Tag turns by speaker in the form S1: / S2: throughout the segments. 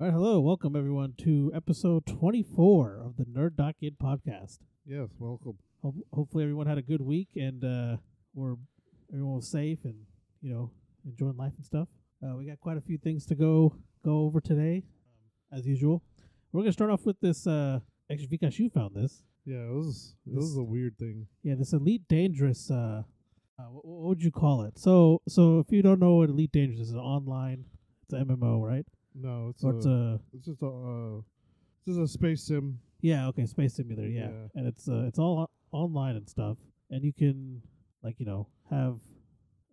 S1: All right, hello, welcome everyone to episode 24 of the Nerd Doc Kid podcast.
S2: Yes, welcome.
S1: Ho- hopefully, everyone had a good week and uh, we're everyone was safe and you know enjoying life and stuff. Uh, we got quite a few things to go go over today, um, as usual. We're gonna start off with this. Uh, actually, Vikas, you found this.
S2: Yeah, it was it was a weird thing.
S1: Yeah, this Elite Dangerous. Uh, uh, what, what would you call it? So, so if you don't know what Elite Dangerous is, it's an online, it's an MMO, right?
S2: No, it's
S1: Or
S2: a,
S1: it's a
S2: it's just a uh, it's just a space sim.
S1: Yeah, okay, Space Simulator. Yeah,
S2: Yeah.
S1: and it's uh, it's all o- online and stuff, and you can like you know have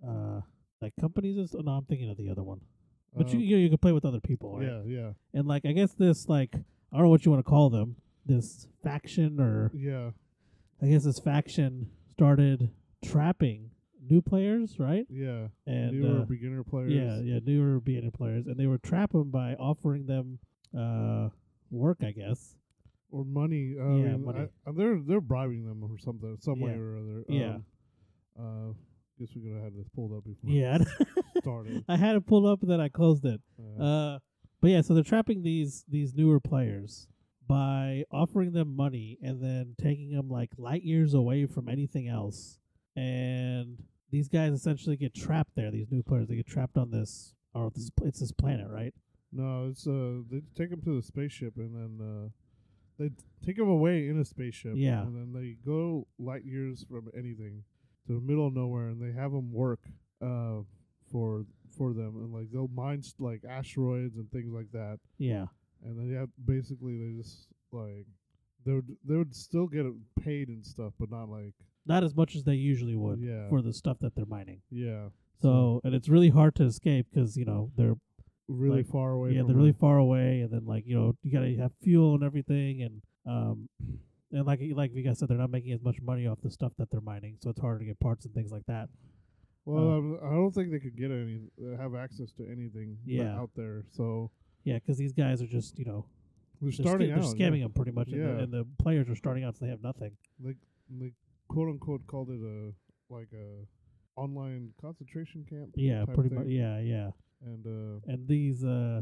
S1: uh like companies. And st- no, I'm thinking of the other one, but you
S2: uh,
S1: you, you can play with other people, right?
S2: yeah, yeah,
S1: And like I guess this like I don't know what you want to call them. This faction or
S2: yeah,
S1: I guess this faction started trapping new players, right?
S2: yeah.
S1: And
S2: Newer
S1: uh,
S2: beginner players.
S1: yeah, yeah, newer beginner players, and they were trapping by offering them uh work, I guess.
S2: or money. Uh, I
S1: Yeah,
S2: mean,
S1: money.
S2: I- uh, they're they're bribing them or something, some way
S1: Yeah.
S2: or other.
S1: Yeah.
S2: Um, uh, guess we could have had this pulled up before
S1: Yeah,
S2: we started.
S1: I had it pulled up and then I closed it.
S2: Uh,
S1: Uh, but yeah, so they're trapping these these newer players by offering them money and then taking them like light years away from anything else. And these guys essentially get trapped there. These new players they get trapped on this or this pl- it's this planet, right?
S2: no, it's uh they take them to the spaceship and then uh they t- take them away in a spaceship.
S1: Yeah.
S2: and then they go light years from anything to the middle of nowhere, and they have them work uh for for them, and like they'll mine s like asteroids and things like that.
S1: Yeah,
S2: and then yeah, basically they just like they would they would still get paid and stuff, but not like
S1: not as much as they usually would
S2: Yeah.
S1: for the stuff that they're mining.
S2: yeah,
S1: So and it's really hard to escape because you know they're
S2: really
S1: Like,
S2: far away.
S1: yeah
S2: from
S1: they're really
S2: her.
S1: far away and then like you know you gotta have fuel and everything and um and like like you guys said they're not making as much money off the stuff that they're mining so it's harder to get parts and things like that
S2: well.
S1: uh,
S2: um, I don't think they could get any have access to anything that-
S1: Yeah.
S2: out there. So
S1: Yeah, 'cause these guys are just you know
S2: they're,
S1: they're, sca-
S2: starting
S1: they're
S2: out. yeah.
S1: scamming them pretty much and, the,
S2: Yeah.
S1: and the players are starting out so they have nothing
S2: They quote unquote called it a like a online concentration camp.
S1: yeah
S2: Type
S1: pretty much
S2: thing.
S1: yeah yeah
S2: And uh,
S1: and these uh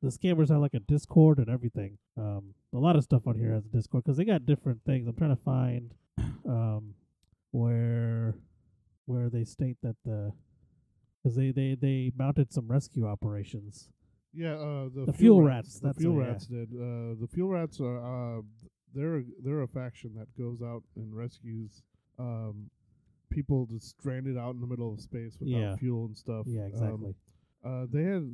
S1: the scammers have like a discord and everything um a lot of stuff on here has a discord 'cause they got different things i'm trying to find um where where they state that the because they, they they mounted some rescue operations
S2: yeah, uh, the,
S1: The fuel rats,
S2: The
S1: that's
S2: fuel
S1: it, yeah.
S2: rats did. Uh, the fuel rats are uh, they're they're a faction that goes out and rescues um, people just stranded out in the middle of space without
S1: Yeah.
S2: fuel and stuff.
S1: yeah
S2: Um,
S1: exactly
S2: uh, they had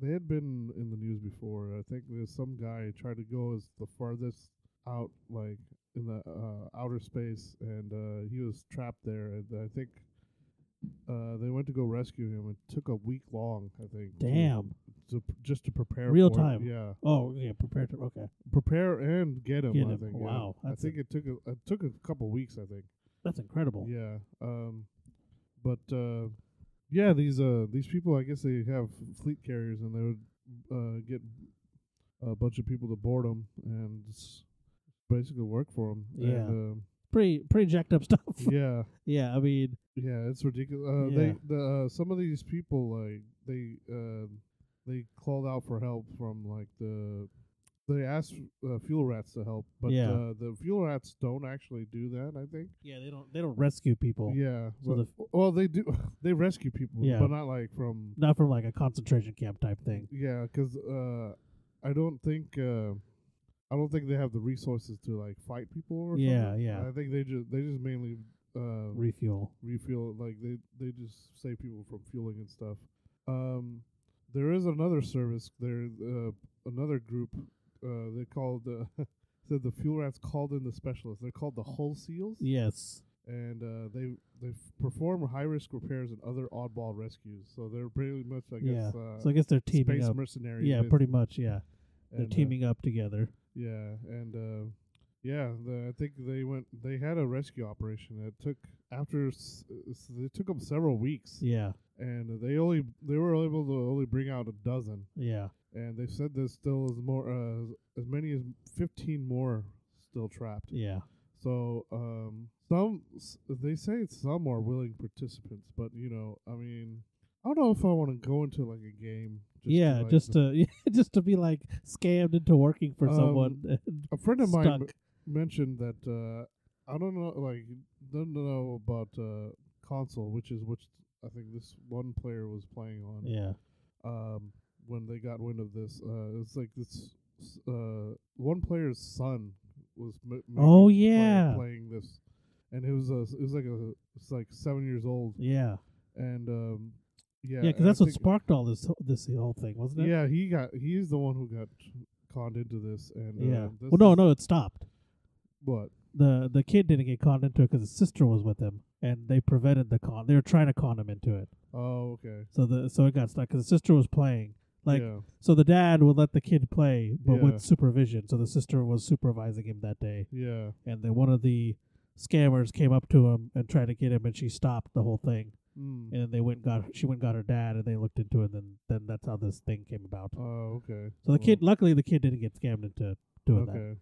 S2: they had been in the news before. I think there's some guy tried to go as the farthest out, like in the uh, outer space, and uh, he was trapped there. And I think uh, they went to go rescue him. It took a week long, I think. to-
S1: damn
S2: To, p- just to prepare.
S1: Real
S2: for it.
S1: time.
S2: Yeah,
S1: oh yeah prepared to okay
S2: prepare and get him.
S1: Get
S2: I
S1: him.
S2: think. yeah.
S1: Wow,
S2: I
S1: that's a-
S2: think it took a, it took a couple weeks. I think.
S1: that's incredible
S2: Yeah. Um, but uh, yeah, these uh these people, I guess they have fleet carriers, and they would uh, get a bunch of people to board them and s- basically work for them.
S1: Yeah.
S2: And,
S1: pretty pretty jacked up stuff
S2: uh, yeah.
S1: yeah i mean
S2: Yeah. It's ridiculous. Uh,
S1: Yeah.
S2: They the uh, some of these people like they uh, they called out for help from like the. They asked uh, fuel rats to help, but
S1: Yeah.
S2: uh, the fuel rats don't actually do that. I think.
S1: yeah they don't they don't rescue people
S2: Yeah.
S1: So
S2: well, well, they do. They rescue people,
S1: Yeah.
S2: but not like from.
S1: not from like a concentration camp type thing
S2: Yeah, because uh, I don't think uh, I don't think they have the resources to like fight people. Or
S1: Yeah,
S2: something.
S1: yeah.
S2: I think they just they just mainly uh,
S1: refuel
S2: refuel. Like they they just save people from fueling and stuff. Um, there is another service. There uh, another group. Uh, they called the said the fuel rats called in the specialists. They're called the hull seals.
S1: yes
S2: and uh, they they f- perform high risk repairs and other oddball rescues. So they're pretty much, I guess,
S1: yeah
S2: uh,
S1: so i guess they're teaming
S2: space
S1: up
S2: mercenaries.
S1: yeah
S2: basi-
S1: pretty much yeah they're
S2: and, uh,
S1: teaming up together
S2: yeah, and uh, yeah, the, I think they went. They had a rescue operation that took after s- s- they took them several weeks,
S1: yeah
S2: and they only they were able to only bring out a dozen.
S1: yeah
S2: And they said there's still is more uh, as many as fifteen more still trapped.
S1: yeah
S2: So um, some s they say some are willing participants, but you know, I mean, I don't know if I want to go into like a game
S1: yeah,
S2: like,
S1: just to yeah, just to be like scammed into working for someone.
S2: a friend Um, of mine
S1: stuck.
S2: m- mentioned that uh, I don't know, like don't know about uh, console, which is which I think this one player was playing on.
S1: yeah,
S2: Um, when they got wind of this, uh, it's like this s- uh, one player's son was m-
S1: Oh,
S2: making- play-
S1: yeah.
S2: playing this, and it was a it was like a it's like seven years old,
S1: yeah,
S2: and um, yeah,
S1: yeah. Because
S2: and I
S1: that's what
S2: think-
S1: sparked all this whole- this whole thing, wasn't it?
S2: Yeah, he got he's the one who got conned into this, and
S1: yeah.
S2: uh, this
S1: well, no,
S2: is
S1: no, it stopped.
S2: what
S1: the The kid didn't get conned into it because his sister was with him, and they prevented the con. They were trying to con him into it,
S2: Oh, okay.
S1: so the so it got stuck because the sister was playing. Like
S2: yeah.
S1: so, the dad would let the kid play, but
S2: Yeah.
S1: with supervision. So the sister was supervising him that day.
S2: yeah.
S1: and then one of the scammers came up to him and tried to get him and she stopped the whole thing
S2: Mm.
S1: and then they went and got she went and got her dad and they looked into it and then then that's how this thing came about
S2: Oh, okay.
S1: so the kid luckily the kid didn't get scammed into
S2: Well,
S1: doing that
S2: okay.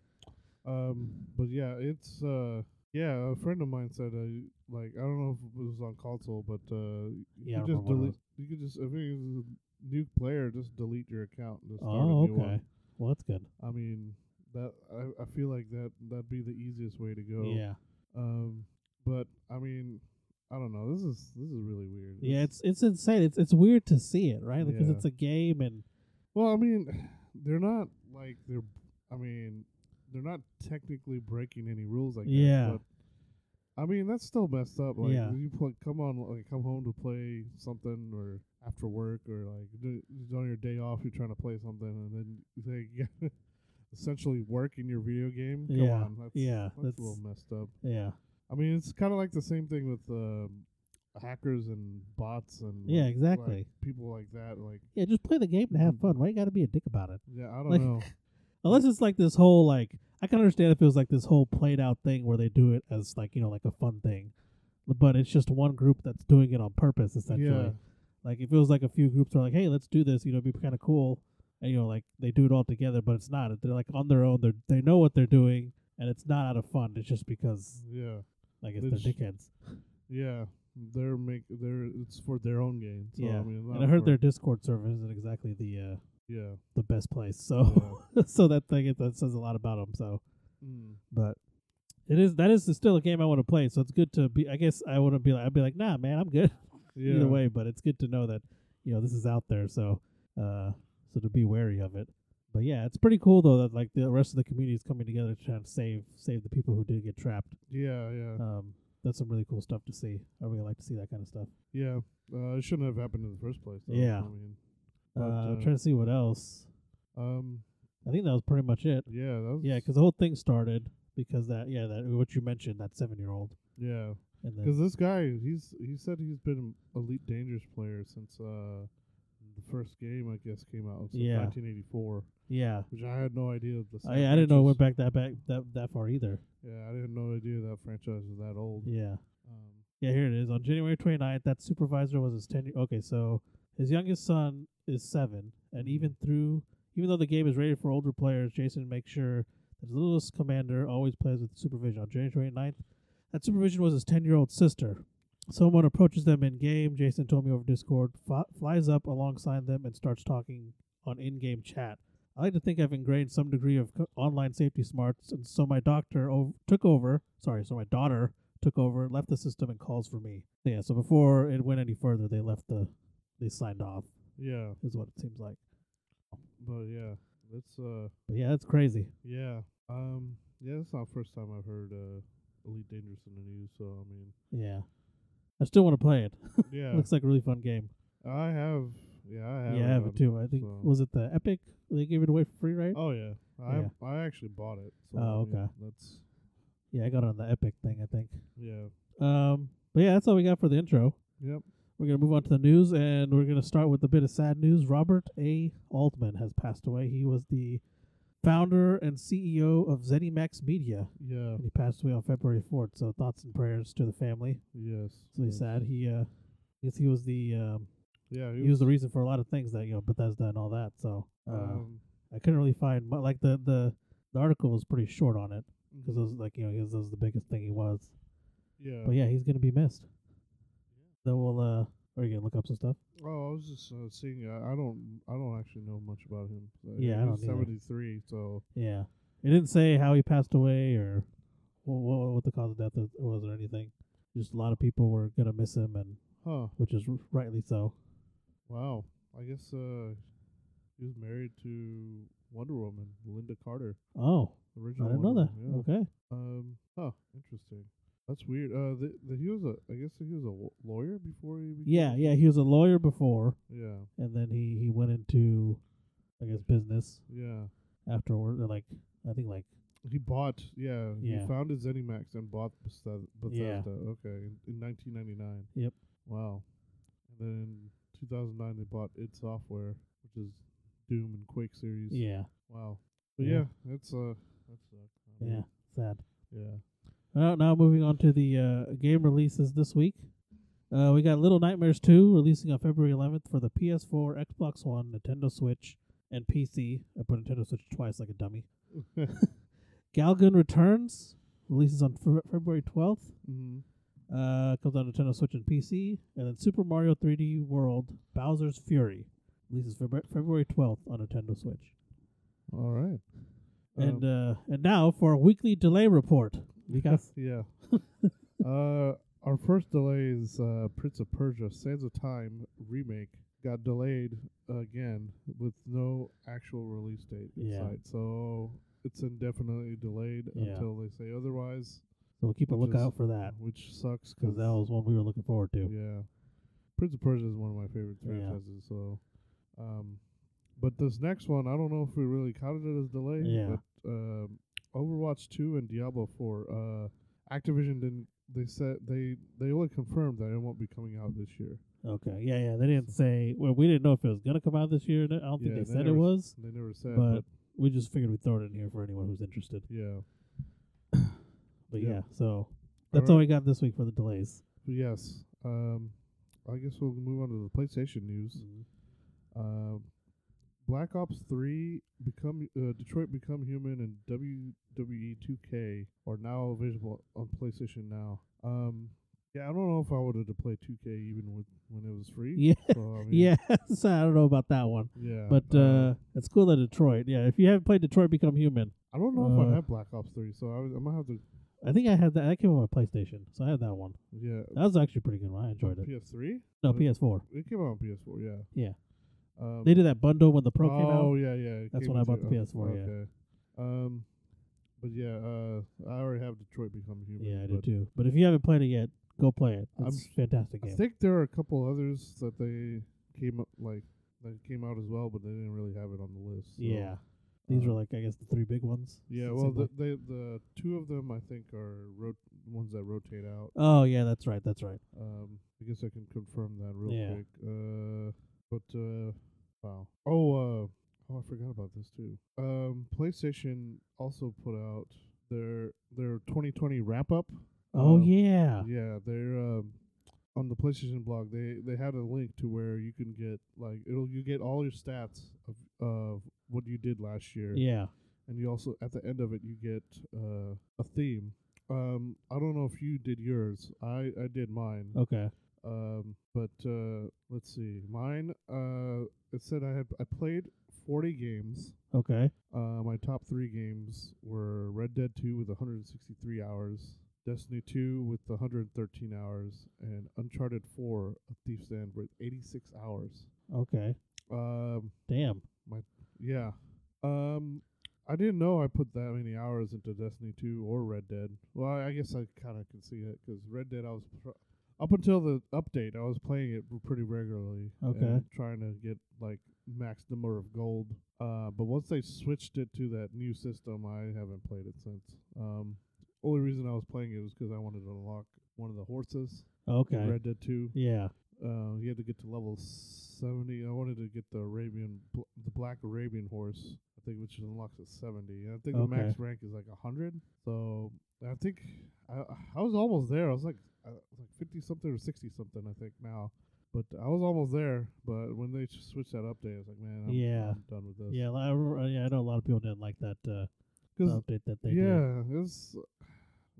S2: Um, but yeah, it's uh, yeah. A friend of mine said uh, like I don't know if it was on console, but uh,
S1: Yeah, I
S2: you
S1: remember
S2: just
S1: when it
S2: delete. You could just if it was a new player, just delete your account and just start
S1: oh
S2: a
S1: okay
S2: new one.
S1: well that's good
S2: I mean, that I I feel like that that'd be the easiest way to go.
S1: yeah
S2: Um, but I mean, I don't know. This is this is really weird.
S1: yeah it's it's insane it's it's weird to see it right because
S2: Yeah.
S1: it's a game and
S2: Well, I mean, they're not like they're. I mean, they're not technically breaking any rules like
S1: Yeah.
S2: that. But, I mean, that's still messed up. Like
S1: Yeah.
S2: you pl- come on, like come home to play something or after work or like do, on your day off, you're trying to play something, and then you like essentially work in your video game. Come
S1: Yeah,
S2: on, that's,
S1: yeah,
S2: that's,
S1: that's-
S2: a little messed up.
S1: yeah
S2: I mean, it's kind of like the same thing with um, hackers and bots and
S1: yeah
S2: like,
S1: exactly
S2: like, people like that. Like
S1: yeah just play the game and
S2: Mm.
S1: have fun why you gotta be a dick about it
S2: yeah, I don't
S1: Like-
S2: know.
S1: Unless it's like this whole like I can understand if it was like this whole played out thing where they do it as like you know like a fun thing, but it's just one group that's doing it on purpose essentially.
S2: Yeah.
S1: Like if it was like a few groups are like, hey, let's do this, you know, it'd be kind of cool, and you know like they do it all together, but it's not. They're like on their own. They they know what they're doing, and it's not out of fun. It's just because
S2: Yeah,
S1: I guess
S2: They
S1: they're
S2: just-
S1: dickheads.
S2: yeah. They're make they're it's for their own gain. So,
S1: yeah,
S2: I mean,
S1: and I heard their Discord server isn't exactly the uh
S2: yeah.
S1: the best place. So so that thing it, that says a lot about them. So.
S2: yeah. Mm.
S1: but it is that is still a game I want to play. So it's good to be. I guess I wouldn't be like I'd be like, nah, man, I'm good
S2: yeah.
S1: either way. But it's good to know that you know this is out there. So uh, so to be wary of it. But yeah, it's pretty cool though that like the rest of the community is coming together to try and save save the people who did get trapped.
S2: Yeah, yeah,
S1: Um, that's some really cool stuff to see. I really like to see that kind of stuff.
S2: yeah. Uh, it shouldn't have happened in the first place. Though,
S1: Yeah.
S2: I mean,
S1: Uh,
S2: But,
S1: I'm
S2: uh,
S1: trying to see what else.
S2: um,
S1: I think that was pretty much it.
S2: yeah, that was,
S1: Yeah, 'cause the whole thing started because that yeah that what you mentioned that seven year old
S2: yeah,
S1: and then
S2: because this guy, he's he said he's been an elite dangerous player since uh the first game I guess came out. Since
S1: Yeah.
S2: 1984,
S1: yeah
S2: which I had no idea. The
S1: I, Oh, I didn't know it
S2: franchise-
S1: went back that back that that far either.
S2: Yeah, I didn't know idea that franchise was that old.
S1: Yeah,
S2: Um,
S1: yeah. Here it is. On January 29th, that supervisor was his ten. Year, okay, so his youngest son is seven, and even through even though the game is rated for older players, Jason makes sure that his littlest commander always plays with supervision. On January 29th, that supervision was his ten year old sister. Someone approaches them in game. Jason told me over Discord. F- flies up alongside them and starts talking on in-game chat. I like to think I've ingrained some degree of co- online safety smarts, and so my doctor ov- took over. Sorry, so my daughter took over, left the system, and calls for me. Yeah, so before it went any further, they left the, they signed off,
S2: yeah,
S1: is what it seems like.
S2: but yeah, that's uh.
S1: But yeah, that's crazy.
S2: Yeah. Um. Yeah, that's not the first time I've heard uh, Elite Dangerous in the news. So I mean,
S1: Yeah, I still want to play it.
S2: yeah,
S1: Looks like a really fun game.
S2: I have. Yeah, I have.
S1: yeah, I have it
S2: one,
S1: too. I think
S2: so-
S1: was it the Epic? They gave it away for free, right?
S2: Oh yeah, I
S1: Yeah.
S2: I actually bought it. So,
S1: Oh,
S2: I mean,
S1: okay.
S2: That's
S1: Yeah, I got it on the Epic thing, I think.
S2: yeah.
S1: Um, but yeah, that's all we got for the intro.
S2: Yep.
S1: We're gonna move on to the news, and we're gonna start with a bit of sad news. Robert A. Altman has passed away. He was the founder and CEO of ZeniMax Media,
S2: Yeah.
S1: and he passed away on February fourth. So thoughts and prayers to the family.
S2: Yes.
S1: It's really
S2: yes.
S1: sad. He, uh, I guess he was the um,
S2: Yeah.
S1: he was the reason for a lot of things that you know Bethesda and all that. So uh,
S2: Um,
S1: I couldn't really find mu like the the the article was pretty short on it because it was like you know because that was the biggest thing he was.
S2: mhm, yeah.
S1: But yeah, he's gonna be missed. So we'll uh Are you gonna look up some stuff?
S2: Oh, I was just uh, seeing. Uh, I don't. I don't actually know much about him. Uh,
S1: Yeah, I don't
S2: he's
S1: either.
S2: seventy three. So
S1: Yeah. It didn't say how he passed away or what, what, what the cause of death was or anything. Just a lot of people were gonna miss him, and
S2: huh.
S1: which is r- rightly so.
S2: Wow. I guess uh, he was married to Wonder Woman, Linda Carter,
S1: Oh,
S2: original.
S1: I didn't know
S2: Wonder
S1: that.
S2: Woman, yeah.
S1: Okay.
S2: Um. Huh. Interesting. That's weird. Uh. The, the, he was a. I guess he was a wa- lawyer before he. Became,
S1: Yeah, yeah. He was a lawyer before,
S2: Yeah.
S1: and then he he went into, I guess, business
S2: Yeah.
S1: afterward. or Like I think like
S2: He bought. Yeah.
S1: Yeah.
S2: He founded ZeniMax and bought Bethesda.
S1: Yeah.
S2: Bethesda okay. In, in 1999.
S1: Yep.
S2: Wow. And then in 2009 they bought id Software, which is Doom and Quake series.
S1: yeah,
S2: Wow. But
S1: Yeah.
S2: yeah, that's uh. That's uh.
S1: yeah. Sad.
S2: Yeah.
S1: Uh, now moving on to the uh, game releases this week. Uh, we got Little Nightmares 2 releasing on February 11th for the PS4, Xbox One, Nintendo Switch, and PC. I put Nintendo Switch twice like a dummy. Galgun Returns releases on Fe- February 12th.
S2: hmm
S1: Uh, comes on Nintendo Switch and PC, and then Super Mario 3D World Bowser's Fury releases Febru- February 12th on Nintendo Switch.
S2: All right. Um,
S1: And uh, and now for our weekly delay report. We got
S2: yeah. uh, our first delay is uh, Prince of Persia: Sands of Time remake got delayed again with no actual release date in
S1: Yeah.
S2: sight. So it's indefinitely delayed
S1: Yeah.
S2: until they say otherwise,
S1: so we'll keep a
S2: Which is-
S1: lookout for that.
S2: which sucks
S1: because that was one we were looking forward to.
S2: yeah. Prince of Persia is one of my favorite
S1: Yeah.
S2: franchises. So, um, but this next one, I don't know if we really counted it as delayed.
S1: Yeah.
S2: But, um, Overwatch two and Diablo four. Uh, Activision didn't. They said they they only confirmed that it won't be coming out this year.
S1: Okay, yeah, yeah. They didn't say. Well, we didn't know if it was gonna come out this year. I don't
S2: Yeah,
S1: think they
S2: they
S1: said it
S2: never
S1: was,
S2: They never said.
S1: but we just figured we'd throw it in here for anyone who's interested.
S2: yeah.
S1: But yeah,
S2: Yeah.
S1: so that's all we got this week for the delays.
S2: But yes. Um, I guess we'll move on to the PlayStation news. Um, Black Ops Three, Become uh, Detroit Become Human, and WWE 2K are now available on PlayStation Now. Um, yeah, I don't know if I would have to play 2K even with, when it was free.
S1: Yeah,
S2: So, I mean,
S1: yeah. so I don't know about that one,
S2: yeah.
S1: but uh, it's cool that Detroit. Yeah, if you haven't played Detroit Become Human,
S2: I don't know if
S1: uh,
S2: I have Black Ops Three, so I, was- I might have to.
S1: I think I had that. That came on my PlayStation, so I had that one.
S2: Yeah,
S1: That was actually a pretty good one. I enjoyed it.
S2: PS3.
S1: No,
S2: uh,
S1: PS4.
S2: It came out on PS4. Yeah.
S1: Yeah.
S2: Um,
S1: They did that bundle when the Pro came out.
S2: Oh yeah, yeah. it
S1: That's
S2: came
S1: when I
S2: with
S1: bought
S2: it.
S1: the
S2: Oh,
S1: PS4, yeah.
S2: Okay. Um, but yeah, uh, I already have Detroit Become Human.
S1: Yeah, I
S2: but
S1: did too. But if you haven't played it yet, go play it.
S2: I'm
S1: It's
S2: s-
S1: a fantastic
S2: I
S1: game.
S2: think there are a couple others that they came up like that came out as well, but they didn't really have it on the list. so,
S1: yeah. These
S2: uh,
S1: were like I guess the three big ones.
S2: yeah.
S1: It
S2: Well,
S1: seemed
S2: the,
S1: like.
S2: they the two of them I think are rot- ones that rotate out.
S1: oh yeah, that's right, that's right.
S2: Um, I guess I can confirm that real
S1: Yeah.
S2: quick. Uh, but uh, wow. Oh, uh, oh, I forgot about this too. Um, PlayStation also put out their their 2020 wrap up.
S1: oh yeah,
S2: Uh, Yeah, they're um, on the PlayStation blog. They they had a link to where you can get like it'll you get all your stats of of what you did last year,
S1: yeah,
S2: and you also at the end of it you get uh, a theme. Um, I don't know if you did yours. I I did mine.
S1: okay,
S2: Um, but uh, let's see, mine. Uh, it said I had I played forty games.
S1: okay,
S2: Uh, my top three games were Red Dead 2 with 163 hours, Destiny 2 with 113 hours, and Uncharted 4: A Thief's End with 86 hours.
S1: okay.
S2: Um,
S1: Damn.
S2: yeah. Um, I didn't know I put that many hours into Destiny 2 or Red Dead. Well, I I guess I kind of can see it 'cause Red Dead I was pr- up until the update I was playing it r- pretty regularly.
S1: Okay.
S2: and Trying to get like max number of gold. Uh, but once they switched it to that new system, I haven't played it since. Um, only reason I was playing it was 'cause I wanted to unlock one of the horses in
S1: Okay.
S2: Red Dead 2.
S1: Yeah.
S2: Uh, you had to get to level seventy. I wanted to get the Arabian, bl- the black Arabian horse. I think which unlocks at seventy. And I think the max
S1: Okay.
S2: rank is like a hundred. So I think I I was almost there. I was like I was like fifty something or sixty something. I think now, but I was almost there. But when they switched that update, I was like, man, I'm,
S1: Yeah.
S2: I'm done with this.
S1: Yeah. li- I remember, yeah. I know a lot of people didn't like that uh, the
S2: 'Cause
S1: update that they did.
S2: yeah, it's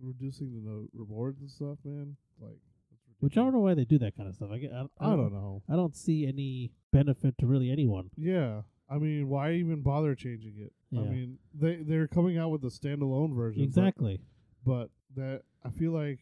S2: reducing the rewards and stuff, man. Like it's
S1: Which I don't know why they do that kind of stuff. I, get- I, don't-
S2: I don't know.
S1: I don't see any benefit to really anyone.
S2: Yeah. I mean, why even bother changing it? I
S1: Yeah.
S2: mean, they they're coming out with a standalone version. but-
S1: Exactly.
S2: But, that I feel like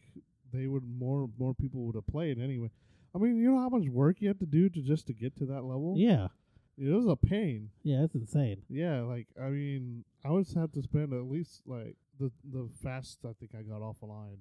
S2: they would more more people would have played anyway. I mean, you know how much work you have to do to just to get to that level?
S1: Yeah.
S2: It was a pain.
S1: Yeah, that's insane.
S2: Yeah, like I mean, I would have to spend at least like the the fast I think I got offline,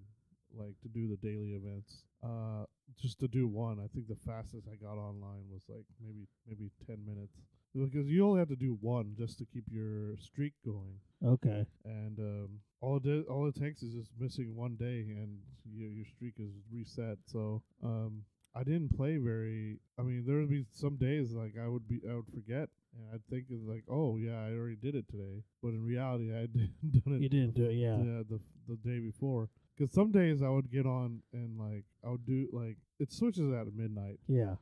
S2: like to do the daily events. Uh, just to do one, I think the fastest I got online was like maybe maybe ten minutes because you only have to do one just to keep your streak going,
S1: Okay.
S2: and um, all it did, all it takes is just missing one day and your your streak is reset. So um. I didn't play very. I mean, there would be some days like I would be, I would forget, and I'd think it's like, oh yeah, I already did it today. But in reality, I had done it.
S1: You didn't do it, yeah.
S2: Yeah, the the day before. Because some days I would get on and like I would do like it switches out at midnight.
S1: Yeah.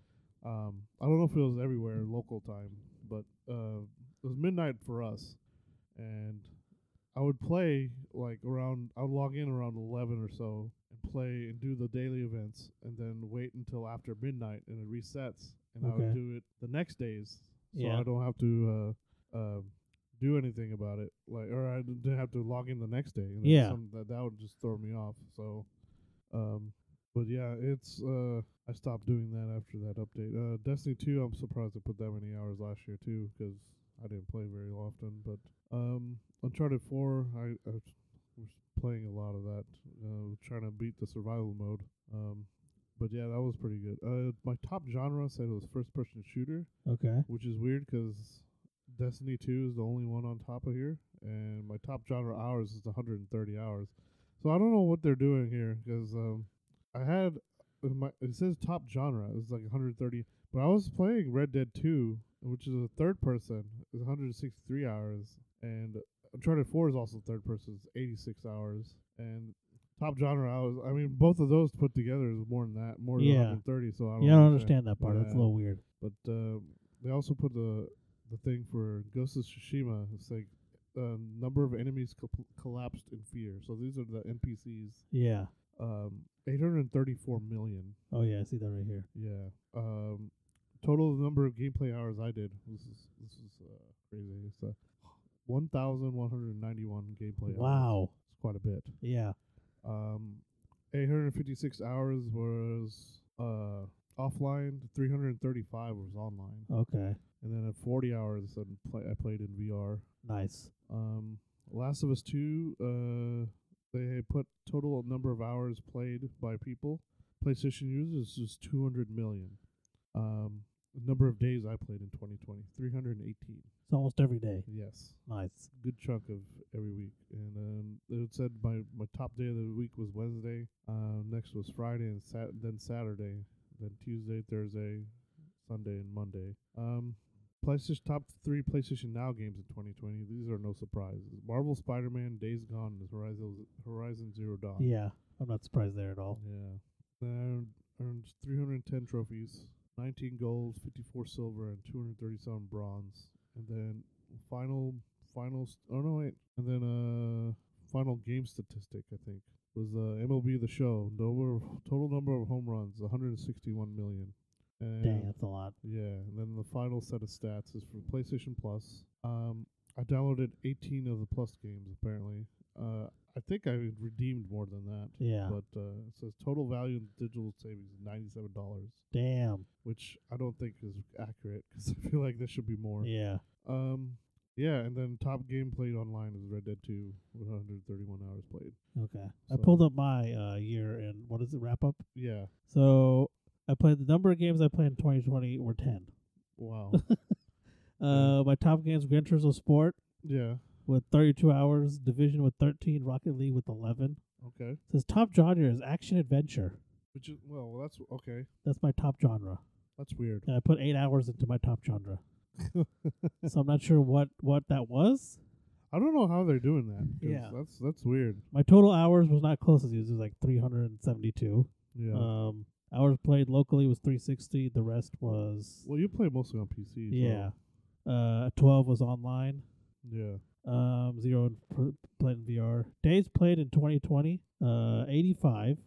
S2: Um, I don't know if it was everywhere local time, but uh, it was midnight for us, and I would play like around. I would log in around eleven or so and play and do the daily events, and then wait until after midnight and it resets, and I would
S1: Okay.
S2: do it the next days, so
S1: Yeah.
S2: I don't have to. Uh, uh, do anything about it, like, or I didn't have to log in the next day. And then
S1: Yeah.
S2: some, that that would just throw me off. So, um, but yeah, it's uh, I stopped doing that after that update. Uh, Destiny two, I'm surprised I put that many hours last year too, 'cause I didn't play very often. But um, Uncharted four, I, I was playing a lot of that, uh, trying to beat the survival mode. Um, but yeah, that was pretty good. Uh, my top genre said it was first person shooter,
S1: Okay.
S2: which is weird 'cause Destiny 2 is the only one on top of here, and my top genre hours is 130 hours. So I don't know what they're doing here 'cause um, I had uh, my it says top genre it's like 130, but I was playing Red Dead 2, which is a third person, is 163 hours, and Uncharted 4 is also third person, it's 86 hours, and top genre hours. I mean, both of those put together is more than that, more than
S1: Yeah.
S2: 130. So I don't
S1: Yeah, I don't understand that part. That's a
S2: Yeah.
S1: little weird.
S2: but um, they also put the the thing for Ghost of Tsushima. It's like uh, number of enemies co- collapsed in fear. So these are the NPCs.
S1: Yeah.
S2: Um, 834 million.
S1: Oh yeah, I see that right here.
S2: Yeah. Um, total number of gameplay hours I did. This is this is uh, crazy. It's uh, 1,191 gameplay. hours.
S1: Wow.
S2: It's quite a bit.
S1: Yeah.
S2: Um, 856 hours was uh offline. 335 was online.
S1: Okay.
S2: And then at 40 hours, I play, I played in VR.
S1: Nice.
S2: Um, Last of Us 2, uh, they put total number of hours played by people. PlayStation users is 200 million. Um, the number of days I played in 2020, 318.
S1: It's almost every day.
S2: Yes,
S1: Nice.
S2: good chunk of every week. And um, it said my, my top day of the week was Wednesday. Um, next was Friday, and sat- then Saturday, then Tuesday, Thursday, Sunday, and Monday. Um, PlayStation top three PlayStation Now games in 2020. These are no surprises: Marvel, Spider-Man, Days Gone, and Horizon Horizon Zero Dawn.
S1: Yeah. I'm not surprised there at all.
S2: Yeah. Then I earned 310 trophies, 19 gold, 54 silver, and 237 bronze. And then final, final, st- oh no, wait. And then, uh, final game statistic, I think, was, uh, MLB The Show. Number of, total number of home runs, 161 million. And
S1: Dang, that's a lot.
S2: yeah, and then the final set of stats is for PlayStation Plus. Um, I downloaded 18 of the Plus games apparently. Uh, I think I redeemed more than that.
S1: Yeah.
S2: But uh, it says total value in digital savings is ninety-seven dollars,
S1: Damn. which
S2: which I don't think is accurate 'cause I feel like this should be more.
S1: Yeah.
S2: Um, yeah, and then top game played online is Red Dead Two, with one hundred thirty-one hours played.
S1: Okay. I
S2: So-
S1: pulled up my uh year and what is it wrap up?
S2: Yeah,
S1: So I played the number of games I played in 2020 were 10.
S2: wow.
S1: Uh, my top games: Gran Turismo Sport
S2: yeah,
S1: with 32 hours, Division with 13, Rocket League with 11.
S2: okay.
S1: It says top genre is action adventure.
S2: Which is well, that's okay.
S1: That's my top genre,
S2: That's weird.
S1: and I put eight hours into my top genre. so I'm not sure what what that was.
S2: I don't know how they're doing that. 'cause
S1: Yeah.
S2: that's that's weird.
S1: My total hours was not close to these. It was like 372.
S2: Yeah.
S1: Um, hours played locally was 360. The rest was
S2: well, you play mostly on PC. so-
S1: yeah. Uh, 12 was online.
S2: yeah.
S1: Um, zero in pr- played in VR. Days played in 2020, uh, 85,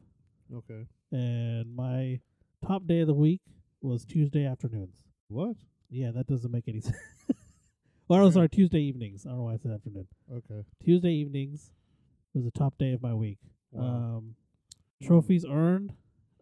S2: Okay.
S1: and my top day of the week was Tuesday afternoons.
S2: What?
S1: Yeah, that doesn't make any sense. or I'm
S2: Yeah.
S1: sorry, Tuesday evenings. I don't know why I said afternoon.
S2: Okay.
S1: Tuesday evenings was the top day of my week.
S2: Wow.
S1: Um, trophies earned.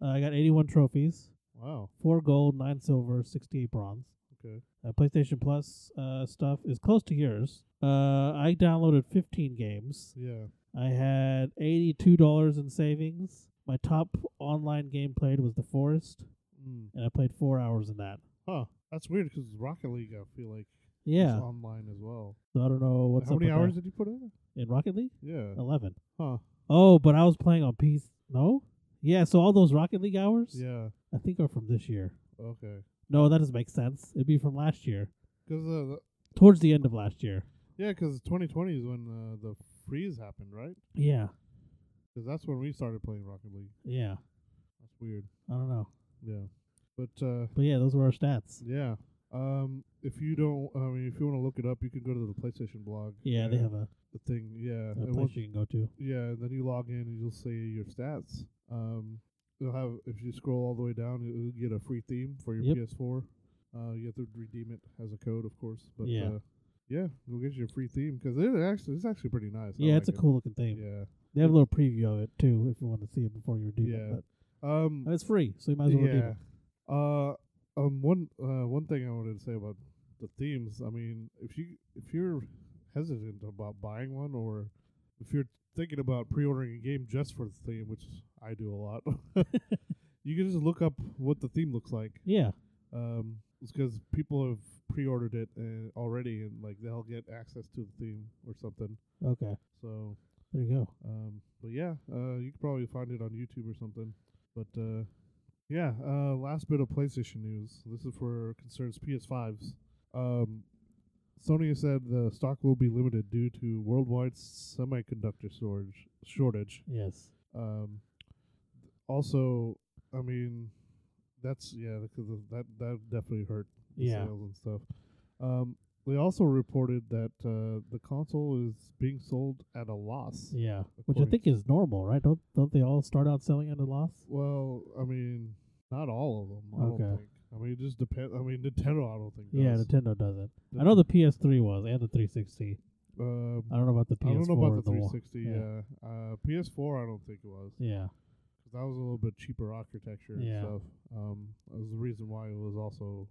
S1: Uh, I got 81 trophies,
S2: Wow.
S1: four gold, nine silver, 68 bronze.
S2: Okay.
S1: Uh, PlayStation Plus uh, stuff is close to yours. Uh, I downloaded 15 games.
S2: Yeah.
S1: I had $82 in savings. My top online game played was The Forest,
S2: Mm.
S1: and I played four hours in that.
S2: Huh. That's weird because Rocket League, I feel like,
S1: Yeah.
S2: is online as well.
S1: So I don't know what's
S2: How
S1: up
S2: many
S1: with
S2: hours
S1: that.
S2: did you put in?
S1: in Rocket League?
S2: Yeah.
S1: 11.
S2: Huh.
S1: Oh, but I was playing on PC. No? Yeah, so all those Rocket League hours,
S2: Yeah.
S1: I think are from this year.
S2: Okay.
S1: No, that doesn't make sense. It'd be from last year,
S2: Because uh, the-
S1: towards the end of last year.
S2: yeah, because 2020 is when uh, the freeze happened, right?
S1: Yeah.
S2: Because that's when we started playing Rocket League.
S1: Yeah.
S2: That's weird.
S1: I don't know.
S2: Yeah. But uh,
S1: But yeah, those were our stats.
S2: yeah. Um, if you don't, I mean, if you want to look it up, you can go to the PlayStation blog.
S1: Yeah, they
S2: and
S1: have a,
S2: the thing. Yeah.
S1: a
S2: and
S1: place
S2: once-
S1: you can go to.
S2: Yeah, and then you log in and you'll see your stats. Um, you'll have if you scroll all the way down, you- you'll get a free theme for your
S1: Yep.
S2: PS4. Uh, you have to redeem it as a code, of course. But
S1: Yeah.
S2: uh, yeah, you'll get your free theme because it actually it's actually pretty nice. I
S1: yeah, it's a
S2: like it.
S1: cool looking thing.
S2: Yeah,
S1: They have a little preview of it too, if you want to see it before you redeem
S2: Yeah.
S1: it. But
S2: um,
S1: and Oh, it's free, so you might as well redeem
S2: yeah.
S1: it.
S2: Uh, um, one uh, one thing I wanted to say about the themes. I mean, if you if you're hesitant about buying one, or if you're thinking about pre-ordering a game just for the theme, which I do a lot, you can just look up what the theme looks like.
S1: Yeah,
S2: Um, because people have pre-ordered it uh, already, and like they'll get access to the theme or something.
S1: okay,
S2: So,
S1: there you go.
S2: um, but yeah, uh, you can probably find it on YouTube or something. But uh, yeah, uh, last bit of PlayStation news. This is for concerns PS5s. Um, Sony has said the stock will be limited due to worldwide semiconductor storage shortage.
S1: Yes,
S2: Um, also, I mean, that's yeah, because of that that definitely hurt the
S1: Yeah.
S2: sales and stuff. Um, they also reported that uh, the console is being sold at a loss.
S1: yeah, which I
S2: According
S1: think is normal, right? Don't don't they all start out selling at a loss?
S2: Well, I mean, not all of them. I
S1: Okay.
S2: don't think. I mean, it just depends. I mean, Nintendo. I don't think.
S1: Yeah,
S2: Does.
S1: Nintendo doesn't. I Uh, know the PS3 was and the 360.
S2: Um,
S1: I don't know about the PS4.
S2: I don't know
S1: or
S2: about the
S1: wa-
S2: 360. yeah.
S1: yeah.
S2: Uh, PS4. I don't think it was.
S1: Yeah,
S2: 'Cause That was a little bit cheaper architecture
S1: Yeah.
S2: and stuff. Um, that was the reason why it was also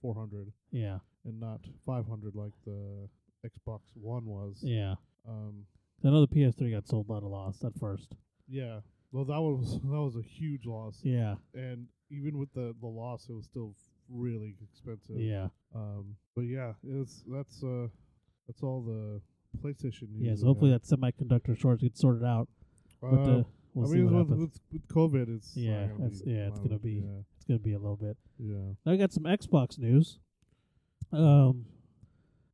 S2: 400
S1: yeah,
S2: and not 500 like the Xbox One was.
S1: yeah.
S2: Um,
S1: I know the PS3 got sold at a loss at first.
S2: yeah. Well, that was that was a huge loss,
S1: Yeah,
S2: and even with the the loss, it was still really expensive.
S1: yeah,
S2: Um, but yeah, it's that's uh, that's all the PlayStation. News
S1: yeah. So hopefully that semiconductor shortage gets sorted out.
S2: that.
S1: But uh, we'll
S2: I
S1: see
S2: mean,
S1: what
S2: with,
S1: happens.
S2: with with COVID, it's not
S1: Yeah,
S2: gonna
S1: it's-
S2: be
S1: yeah, it's gonna
S2: much,
S1: be- It's gonna be a little bit.
S2: Yeah, yeah.
S1: I got some Xbox news. Um,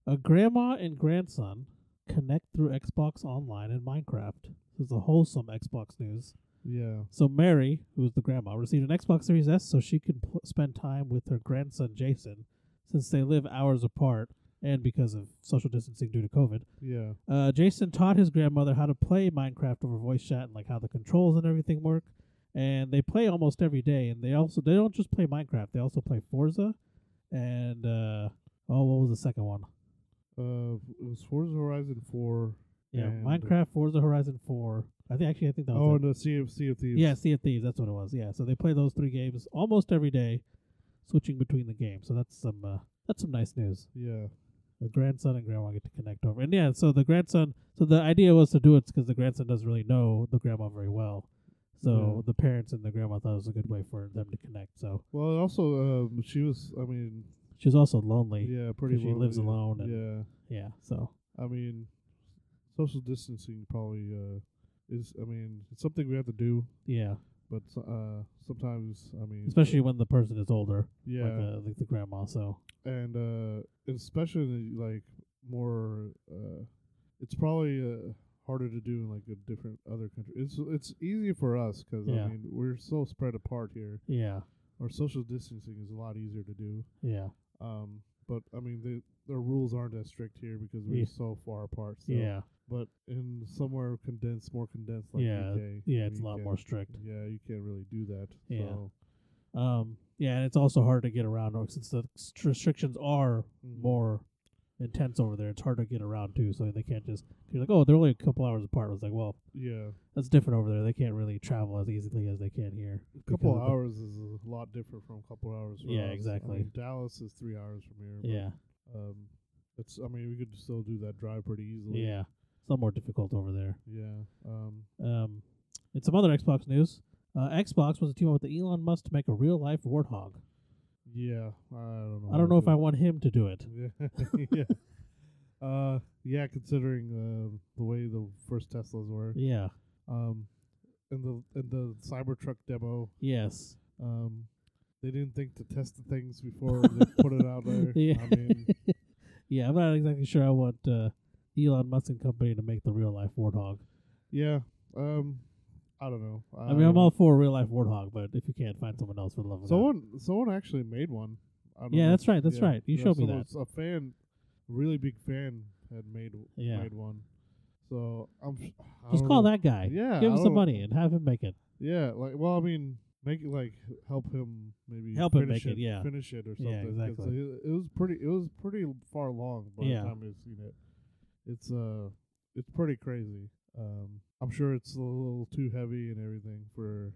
S1: a grandma and grandson connect through Xbox Online and Minecraft. This is a wholesome Xbox news.
S2: yeah.
S1: So Mary, who's the grandma, received an Xbox Series S so she could pl- spend time with her grandson Jason, since they live hours apart and because of social distancing due to COVID.
S2: Yeah,
S1: Uh, Jason taught his grandmother how to play Minecraft over voice chat and like how the controls and everything work. And they play almost every day. And they also they don't just play Minecraft. They also play Forza, and uh, oh, what was the second one?
S2: uh, it was Forza Horizon Four.
S1: Yeah,
S2: And-
S1: Minecraft, Forza Horizon Four. I think actually I think that was
S2: Oh, E
S1: it.
S2: and the Sea of Sea of Thieves.
S1: yeah, Sea of Thieves. That's what it was. Yeah, so they play those three games almost every day, switching between the games. So that's some uh, that's some nice news.
S2: yeah,
S1: The grandson and grandma get to connect over. And yeah, so the grandson, so the idea was to do it because the grandson doesn't really know the grandma very well. So
S2: Yeah.
S1: the parents and the grandma thought it was a good way for them to connect. So
S2: Well, and also, um, she was. I mean,
S1: she's also lonely.
S2: yeah, pretty.
S1: she lives
S2: lonely,
S1: alone and-
S2: yeah.
S1: Yeah. So
S2: I mean, social distancing probably uh, is. I mean, it's something we have to do,
S1: yeah,
S2: but so- uh, sometimes I mean,
S1: especially when the person is older,
S2: yeah,
S1: like, the, like the grandma. So
S2: and uh, especially like more. Uh, it's probably uh, harder to do in like a different other country. It's it's easier for us 'cause
S1: Yeah.
S2: I mean we're so spread apart here.
S1: yeah,
S2: Our social distancing is a lot easier to do.
S1: yeah,
S2: Um, but I mean, they, their rules aren't as strict here because we're
S1: Yeah.
S2: so far apart. So.
S1: yeah,
S2: But in somewhere condensed, more condensed, like
S1: Yeah,
S2: UK,
S1: yeah,
S2: I
S1: it's
S2: mean,
S1: a lot
S2: you
S1: more
S2: can't-
S1: strict.
S2: Yeah, you can't really do that.
S1: Yeah.
S2: So,
S1: Um, yeah, and it's also hard to get around or- since the s- restrictions are
S2: Mhm.
S1: more intense over there. It's hard to get around too, so they can't just you're like, oh, they're only a couple hours apart. I was like, well,
S2: yeah,
S1: that's different over there. They can't really travel as easily as they can here.
S2: a couple
S1: of the-
S2: hours is a lot different from a couple hours. for
S1: Yeah,
S2: us. I
S1: exactly.
S2: mean, Dallas is three hours from here. but,
S1: Yeah,
S2: Um, it's. I mean, we could still do that drive pretty easily.
S1: yeah, it's a lot more difficult over there.
S2: Yeah. Um.
S1: Um, and some other Xbox news. Uh, Xbox was a team up with Elon Musk to make a real life warthog.
S2: Yeah. I don't know.
S1: I
S2: how
S1: don't know if I
S2: to
S1: want him to do it.
S2: do it. Yeah. yeah. Uh. Yeah. Considering uh, the way the first Teslas were.
S1: Yeah.
S2: Um. In the in the Cybertruck demo,
S1: Yes.
S2: um, they didn't think to test the things before they put it out there.
S1: Yeah.
S2: I mean,
S1: Yeah, I'm not exactly sure I want uh, Elon Musk and company to make the real life warthog.
S2: yeah. Um, I don't know. I,
S1: I mean, I'm all for a real life warthog, but if you can't find someone else, for the love of God.
S2: someone someone actually made one. I don't
S1: Yeah,
S2: know.
S1: that's right. That's
S2: Yeah.
S1: right. You
S2: Yeah,
S1: showed me that.
S2: someone's- A fan, really big fan, had made
S1: Yeah.
S2: made one. So I'm sh- I
S1: Just
S2: don't
S1: call
S2: know.
S1: that guy.
S2: Oh, Yeah, oh.
S1: Give
S2: I
S1: him some
S2: don't-
S1: money and have him make it.
S2: Yeah, like well, I mean, make it like help him maybe
S1: Help him
S2: finish
S1: make it, yeah.
S2: finish it or something.
S1: Yeah,
S2: 'cause
S1: exactly.
S2: It, it was pretty. It was pretty l- far along by
S1: Yeah.
S2: the time we've seen it. It's uh, it's pretty crazy. Um, I'm sure it's a little too heavy and everything for,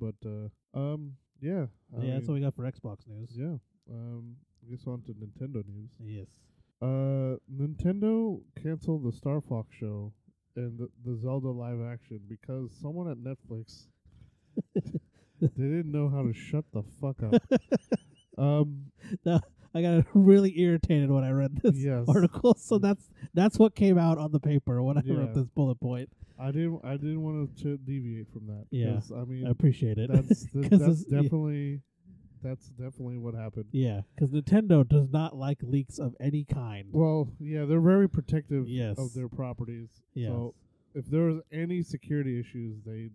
S2: but uh, um, yeah, I
S1: yeah, that's
S2: mean,
S1: what we got for Xbox news.
S2: yeah. Um, I guess on to Nintendo news.
S1: Yes.
S2: Uh, Nintendo canceled the Star Fox show and the, the Zelda live action because someone at Netflix they didn't know how to shut the fuck up. um,
S1: I got really irritated when I read this
S2: Yes. Mm.
S1: article, so that's that's what came out on the paper when I
S2: Yeah.
S1: wrote this bullet point.
S2: I didn't I didn't want to deviate from that.
S1: Yeah.
S2: 'cause, I mean
S1: I appreciate it.
S2: that's th-
S1: 'Cause
S2: that's
S1: it's- yeah.
S2: definitely that's definitely what happened.
S1: Yeah, because Nintendo does not like leaks of any kind.
S2: Well, yeah, they're very protective
S1: Yes.
S2: of their properties.
S1: Yes.
S2: So if there was any security issues, they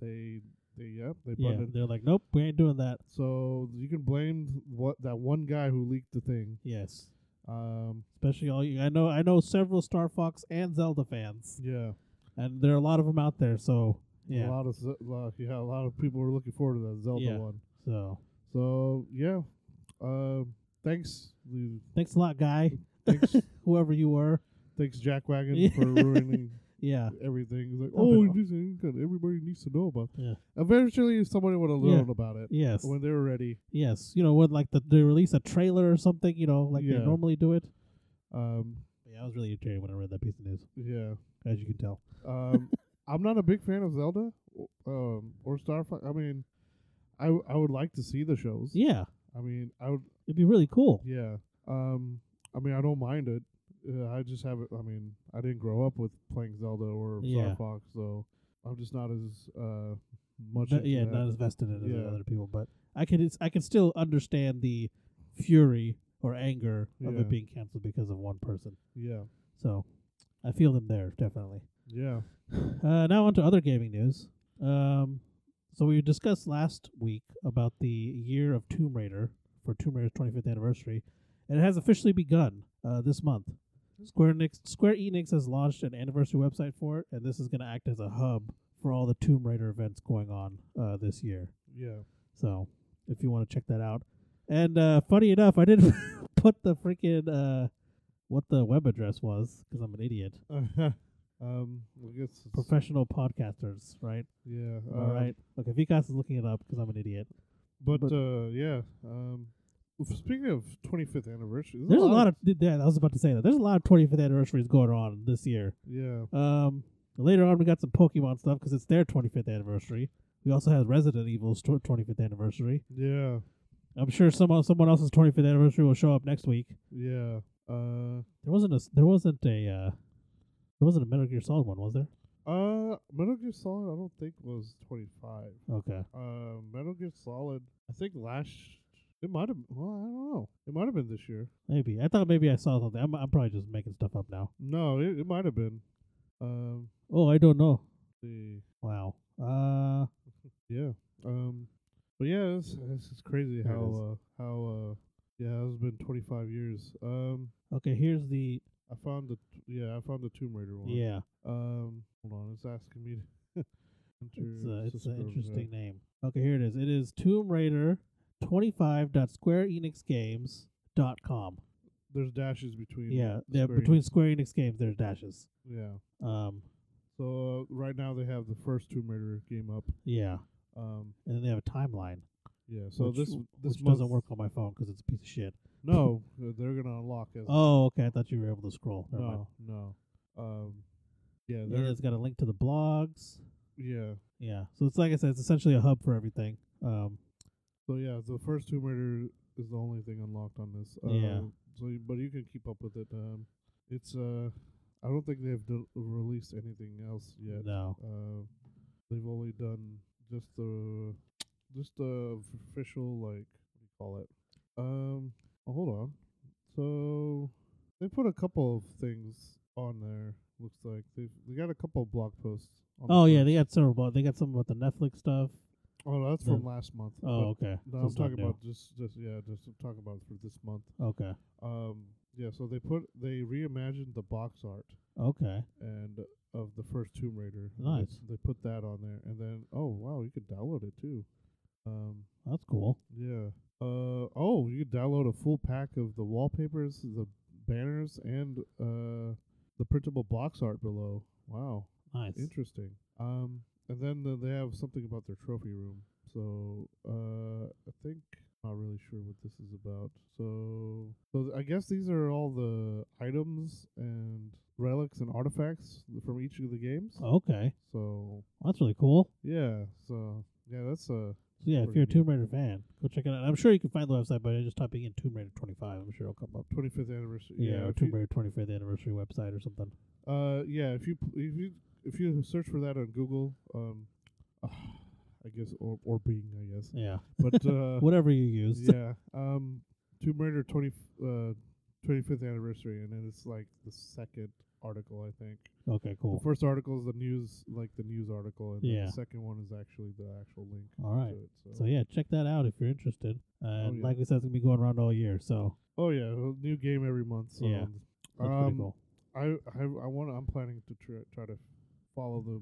S2: they they yep they
S1: yeah,
S2: buttoned
S1: they're like, nope, we ain't doing that.
S2: So you can blame what that one guy who leaked the thing.
S1: Yes,
S2: Um,
S1: especially all you. I know, I know several Star Fox and Zelda fans,
S2: yeah,
S1: and there are a lot of them out there. So yeah,
S2: a lot of Ze- lo- yeah, a lot of people were looking forward to that Zelda
S1: Yeah.
S2: one.
S1: so
S2: So yeah, uh, thanks, the-
S1: thanks a lot, guy,
S2: thanks,
S1: whoever you were.
S2: thanks Jack Wagon
S1: Yeah.
S2: for ruining
S1: Yeah,
S2: everything. He's like,
S1: Oh,
S2: oh,
S1: but-
S2: this thing that everybody needs to know about.
S1: Yeah.
S2: Eventually, somebody would have
S1: Yeah.
S2: learned about it
S1: yes,
S2: when they were ready.
S1: yes. You know, when like the, they release a trailer or something, you know, like
S2: Yeah.
S1: they normally do it.
S2: Um,
S1: Yeah, I was really irritated when I read that piece of news,
S2: yeah.
S1: as you can tell.
S2: Um, I'm not a big fan of Zelda, o- um, or Star Fox. I mean, I w- I would like to see the shows.
S1: Yeah,
S2: I mean, I would.
S1: it'd be really cool.
S2: Yeah. Um. I mean, I don't mind it. Uh, I just haven't. I mean, I didn't grow up with playing Zelda or
S1: Yeah.
S2: Star Fox, so I'm just not as uh much.
S1: No-
S2: into
S1: yeah,
S2: that.
S1: not as vested in it
S2: Yeah.
S1: as other people, but I could it's, I can still understand the fury or anger of
S2: Yeah.
S1: it being canceled because of one person.
S2: yeah.
S1: So I feel them there definitely.
S2: Yeah.
S1: Uh, now on to other gaming news. Um, so we discussed last week about the year of Tomb Raider for Tomb Raider's 25th anniversary, and it has officially begun uh, this month. Square Enix, Square Enix has launched an anniversary website for it, and this is going to act as a hub for all the Tomb Raider events going on uh, this year.
S2: Yeah.
S1: So if you want to check that out. And uh, funny enough, I didn't put the freaking uh, what the web address was because I'm an idiot.
S2: um. I guess. It's,
S1: Professional podcasters, right?
S2: yeah.
S1: All
S2: um,
S1: right. Okay, Vikas is looking it up because I'm an idiot.
S2: But,
S1: But-
S2: uh, yeah. Um. f- Speaking of 25th anniversary,
S1: There's a lot of th- yeah, I was about to say that. There's a lot of 25th anniversaries going on this year.
S2: yeah.
S1: Um, later on, we got some Pokemon stuff because it's their 25th anniversary. We also had Resident Evil's tw- 25th anniversary.
S2: Yeah.
S1: I'm sure someone someone else's 25th anniversary will show up next week.
S2: Yeah. Uh.
S1: There wasn't a s- there wasn't a uh, there wasn't a Metal Gear Solid one, was there?
S2: Uh, Metal Gear Solid, I don't think was 25.
S1: Okay.
S2: Uh, Metal Gear Solid, I think last. It might have. Well, I don't know. It might have been this year.
S1: Maybe. I thought maybe I saw something. I'm, I'm probably just making stuff up now.
S2: No, it, it might have been. Um,
S1: Oh, I don't know.
S2: the
S1: Wow. Uh,
S2: yeah. Um, but yeah, it's, it's just crazy
S1: There it
S2: how uh, how Yeah, it's been 25 years. Um,
S1: Okay, here's the
S2: I found the t- yeah, I found the Tomb Raider one.
S1: yeah.
S2: Um, hold on, it's asking me. To
S1: It's
S2: enter
S1: a, it's an
S2: Cisco, yeah.
S1: interesting name. Okay, here it is. It is Tomb Raider 25.squareenixgames.com.
S2: There's dashes between.
S1: Yeah, yeah,
S2: Square
S1: between
S2: Enix.
S1: Square Enix games, there's dashes.
S2: Yeah.
S1: Um,
S2: So uh, right now they have the first Tomb Raider game up.
S1: yeah,
S2: Um,
S1: and then they have a timeline,
S2: yeah. So
S1: which,
S2: this
S1: w-
S2: this
S1: which
S2: month,
S1: doesn't work on my phone because it's a piece of shit.
S2: No, uh, they're gonna unlock it.
S1: Oh, okay. I thought you were able to scroll. Never mind.
S2: no, no. Um, yeah,
S1: And
S2: they're
S1: it's got a link to the blogs.
S2: yeah.
S1: Yeah, so it's like I said, it's essentially a hub for everything. Um,
S2: So yeah, the first Tomb Raider is the only thing unlocked on this. Uh,
S1: Yeah.
S2: So, you, but you can keep up with it. Um, it's uh, I don't think they've del- released anything else yet.
S1: no,
S2: Uh, they've only done just the just the f- official like what do you call it? Um, oh, hold on. So they put a couple of things on there. Looks like they they got a couple of blog posts. On the
S1: oh yeah,
S2: first-
S1: they got several. But they got some about the Netflix stuff.
S2: Oh, no, that's
S1: the-
S2: from last month. but
S1: Oh, okay.
S2: No,
S1: so
S2: I'm
S1: it's not
S2: talking
S1: new.
S2: about just, just yeah, just talk about for this month.
S1: Okay,
S2: Um, yeah, so they put they reimagined the box art
S1: okay.
S2: and of the first Tomb Raider. and they-
S1: Nice.
S2: They put that on there, and then oh wow, you could download it too. Um,
S1: That's cool.
S2: yeah. Uh oh, you could download a full pack of the wallpapers, the banners, and uh the printable box art below. Wow,
S1: Nice.
S2: Interesting. Um, and then the, they have something about their trophy room. So uh, I think not really sure what this is about. So so th- I guess these are all the items and relics and artifacts from each of the games.
S1: Okay,
S2: So
S1: well, that's really cool.
S2: yeah, so yeah, that's uh
S1: So yeah, if
S2: Pretty
S1: you're a
S2: neat.
S1: Tomb Raider fan, go check it out. I'm sure you can find the website by just typing in Tomb Raider 25. I'm sure it'll come up.
S2: 25th anniversary.
S1: Yeah, or
S2: if
S1: Tomb
S2: you,
S1: Raider 25th anniversary website or something.
S2: uh, yeah. If you p- if you if you search for that on Google, um, I guess or or Bing, I guess.
S1: Yeah,
S2: But uh,
S1: whatever you use.
S2: yeah. Um, Tomb Raider 20, uh, 25th anniversary, and then it's like the second article, I think.
S1: Okay, cool.
S2: The first article is the news, like the news article, and then
S1: Yeah.
S2: the second one is actually the actual link
S1: All right.
S2: to it. So. Oh,
S1: So yeah, check that out if you're interested. And
S2: yeah.
S1: like we said, it's gonna be going around all year. So
S2: oh yeah, a new game every month. So
S1: Yeah. that's
S2: um,
S1: pretty cool.
S2: I I I want. I'm planning to try, try to follow the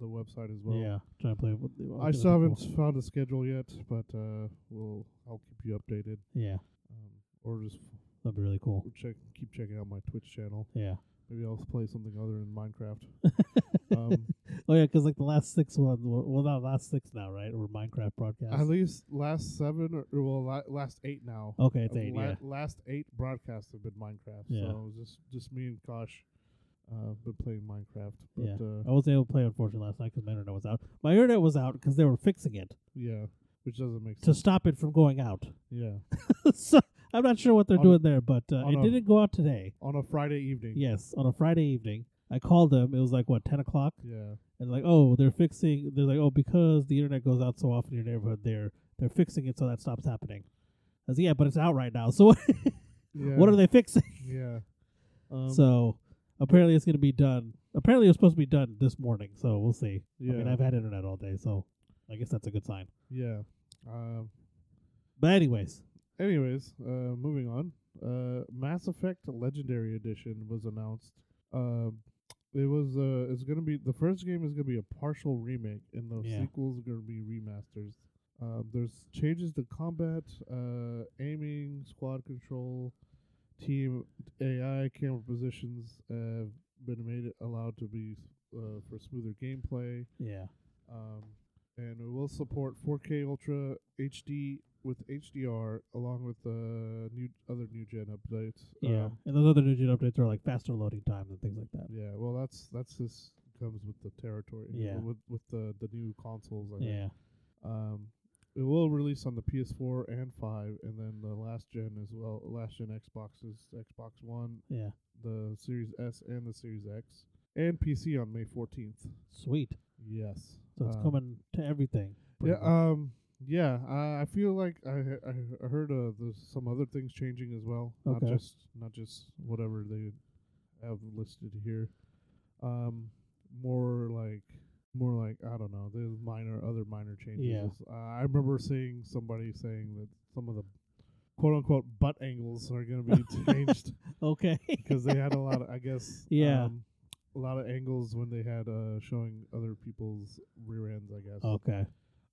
S2: the website as well.
S1: yeah, trying to play. With the,
S2: I
S1: that's
S2: still
S1: pretty cool.
S2: haven't found a schedule yet, but uh, we'll I'll keep you updated,
S1: Yeah,
S2: um, or just
S1: that'd be really cool.
S2: check keep checking out my Twitch channel.
S1: Yeah.
S2: Maybe I'll play something other than Minecraft. um,
S1: Oh yeah, 'cause like the last six ones, were- well not last six now, right? Or Minecraft broadcasts.
S2: At least last seven or, or well, la- last eight now.
S1: okay, Oh, it's
S2: Uh,
S1: eight.
S2: la-
S1: yeah.
S2: Last eight broadcasts have been Minecraft.
S1: Yeah.
S2: So just just me and Kosh uh, been playing Minecraft. But
S1: Yeah.
S2: Uh,
S1: I wasn't able to play unfortunately last night 'cause my internet was out. My internet was out 'cause they were fixing it
S2: yeah, which doesn't make
S1: to
S2: sense.
S1: stop it from going out.
S2: Yeah,
S1: so I'm not sure what they're
S2: On a-
S1: doing there, but uh,
S2: on
S1: it
S2: a-
S1: didn't go out today.
S2: on a Friday evening.
S1: Yes, on a Friday evening, I called them. It was like what ten o'clock,
S2: Yeah.
S1: and like oh they're fixing. They're like oh because the internet goes out so often in your neighborhood, they're they're fixing it so that stops happening. I was like, yeah, but it's out right now. So what,
S2: Yeah.
S1: what are they fixing?
S2: Yeah. Um,
S1: so apparently it's gonna be done. Apparently it was supposed to be done this morning. So we'll see.
S2: yeah.
S1: I mean I've had internet all day, so I guess that's a good sign.
S2: yeah. Um,
S1: But anyways,
S2: Anyways, uh, moving on. Uh, Mass Effect Legendary Edition was announced. Um, it was uh, it's gonna be the first game is gonna be a partial remake, and the
S1: Yeah.
S2: sequels are gonna be remasters. Um, there's changes to combat, uh, aiming, squad control, team AI, camera positions have been made allowed to be uh, for smoother gameplay
S1: yeah,
S2: um, and it will support 4K Ultra HD with HDR, along with uh, new other new gen updates.
S1: yeah.
S2: Um,
S1: and those other new gen updates are like faster loading times and things like that.
S2: yeah. Well, that's that's just comes with the territory. you know,
S1: Yeah.
S2: With with the the new consoles. I Think.
S1: Yeah,
S2: Um, it will release on the PS4 and 5, and then the last gen as well. Last gen Xboxes, Xbox One,
S1: yeah.
S2: the Series S, and the Series X, and PC on May 14th.
S1: Sweet.
S2: Yes.
S1: So it's
S2: Um,
S1: coming to everything.
S2: Yeah,
S1: pretty much.
S2: um, yeah. I, I feel like I he- I he- I heard uh, there's some other things changing as well.
S1: Okay.
S2: Not just not just whatever they have listed here. Um, more like more like I don't know. There's minor other minor changes.
S1: Yeah.
S2: Uh, I remember seeing somebody saying that some of the quote unquote butt angles are going to be changed
S1: Okay.
S2: because they had a lot of, I guess,
S1: Yeah.
S2: um, a lot of angles when they had uh, showing other people's rear ends. I guess.
S1: okay.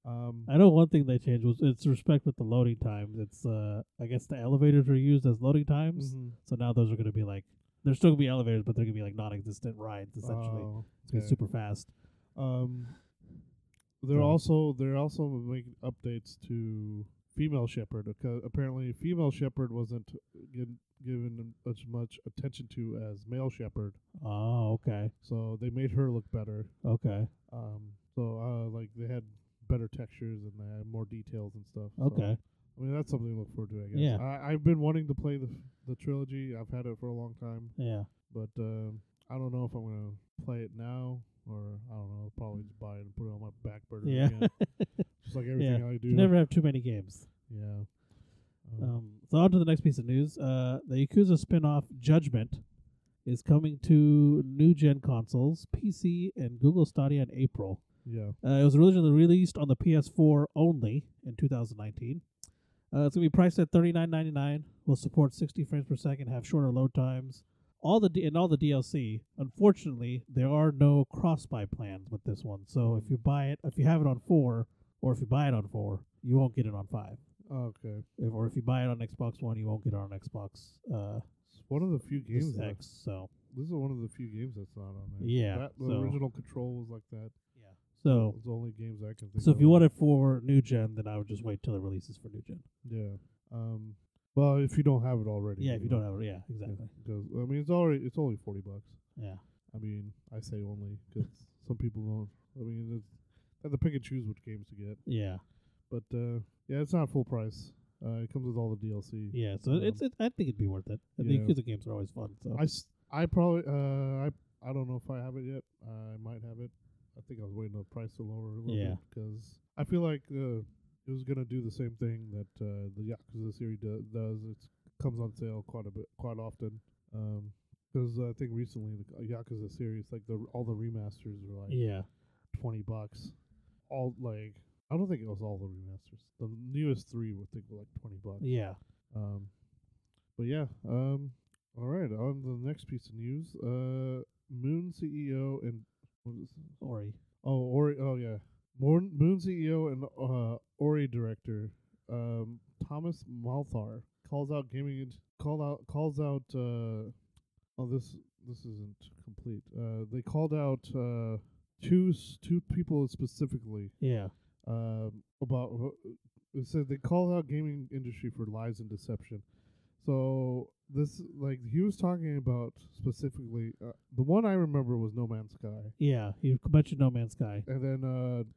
S2: Um,
S1: I know one thing they changed was its respect with the loading times. It's uh I guess the elevators were used as loading times.
S2: mhm.
S1: So now those are gonna be like they're still gonna be elevators, but they're gonna be like non existent rides essentially.
S2: Oh,
S1: it's gonna
S2: okay.
S1: be super fast.
S2: Um, they're
S1: Go ahead.
S2: also they're also making updates to female shepherd because apparently female shepherd wasn't gi- given as much attention to as male shepherd,
S1: Oh, okay.
S2: so they made her look better.
S1: Okay.
S2: Um, so uh, like they had better textures and they had more details and stuff. so-
S1: Okay.
S2: I mean that's something to look forward to. I guess.
S1: Yeah.
S2: I, I've been wanting to play the the trilogy. I've had it for a long time,
S1: Yeah.
S2: but um, I don't know if I'm gonna play it now or I don't know. I'll probably just buy it and put it on my back burner.
S1: Yeah.
S2: again. just like everything I do.
S1: You never have too many games.
S2: yeah. Um,
S1: Um, so on to the next piece of news. Uh, the Yakuza spin-off Judgment is coming to new-gen consoles, PC, and Google Stadia in April.
S2: yeah.
S1: Uh, it was originally released on the PS4 only in 2019. Uh, it's gonna be priced at 39.99. Will support 60 frames per second, have shorter load times. All the D- and all the DLC. Unfortunately, there are no cross-buy plans with this one. So if you buy it, if you have it on four, or if you buy it on four, you won't get it on five.
S2: Okay.
S1: If, or if you buy it on Xbox One, you won't get it on Xbox uh,
S2: It's one of the few games.
S1: Series
S2: That,
S1: X. So
S2: this is one of the few games that's not on there.
S1: Yeah,
S2: That, the
S1: so-
S2: original Control was like that.
S1: yeah. So
S2: It's the only games I can think.
S1: so
S2: of
S1: if you want it for new gen, then I would just wait till it releases for new gen.
S2: Yeah. Um. Well, if you don't have it already.
S1: Yeah, if you don't have it, yeah, exactly.
S2: Because I mean, it's already it's only forty bucks.
S1: Yeah,
S2: I mean, I say only 'cause some people don't. I mean, it's, they have to pick and choose which games to get.
S1: yeah,
S2: But uh, yeah, it's not full price. Uh, it comes with all the DLC.
S1: yeah. So
S2: Um,
S1: it's it, I think it'd be worth it. And
S2: yeah.
S1: the Yakuza games are always fun. So
S2: I, s- I probably uh, I I don't know if I have it yet. I might have it. I think I was waiting on the price to lower a little
S1: Yeah.
S2: bit because I feel like uh, it was gonna do the same thing that uh, the Yakuza series do, does. It comes on sale quite a bit, quite often. Um 'cause because I think recently the Yakuza series, like the all the remasters, were like
S1: yeah,
S2: twenty bucks. All like I don't think it was all the remasters. The newest three were think were like twenty bucks.
S1: yeah.
S2: Um, but yeah. Um, all right. On to the next piece of news. Uh, Moon CEO and what is it?
S1: Ori.
S2: oh Ori oh yeah Moon Moon CEO and uh, Ori director um, Thomas Malthar calls out gaming ind- called out calls out uh, oh this this isn't complete. Uh, they called out uh, two s- two people specifically
S1: Yeah,
S2: um, about wh- it said they called out gaming industry for lies and deception. So this like he was talking about specifically uh, the one I remember was No Man's Sky,
S1: yeah. You mentioned No Man's Sky.
S2: and then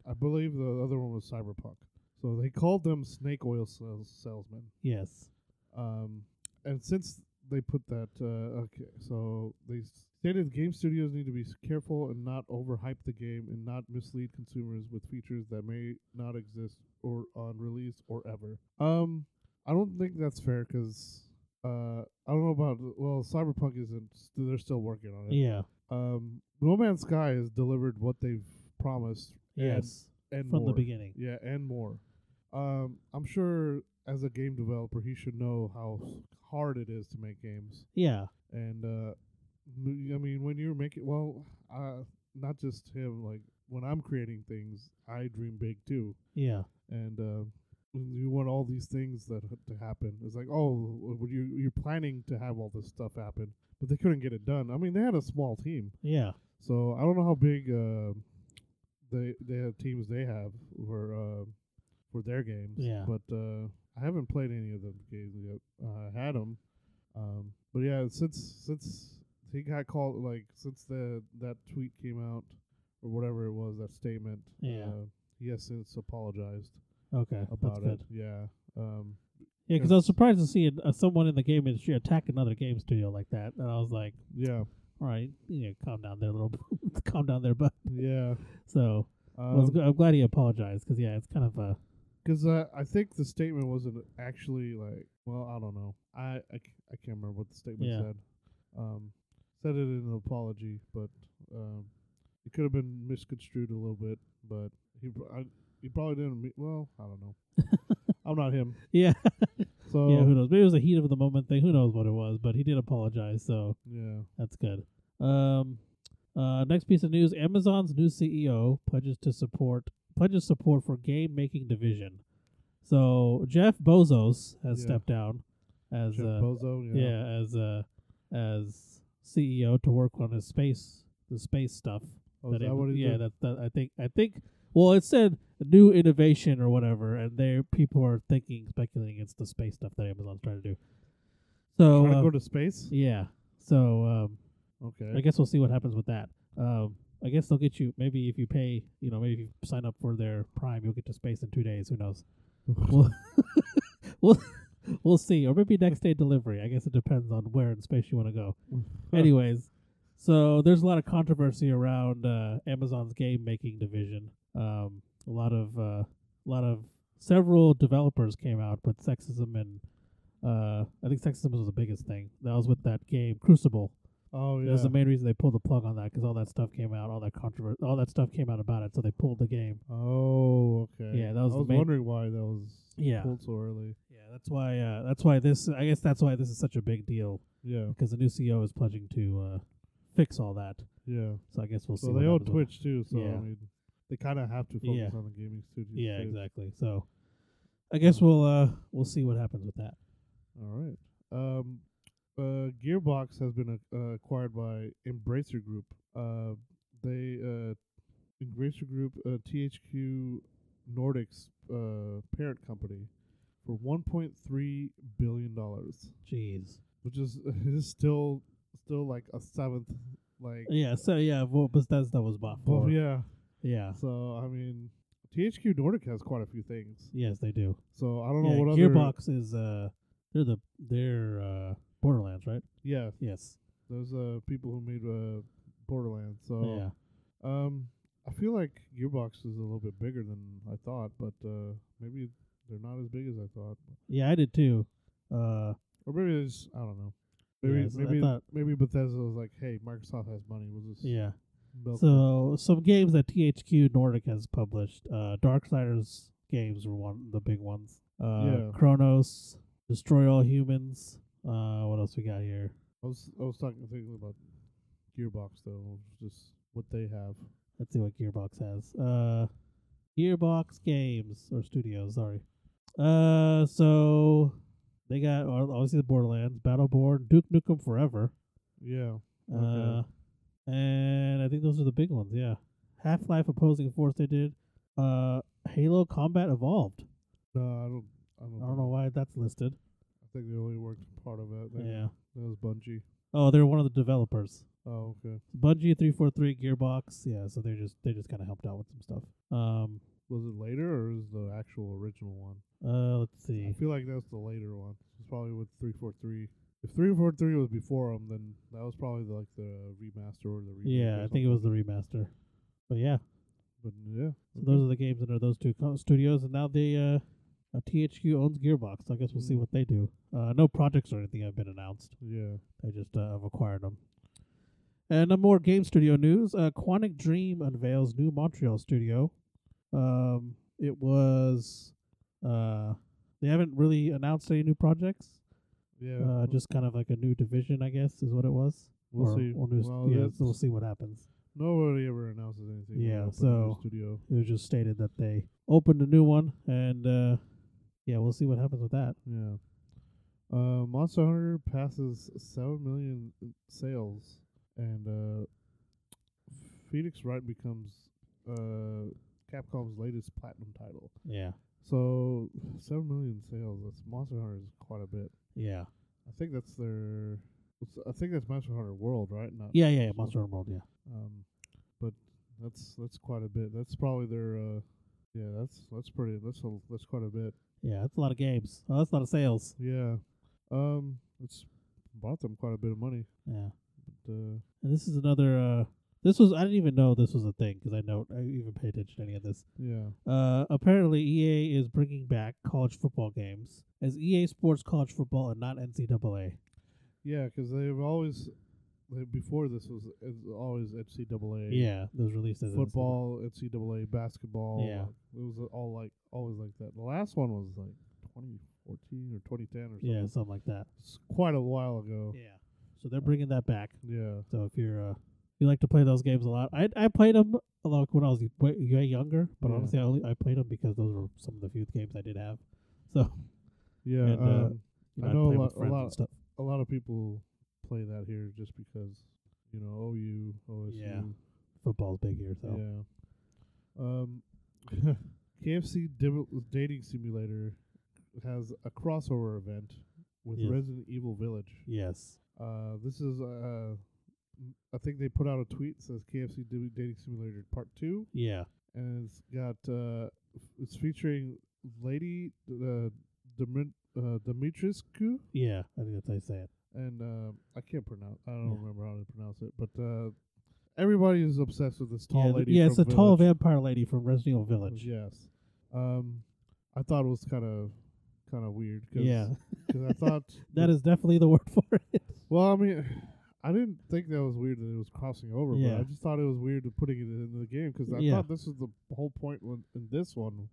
S2: uh, I believe the other one was Cyberpunk. So they called them snake oil sales salesmen.
S1: Yes.
S2: Um, and since they put that, uh, okay, so they s- stated game studios need to be s- careful and not overhype the game and not mislead consumers with features that may not exist or on release or ever. Um, I don't think that's fair because uh, I don't know about well, Cyberpunk isn't. s- They're still working on it.
S1: Yeah.
S2: Um, No Man's Sky has delivered what they've promised. and-
S1: Yes.
S2: And,
S1: From the
S2: more.
S1: beginning.
S2: Yeah, and more. Um, I'm sure as a game developer, he should know how s- hard it is to make games.
S1: Yeah.
S2: And uh, m- I mean, when you're making, well, uh, not just him. Like when I'm creating things, I dream big too.
S1: Yeah.
S2: And uh, when you want all these things that h- to happen. It's like, oh, w- w- you you're planning to have all this stuff happen, but they couldn't get it done. I mean, they had a small team.
S1: Yeah.
S2: So I don't know how big uh, they they have teams they have for uh, for their games.
S1: Yeah.
S2: But uh, I haven't played any of the games yet. Uh, I had 'em. Um, but yeah, since since he got called, like since the that tweet came out or whatever it was, that statement.
S1: Yeah.
S2: Uh, he has since apologized
S1: Okay.
S2: about
S1: that's
S2: it.
S1: good.
S2: Yeah. Um,
S1: Yeah, because I was surprised to see an- uh, someone in the game industry attack another game studio like that, and I was like,
S2: yeah.
S1: "All right, you know, calm down there, little, calm down there, bud."
S2: Yeah.
S1: So I was
S2: Um,
S1: gl- I'm glad he apologized because yeah, it's kind of a
S2: Because uh, I think the statement wasn't actually like, well, I don't know. I, I, c- I can't remember what the statement
S1: Yeah.
S2: said. Um, said it in an apology, but um, it could have been misconstrued a little bit. But he, pr- I, he probably didn't. Me- well, I don't know. I'm not him.
S1: yeah.
S2: So
S1: Yeah, who knows? Maybe it was a heat of the moment thing. Who knows what it was? But he did apologize, so
S2: yeah.
S1: that's good. Um, uh, next piece of news: Amazon's new CEO pledges to support pledges support for game making division. So Jeff Bezos has
S2: Yeah.
S1: stepped down as
S2: Jeff
S1: uh,
S2: Bezos,
S1: yeah.
S2: yeah.
S1: as uh, as CEO to work on his space the space stuff.
S2: Oh, is
S1: that
S2: that
S1: Am-
S2: what he
S1: yeah,
S2: did?
S1: that, that I think I think. Well, it said new innovation or whatever, and there people are thinking, speculating it's the space stuff that Amazon's trying to do. So
S2: Trying to
S1: uh,
S2: go to space?
S1: yeah, so um, I
S2: Okay.
S1: guess we'll see what happens with that. Um, I guess they'll get you maybe if you pay, you know, maybe if you sign up for their Prime, you'll get to space in two days. Who knows? We'll we'll, we'll see, or maybe next day delivery. I guess it depends on where in space you want to go. Anyways, so there's a lot of controversy around uh, Amazon's game making division. Um, a lot of uh, a lot of several developers came out with sexism and uh, I think sexism was the biggest thing. That was with that game Crucible.
S2: Oh yeah.
S1: That's the main reason they pulled the plug on that because all that stuff came out, all that controversy, all that stuff came out about it. So they pulled the game.
S2: Oh okay.
S1: Yeah, that was
S2: I
S1: the
S2: was
S1: main-
S2: wondering why that was
S1: Yeah.
S2: pulled so early.
S1: Yeah, that's why. Uh, that's why this. I guess that's why this is such a big deal
S2: Yeah.
S1: because the new CEO is pledging to uh, fix all that.
S2: Yeah.
S1: So I guess we'll see.
S2: So
S1: what
S2: they own
S1: happens with
S2: Twitch too, so
S1: Yeah.
S2: I mean they kinda have to focus
S1: Yeah.
S2: on the gaming studio.
S1: Yeah, exactly. So I guess we'll uh we'll see what happens with that.
S2: All right. Um, uh, Gearbox has been ac- uh, acquired by Embracer Group. Uh, they uh, Embracer Group, uh, THQ Nordics uh, parent company, for 1.3 billion dollars,
S1: Jeez.
S2: which is is still still like a seventh, like
S1: Yeah, so yeah, well Bethesda was bought
S2: well,
S1: for.
S2: yeah.
S1: yeah.
S2: So I mean, THQ Nordic has quite a few things.
S1: Yes, they do.
S2: So I don't
S1: Yeah,
S2: know what other
S1: Gearbox is uh they're the they're uh Borderlands, right?
S2: yeah.
S1: Yes.
S2: Those uh, people who made uh, Borderlands. So.
S1: Yeah.
S2: Um, I feel like Gearbox is a little bit bigger than I thought, but uh, maybe they're not as big as I thought,
S1: Yeah, I did too. Uh
S2: or maybe it's I don't know. Maybe
S1: Yes, I
S2: maybe
S1: thought-
S2: maybe Bethesda was like, "Hey, Microsoft has money. We'll just
S1: yeah.
S2: build
S1: So some games that THQ Nordic has published, uh Darksiders games were one the big ones. Uh
S2: Yeah.
S1: Chronos, Destroy All Humans, uh what else we got here?
S2: I was I was talking thinking about Gearbox though, just what they have.
S1: Let's see what Gearbox has. Uh, Gearbox Games or Studios, sorry. Uh, so they got uh, obviously the Borderlands, Battleborn, Duke Nukem Forever.
S2: Yeah,
S1: Uh,
S2: Okay.
S1: and I think those are the big ones. Yeah, Half Life Opposing Force they did. Uh, Halo Combat Evolved.
S2: no, I don't. I don't,
S1: I don't know why that's listed.
S2: I think they only worked part of it.
S1: Yeah.
S2: that was Bungie.
S1: Oh, they're one of the developers.
S2: Oh, okay.
S1: Bungie three four three Gearbox. Yeah, so they just they just kind of helped out with some stuff. Um,
S2: Was it later or is the actual original one?
S1: uh, let's see.
S2: I feel like that's the later one. It's probably with three four three. If three four three was before them, then that was probably the, like the remaster or the remake
S1: Yeah,
S2: or
S1: I think it was the remaster. But yeah,
S2: something. But yeah,
S1: so those are the games under those two co- studios, and now they uh, uh, THQ owns Gearbox. So I guess we'll see
S2: Mm.
S1: what they do. Uh, no projects or anything have been announced.
S2: yeah.
S1: They just uh, have acquired them. And uh, more game studio news. Uh, Quantic Dream unveils new Montreal studio. Um, it was uh, they haven't really announced any new projects.
S2: Yeah,
S1: Uh,
S2: we'll-
S1: just kind of like a new division, I guess, is what it was.
S2: we'll
S1: Or-
S2: see.
S1: or new s-
S2: Well,
S1: yeah,
S2: that's-
S1: so we'll see what happens.
S2: Nobody ever announces anything. when they
S1: Yeah,
S2: open a new
S1: so-
S2: studio.
S1: it was just stated that they opened a new one and uh yeah we'll see what happens with that
S2: Yeah. Uh, Monster Hunter passes seven million sales, and uh, Phoenix Wright becomes uh Capcom's latest platinum title.
S1: yeah
S2: So seven million sales. That's Monster Hunter is quite a bit.
S1: yeah
S2: I think that's their. it's- I think that's Monster Hunter World, right? Not
S1: yeah yeah, yeah monster Hunter world yeah
S2: Um, but that's that's quite a bit. That's probably their. Uh, yeah, that's that's pretty. That's a, that's quite a bit.
S1: yeah that's a lot of games oh, that's a lot of sales
S2: Yeah. Um, it's bought them quite a bit of money.
S1: yeah
S2: But, uh,
S1: and this is another uh this was i didn't even know this was a thing because i don't i even pay attention to any of this
S2: yeah.
S1: uh apparently ea is bringing back college football games as ea sports college football and not ncaa
S2: Yeah, 'cause they've always. They, before this was it's always NCAA.
S1: yeah it was released as NCAA.
S2: Football, NCAA, basketball.
S1: Yeah.
S2: like, it was all like always like that. The last one was like 2014 14 or 2010 or something. Oh.
S1: yeah, something like that.
S2: It's quite a while ago.
S1: Yeah. So they're bringing that back.
S2: Yeah.
S1: So if you're uh, you like to play those games a lot, I I played them like when I was y- way way younger, but
S2: Yeah.
S1: honestly, I only I played them because those were some of the few games I did have. So
S2: Yeah.
S1: And, uh,
S2: um,
S1: you know, I
S2: I know a
S1: played
S2: lot-
S1: with
S2: a
S1: friends
S2: lot-
S1: and stuff.
S2: a lot of people play that here just because, you know, OU, OSU.
S1: Yeah. Football's big here, so
S2: Yeah. Um, KFC dib- dating simulator has a crossover event with
S1: Yes.
S2: Resident Evil Village.
S1: yes,
S2: Uh, this is uh, m- I think they put out a tweet says KFC Dib- dating simulator part two,
S1: yeah,
S2: and it's got uh, f- it's featuring Lady uh, Demet- uh, Dimitrescu
S1: yeah. I think that's how you say it.
S2: and uh, I can't pronounce. I don't
S1: Yeah.
S2: remember how to pronounce it, but uh, everybody is obsessed with this tall
S1: yeah, th-
S2: lady.
S1: yeah, it's a
S2: from
S1: tall
S2: Village. Oh,
S1: vampire lady from Resident Evil Village.
S2: Yes. Um, I thought it was kind of kind of weird. Cause,
S1: Yeah.
S2: 'cause I thought
S1: That is definitely the word for it.
S2: Well, I mean, I didn't think that was weird that it was crossing over, but
S1: Yeah.
S2: I just thought it was weird to putting it in the game because I
S1: Yeah.
S2: thought this was the whole point when, in this one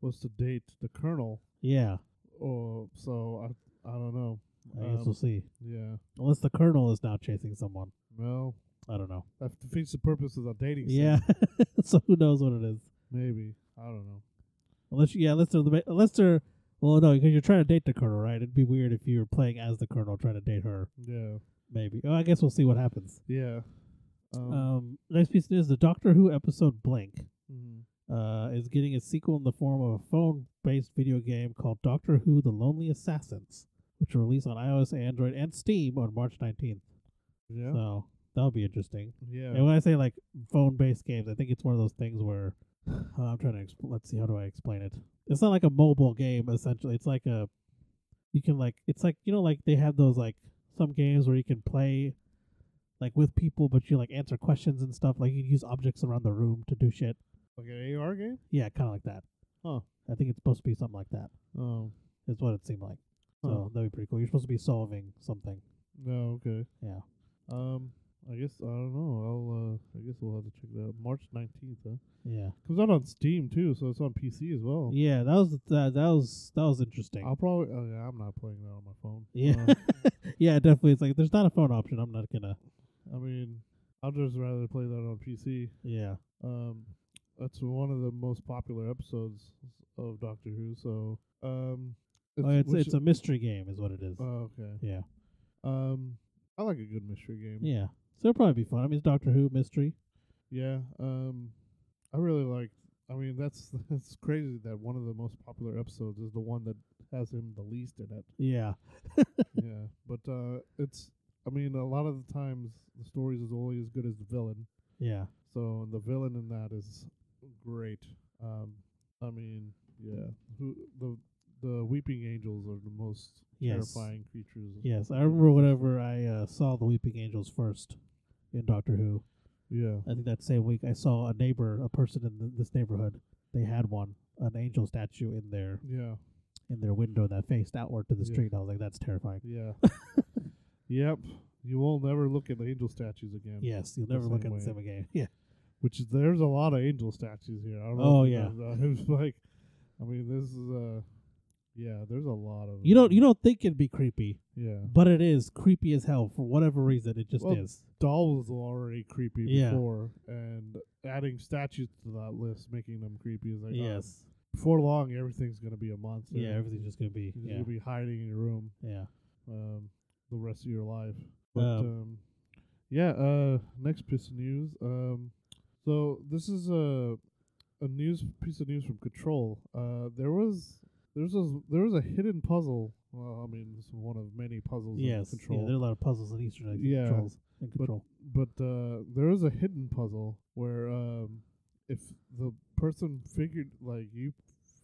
S2: was to date the colonel.
S1: yeah,
S2: Or so I I don't know.
S1: I guess
S2: Um,
S1: we'll see.
S2: Yeah.
S1: Unless the colonel is now chasing someone,
S2: Well,
S1: I don't know.
S2: that defeats the purpose of the dating. sim,
S1: Yeah, so who knows what it is.
S2: Maybe I don't know.
S1: Unless you, yeah, unless they're the ma- unless they're well, no, because you're trying to date the colonel, right? It'd be weird if you were playing as the colonel trying to date her.
S2: Yeah.
S1: Maybe. Oh, I guess we'll see what happens.
S2: Yeah. Um,
S1: Um, next piece is the Doctor Who episode Blank
S2: mhm.
S1: uh, is getting a sequel in the form of a phone-based video game called Doctor Who: The Lonely Assassins, which will release on iOS, Android, and Steam on March 19th.
S2: Yeah.
S1: So that'll be interesting.
S2: yeah.
S1: And when I say like phone based games, I think it's one of those things where uh, I'm trying to expl- let's see how do I explain it. It's not like a mobile game essentially. It's like a you can like it's like you know like they have those like some games where you can play like with people, but you like answer questions and stuff. Like you can use objects around the room to do shit.
S2: like an AR game.
S1: Yeah, kind of like that.
S2: Huh.
S1: I think it's supposed to be something like that.
S2: Oh.
S1: Is what it seemed like.
S2: Huh.
S1: So that'd be pretty cool. You're supposed to be solving something.
S2: No. Okay.
S1: Yeah.
S2: Um, I guess I don't know. I'll uh, I guess we'll have to check that. out. March nineteenth, huh?
S1: Yeah.
S2: Comes out on Steam too, so it's on PC as well.
S1: Yeah. That was that. That was that was interesting.
S2: I'll probably. Oh yeah, I'm not playing that on my phone.
S1: Yeah.
S2: Uh,
S1: yeah, definitely. It's like there's not a phone option. I'm not gonna.
S2: I mean, I'd just rather play that on PC.
S1: Yeah.
S2: Um, that's one of the most popular episodes of Doctor Who. So um,
S1: It's, oh, it's, Uh,
S2: which-
S1: it's a mystery game, is what it is.
S2: oh, okay.
S1: yeah.
S2: Um, I like a good mystery game.
S1: Yeah. So it'll probably be fun. I mean, it's Doctor Who mystery.
S2: Yeah, um, I really like. I mean, that's that's crazy that one of the most popular episodes is the one that has him the least in it.
S1: Yeah.
S2: yeah, but uh, it's. I mean, a lot of the times the stories is only as good as the villain.
S1: Yeah.
S2: So and the villain in that is great. Um, I mean, yeah, who the the weeping angels are the most
S1: Yes.
S2: terrifying creatures.
S1: Yes. I remember whenever I uh, saw the Weeping Angels first in Doctor Who.
S2: Yeah.
S1: I think that same week I saw a neighbor, a person in th this neighborhood. They had one, an angel statue in their
S2: Yeah.
S1: in their window that faced outward to the
S2: Yeah.
S1: street. I was like, that's terrifying.
S2: Yeah. yep. You will never look at the angel statues again.
S1: Yes, you'll
S2: The
S1: never look
S2: same
S1: at the
S2: way.
S1: same again. Yeah.
S2: which is there's a lot of angel statues here. I don't know
S1: Oh,
S2: if you
S1: yeah.
S2: know that. it's like, I mean, this is uh, yeah, there's a lot of
S1: You don't you don't think it'd be creepy,
S2: yeah.
S1: but it is creepy as hell for whatever reason. It just
S2: Well,
S1: is.
S2: Doll was already creepy
S1: Yeah.
S2: before, and adding statues to that list, making them creepy is like oh,
S1: yes.
S2: before long, everything's gonna be a monster.
S1: yeah, everything's just gonna be
S2: You're
S1: yeah,
S2: gonna be hiding in your room
S1: yeah.
S2: um, the rest of your life. But
S1: Um,
S2: um, yeah, uh, next piece of news. Um, so this is a a news piece of news from Control. Uh, there was there's was there was a hidden puzzle. Well, I mean, it's one of many puzzles
S1: Yes,
S2: in
S1: yeah,
S2: Control.
S1: there are a lot of puzzles and Easter eggs.
S2: Yeah,
S1: Yeah, controls and control.
S2: but uh, there is a hidden puzzle where um, if the person figured like you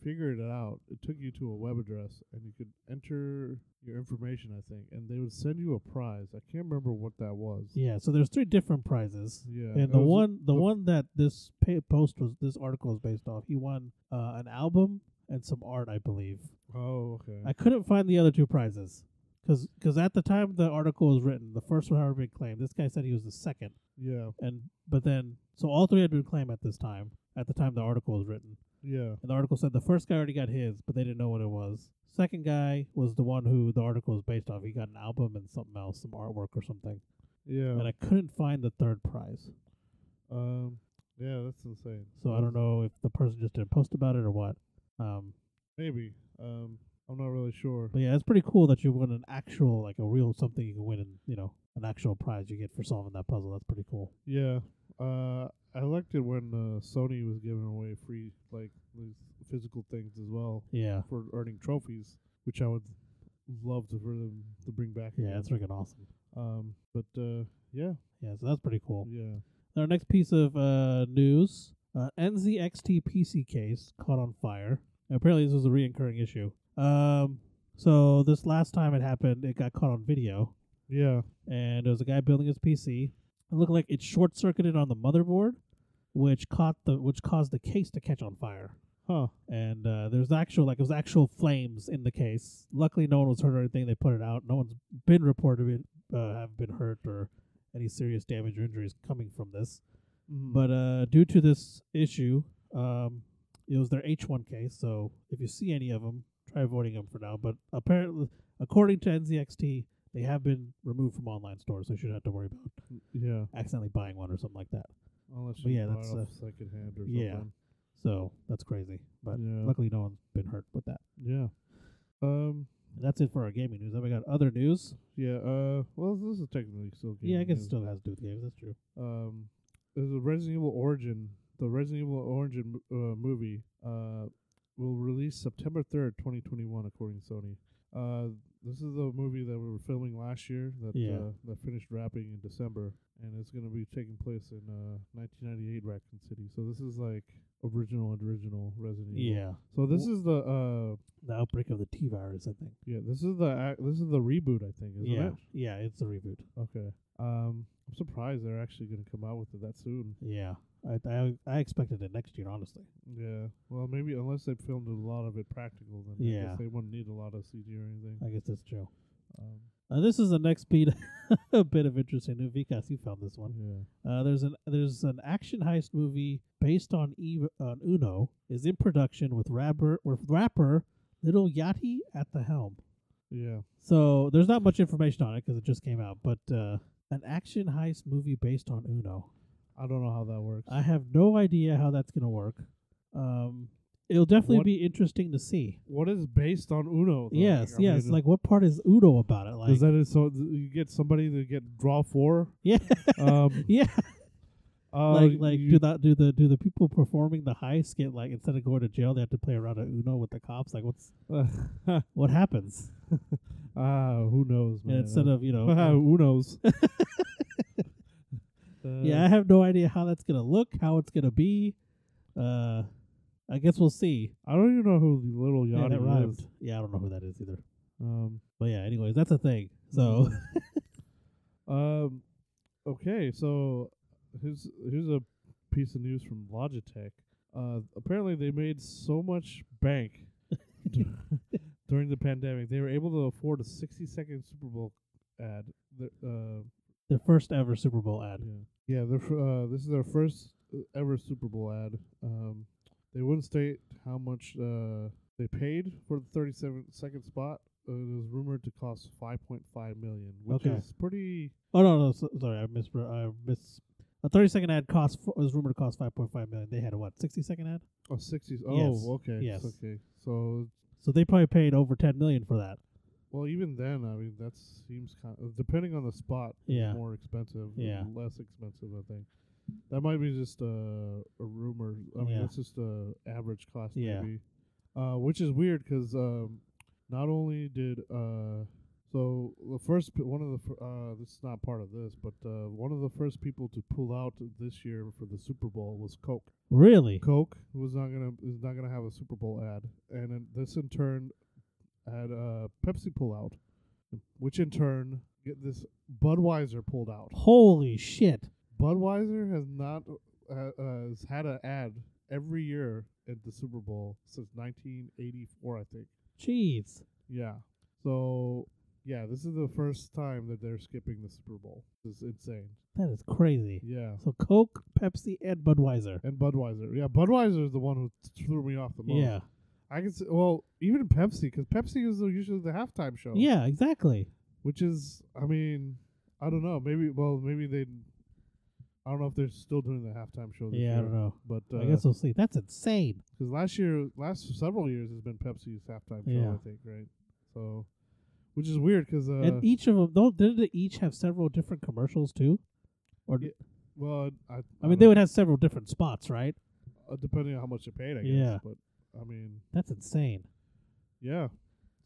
S2: figured it out, it took you to a web address and you could enter your information, I think, and they would send you a prize. I can't remember what that was.
S1: Yeah, so there's three different prizes,
S2: Yeah, it
S1: and the
S2: was-
S1: one the,
S2: the-
S1: one that this pa- post was this article is based off. He won uh, an album and some art, I believe.
S2: Oh, okay.
S1: I couldn't find the other two prizes because at the time the article was written, the first one had already been claimed. This guy said he was the second,
S2: yeah,
S1: and but then so all three had been claimed at this time. At the time the article was written,
S2: Yeah.
S1: And the article said the first guy already got his, but they didn't know what it was. Second guy was the one who the article was based off. He got an album and something else, some artwork or something.
S2: Yeah.
S1: And I couldn't find the third prize.
S2: Um. Yeah, that's insane.
S1: So I don't know if the person just didn't post about it or what. Um,
S2: Maybe. Um. I'm not really sure.
S1: but yeah, it's pretty cool that you win an actual, like a real something you can win, and you know, an actual prize you get for solving that puzzle. That's pretty cool.
S2: Yeah. Uh. I liked it when uh, Sony was giving away free like these physical things as well
S1: Yeah,
S2: for earning trophies, which I would love to for them to bring back.
S1: yeah,
S2: again.
S1: that's freaking awesome.
S2: Um. But uh. Yeah.
S1: Yeah, so that's pretty cool.
S2: Yeah.
S1: Our next piece of uh, news: uh, NZXT PC case caught on fire. Apparently, this was a reoccurring issue. Um, so this last time it happened, it got caught on video,
S2: Yeah.
S1: and it was a guy building his PC. It looked like it short circuited on the motherboard, which caught the which caused the case to catch on fire.
S2: Huh.
S1: And uh, there's actual like it was actual flames in the case. Luckily, no one was hurt or anything. They put it out. No one's been reported it, uh, have been hurt or any serious damage or injuries coming from this.
S2: Mm.
S1: But uh, due to this issue, um, it was their H1 case. So if you see any of them, try avoiding them for now. But apparently, according to NZXT, they have been removed from online stores, so you shouldn't have to worry about
S2: yeah.
S1: accidentally buying one or something like that.
S2: Unless
S1: But
S2: you
S1: yeah,
S2: buy
S1: that's,
S2: it
S1: uh,
S2: off secondhand or
S1: yeah.
S2: something.
S1: So that's crazy. But
S2: Yeah.
S1: luckily, no one's been hurt with that.
S2: Yeah. Um.
S1: And that's it for our gaming news. Then we got other news.
S2: Yeah. Uh. Well, this is technically still.
S1: Yeah, I
S2: gaming
S1: guess it
S2: news.
S1: still has to do with games. That's true.
S2: Um. There's a Resident Evil Origin. The Resident Evil Origin mo- uh, movie uh will release September third, 2021, according to Sony. Uh, this is the movie that we were filming last year that
S1: Yeah.
S2: uh, that finished wrapping in December, and it's going to be taking place in uh 1998 Raccoon City. So this is like original and original Resident Evil.
S1: Yeah.
S2: So this is the uh
S1: The outbreak of the T virus, I think.
S2: yeah this is the ac this is the reboot I think isn't
S1: yeah.
S2: it?
S1: Yeah, it's a reboot.
S2: Okay. Um, I'm surprised they're actually going to come out with it that soon.
S1: Yeah. I, I I expected it next year, honestly.
S2: Yeah. Well, maybe unless they filmed a lot of it practical, then I
S1: Yeah.
S2: guess they wouldn't need a lot of CG or anything.
S1: I guess that's true.
S2: Um,
S1: Uh, this is the next beat, a bit of interesting news. Vikas, you found this one.
S2: yeah.
S1: Uh, there's an there's an action heist movie based on Eve on Uno is in production with rapper with rapper Little Yachty at the helm.
S2: Yeah.
S1: So there's not much information on it because it just came out, but uh, an action heist movie based on Uno.
S2: I don't know how that works.
S1: I have no idea how that's gonna work. Um, it'll definitely
S2: What-
S1: be interesting to see.
S2: what is based on Uno? though?
S1: yes,
S2: Like, I
S1: yes.
S2: mean,
S1: Like, what part is Uno about it? Like,
S2: does that is so th- you get somebody to get draw four?
S1: yeah,
S2: um,
S1: yeah.
S2: uh,
S1: like like
S2: you-
S1: do that do the do the people performing the heist get like instead of going to jail they have to play around at Uno with the cops like what's what happens
S2: ah, who knows,
S1: and
S2: man?
S1: instead of you know uh,
S2: who knows? Uh,
S1: yeah I have no idea how that's gonna look how it's gonna be uh I guess we'll see
S2: I don't even know who the little
S1: yeah that
S2: Yachty
S1: rhymed
S2: is.
S1: yeah I don't know who that is either
S2: Um,
S1: but yeah anyways that's a thing so
S2: Mm-hmm. Um, okay, so here's here's a piece of news from Logitech. Uh, apparently they made so much bank d- during the pandemic, they were able to afford a 60 second Super Bowl ad. The- Uh,
S1: their first ever Super Bowl ad
S2: yeah, yeah. Their fir- uh, this is their first uh, ever Super Bowl ad. Um, they wouldn't state how much uh they paid for the 37 second spot. Uh, it was rumored to cost 5.5 million, which
S1: Okay.
S2: is pretty.
S1: oh no no so, sorry I mis I miss a thirty second ad cost f- was rumored to cost five point five million they had a what sixty second ad
S2: Oh, 60s. Oh,
S1: Yes,
S2: okay.
S1: yes.
S2: Okay. So,
S1: so they probably paid over ten million for that
S2: well, even then, I mean, that seems kind of depending on the spot. it's
S1: Yeah.
S2: More expensive.
S1: Yeah.
S2: Less expensive, I think. That might be just uh, a rumor. I mean,
S1: Yeah.
S2: that's just a average cost,
S1: Yeah.
S2: maybe. Uh, which is weird because um, not only did uh, so the first p- one of the fir- uh, this is not part of this, but uh, one of the first people to pull out this year for the Super Bowl was Coke.
S1: really
S2: Coke was not gonna is not gonna have a Super Bowl ad, and in, this in turn had uh, Pepsi pull out, which in turn get this Budweiser pulled out.
S1: holy shit
S2: Budweiser has not uh, uh, has had an ad every year at the Super Bowl since 1984, I think.
S1: Jeez.
S2: Yeah, so yeah, this is the first time that they're skipping the Super Bowl. This is insane.
S1: That is crazy.
S2: Yeah,
S1: So Coke, Pepsi, and Budweiser.
S2: and Budweiser. Yeah, Budweiser is the one who threw me off the most.
S1: Yeah,
S2: I can see. Well, even Pepsi, because Pepsi is usually the halftime show.
S1: yeah, exactly.
S2: which is, I mean, I don't know. Maybe, well, maybe they. I don't know if they're still doing the halftime show. This
S1: Yeah, I
S2: year, uh,
S1: don't know.
S2: But
S1: I
S2: because
S1: guess we'll see. That's insane.
S2: last year, last several years has been Pepsi's halftime show.
S1: Yeah.
S2: I think right. So, which is weird because uh,
S1: and each of them, don't didn't they each have several different commercials too? Or
S2: Yeah, well, I, I,
S1: I mean,
S2: don't-
S1: they would have several different spots, right?
S2: uh, depending on how much they paid, I guess.
S1: Yeah.
S2: But I mean,
S1: That's insane.
S2: yeah.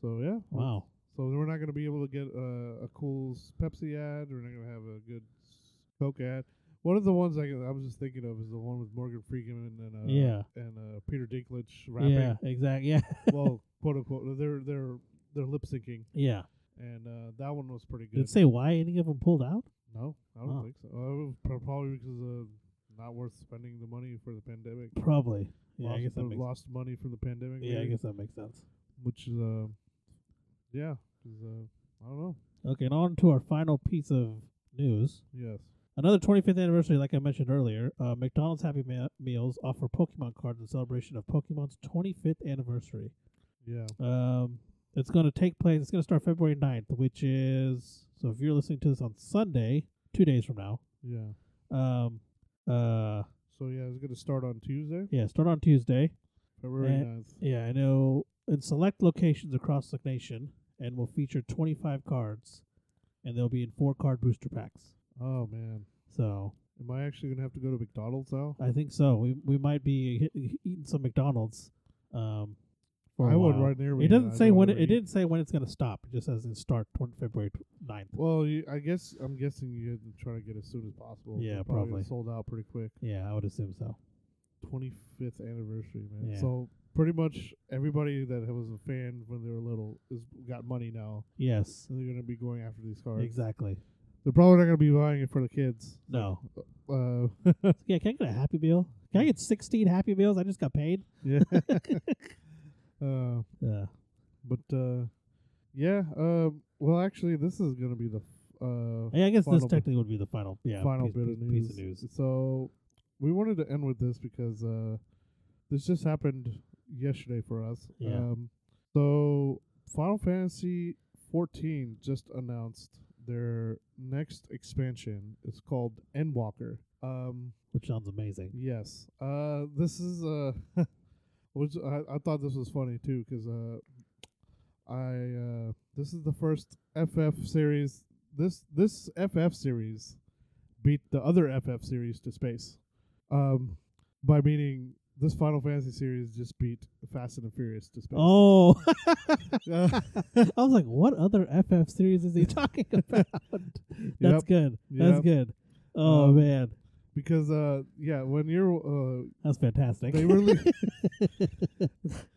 S2: So yeah.
S1: Wow.
S2: So we're not going to be able to get uh, a cool s- Pepsi ad. We're not going to have a good s- Coke ad. One of the ones I, I was just thinking of is the one with Morgan Freeman and uh,
S1: Yeah.
S2: and uh, Peter Dinklage rapping.
S1: Yeah. Exactly. Yeah.
S2: well, quote unquote, they're they're they're lip syncing,
S1: yeah.
S2: and uh, that one was pretty
S1: Did
S2: good.
S1: it say why any of them pulled out?
S2: no, I don't
S1: Oh.
S2: think so. Uh, pro- probably because uh, not worth spending the money for the pandemic.
S1: Probably. Yeah.
S2: lost,
S1: I guess that
S2: uh,
S1: makes.
S2: lost money from the pandemic.
S1: Yeah, I
S2: maybe,
S1: guess that makes sense.
S2: which is uh, yeah, 'cause, uh, I don't know.
S1: Okay, and on to our final piece of news.
S2: Yes.
S1: Another 25th anniversary, like I mentioned earlier, uh, McDonald's Happy Ma- Meals offer Pokemon cards in celebration of Pokemon's 25th anniversary.
S2: Yeah.
S1: Um, it's going to take place. It's going to start February 9th, which is so. If you're listening to this on Sunday, two days from now,
S2: Yeah.
S1: um, uh,
S2: So yeah, it's gonna start on Tuesday,
S1: yeah, start on Tuesday.
S2: February
S1: Eh,
S2: ninth.
S1: Yeah, I know. In select locations across the nation, and will feature 25 cards, and they'll be in four card booster packs.
S2: Oh man,
S1: So
S2: am I actually gonna have to go to McDonald's now?
S1: I think so. We we might be hit, eating some McDonald's. Um, for a
S2: I would
S1: while.
S2: right near.
S1: It doesn't say when it, it
S2: did.
S1: didn't say when it's going to stop. It just says it start tw- February tw- 9th.
S2: Well, you, I guess I'm guessing you're trying to get as soon as possible.
S1: Yeah,
S2: They're probably,
S1: probably.
S2: gonna sold out pretty quick.
S1: Yeah, I would assume so.
S2: 25th anniversary, man.
S1: Yeah.
S2: So pretty much everybody that was a fan when they were little is got money now,
S1: Yes,
S2: so they're gonna be going after these cards.
S1: exactly.
S2: They're probably not gonna be buying it for the kids.
S1: No.
S2: Uh,
S1: Yeah, can I get a Happy Meal? Can I get 16 Happy Meals? I just got paid.
S2: yeah. uh,
S1: Yeah.
S2: but uh, yeah. Um, well, actually, this is gonna be the f- uh,
S1: I guess
S2: Final
S1: this
S2: bit.
S1: technically would be the final. Yeah.
S2: final
S1: piece,
S2: bit
S1: piece,
S2: of news.
S1: piece of news.
S2: So we wanted to end with this because uh, this just happened yesterday for us.
S1: Yeah.
S2: Um, so Final Fantasy 14 just announced their next expansion. It's called Endwalker. Um,
S1: Which sounds amazing.
S2: yes. Uh, this is uh, which I, I thought this was funny too because uh, I uh, this is the first FF series. This this FF series beat the other FF series to space. Um, by meaning this Final Fantasy series just beat Fast and the Furious to space.
S1: Oh,
S2: Uh,
S1: I was like, what other FF series is he talking about? That's
S2: yep,
S1: good.
S2: yep.
S1: That's good. Oh
S2: Um,
S1: man,
S2: because uh, yeah, when you're uh,
S1: that's fantastic.
S2: they really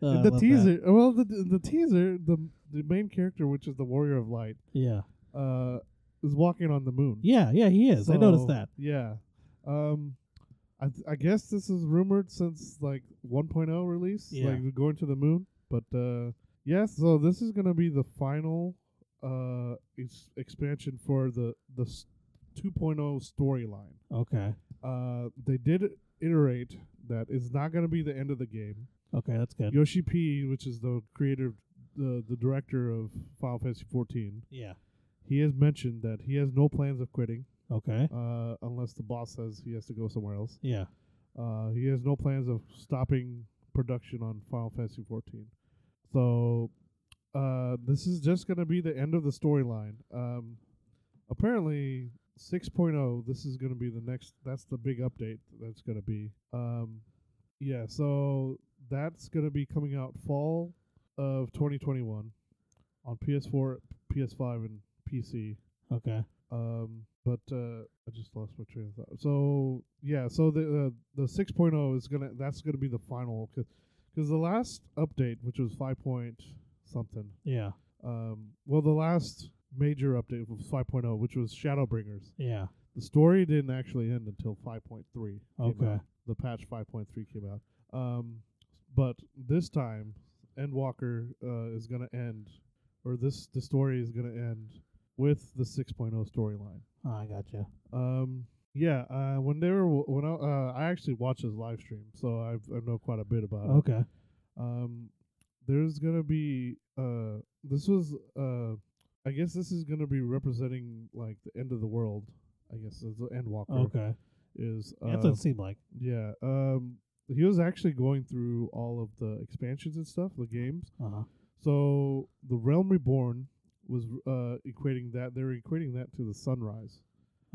S1: Oh, I love
S2: the
S1: that.
S2: teaser. Well, the the teaser, the the main character, which is the Warrior of Light,
S1: Yeah.
S2: uh, is walking on the moon.
S1: Yeah, yeah, he is. I noticed
S2: So,
S1: that.
S2: Yeah. Um, I th- I guess this is rumored since like 1.0 release,
S1: Yeah.
S2: like going to the moon. But uh, yeah, so this is gonna be the final uh ex- expansion for the the s- 2.0 storyline.
S1: Okay.
S2: Uh, they did iterate that it's not gonna be the end of the game.
S1: Okay, that's good.
S2: Yoshi P, which is the creator, the the director of Final Fantasy 14,
S1: yeah.
S2: he has mentioned that he has no plans of quitting
S1: Okay.
S2: uh, unless the boss says he has to go somewhere else.
S1: Yeah.
S2: Uh, he has no plans of stopping production on Final Fantasy 14. So uh, this is just going to be the end of the storyline. Um, apparently, 6.0. This is going to be the next. That's the big update. That's going to be. Um, yeah. So that's going to be coming out fall of 2021 on PS4, PS5, and PC.
S1: Okay.
S2: Um, but uh, I just lost my train of thought. So yeah, so the uh, the six is gonna that's gonna be the final because the last update, which was five point something,
S1: Yeah.
S2: um, well the last major update was five oh, which was Shadowbringers.
S1: Yeah.
S2: The story didn't actually end until five point three.
S1: Okay.
S2: the patch five point three came out. Um, but this time, Endwalker uh, is gonna end, or this the story is gonna end with the six oh storyline.
S1: Oh, I gotcha.
S2: Um, Yeah, uh, when they were when I, uh, I actually watched his live stream, so I've, I know quite a bit about it.
S1: Okay.
S2: Um, there's gonna be uh, this was uh, I guess this is gonna be representing like the end of the world. I guess is the end walker
S1: Okay.
S2: is uh,
S1: That's what it seemed like.
S2: yeah. Um, he was actually going through all of the expansions and stuff, the games.
S1: Uh huh.
S2: So the Realm Reborn was uh equating that they were equating that to the sunrise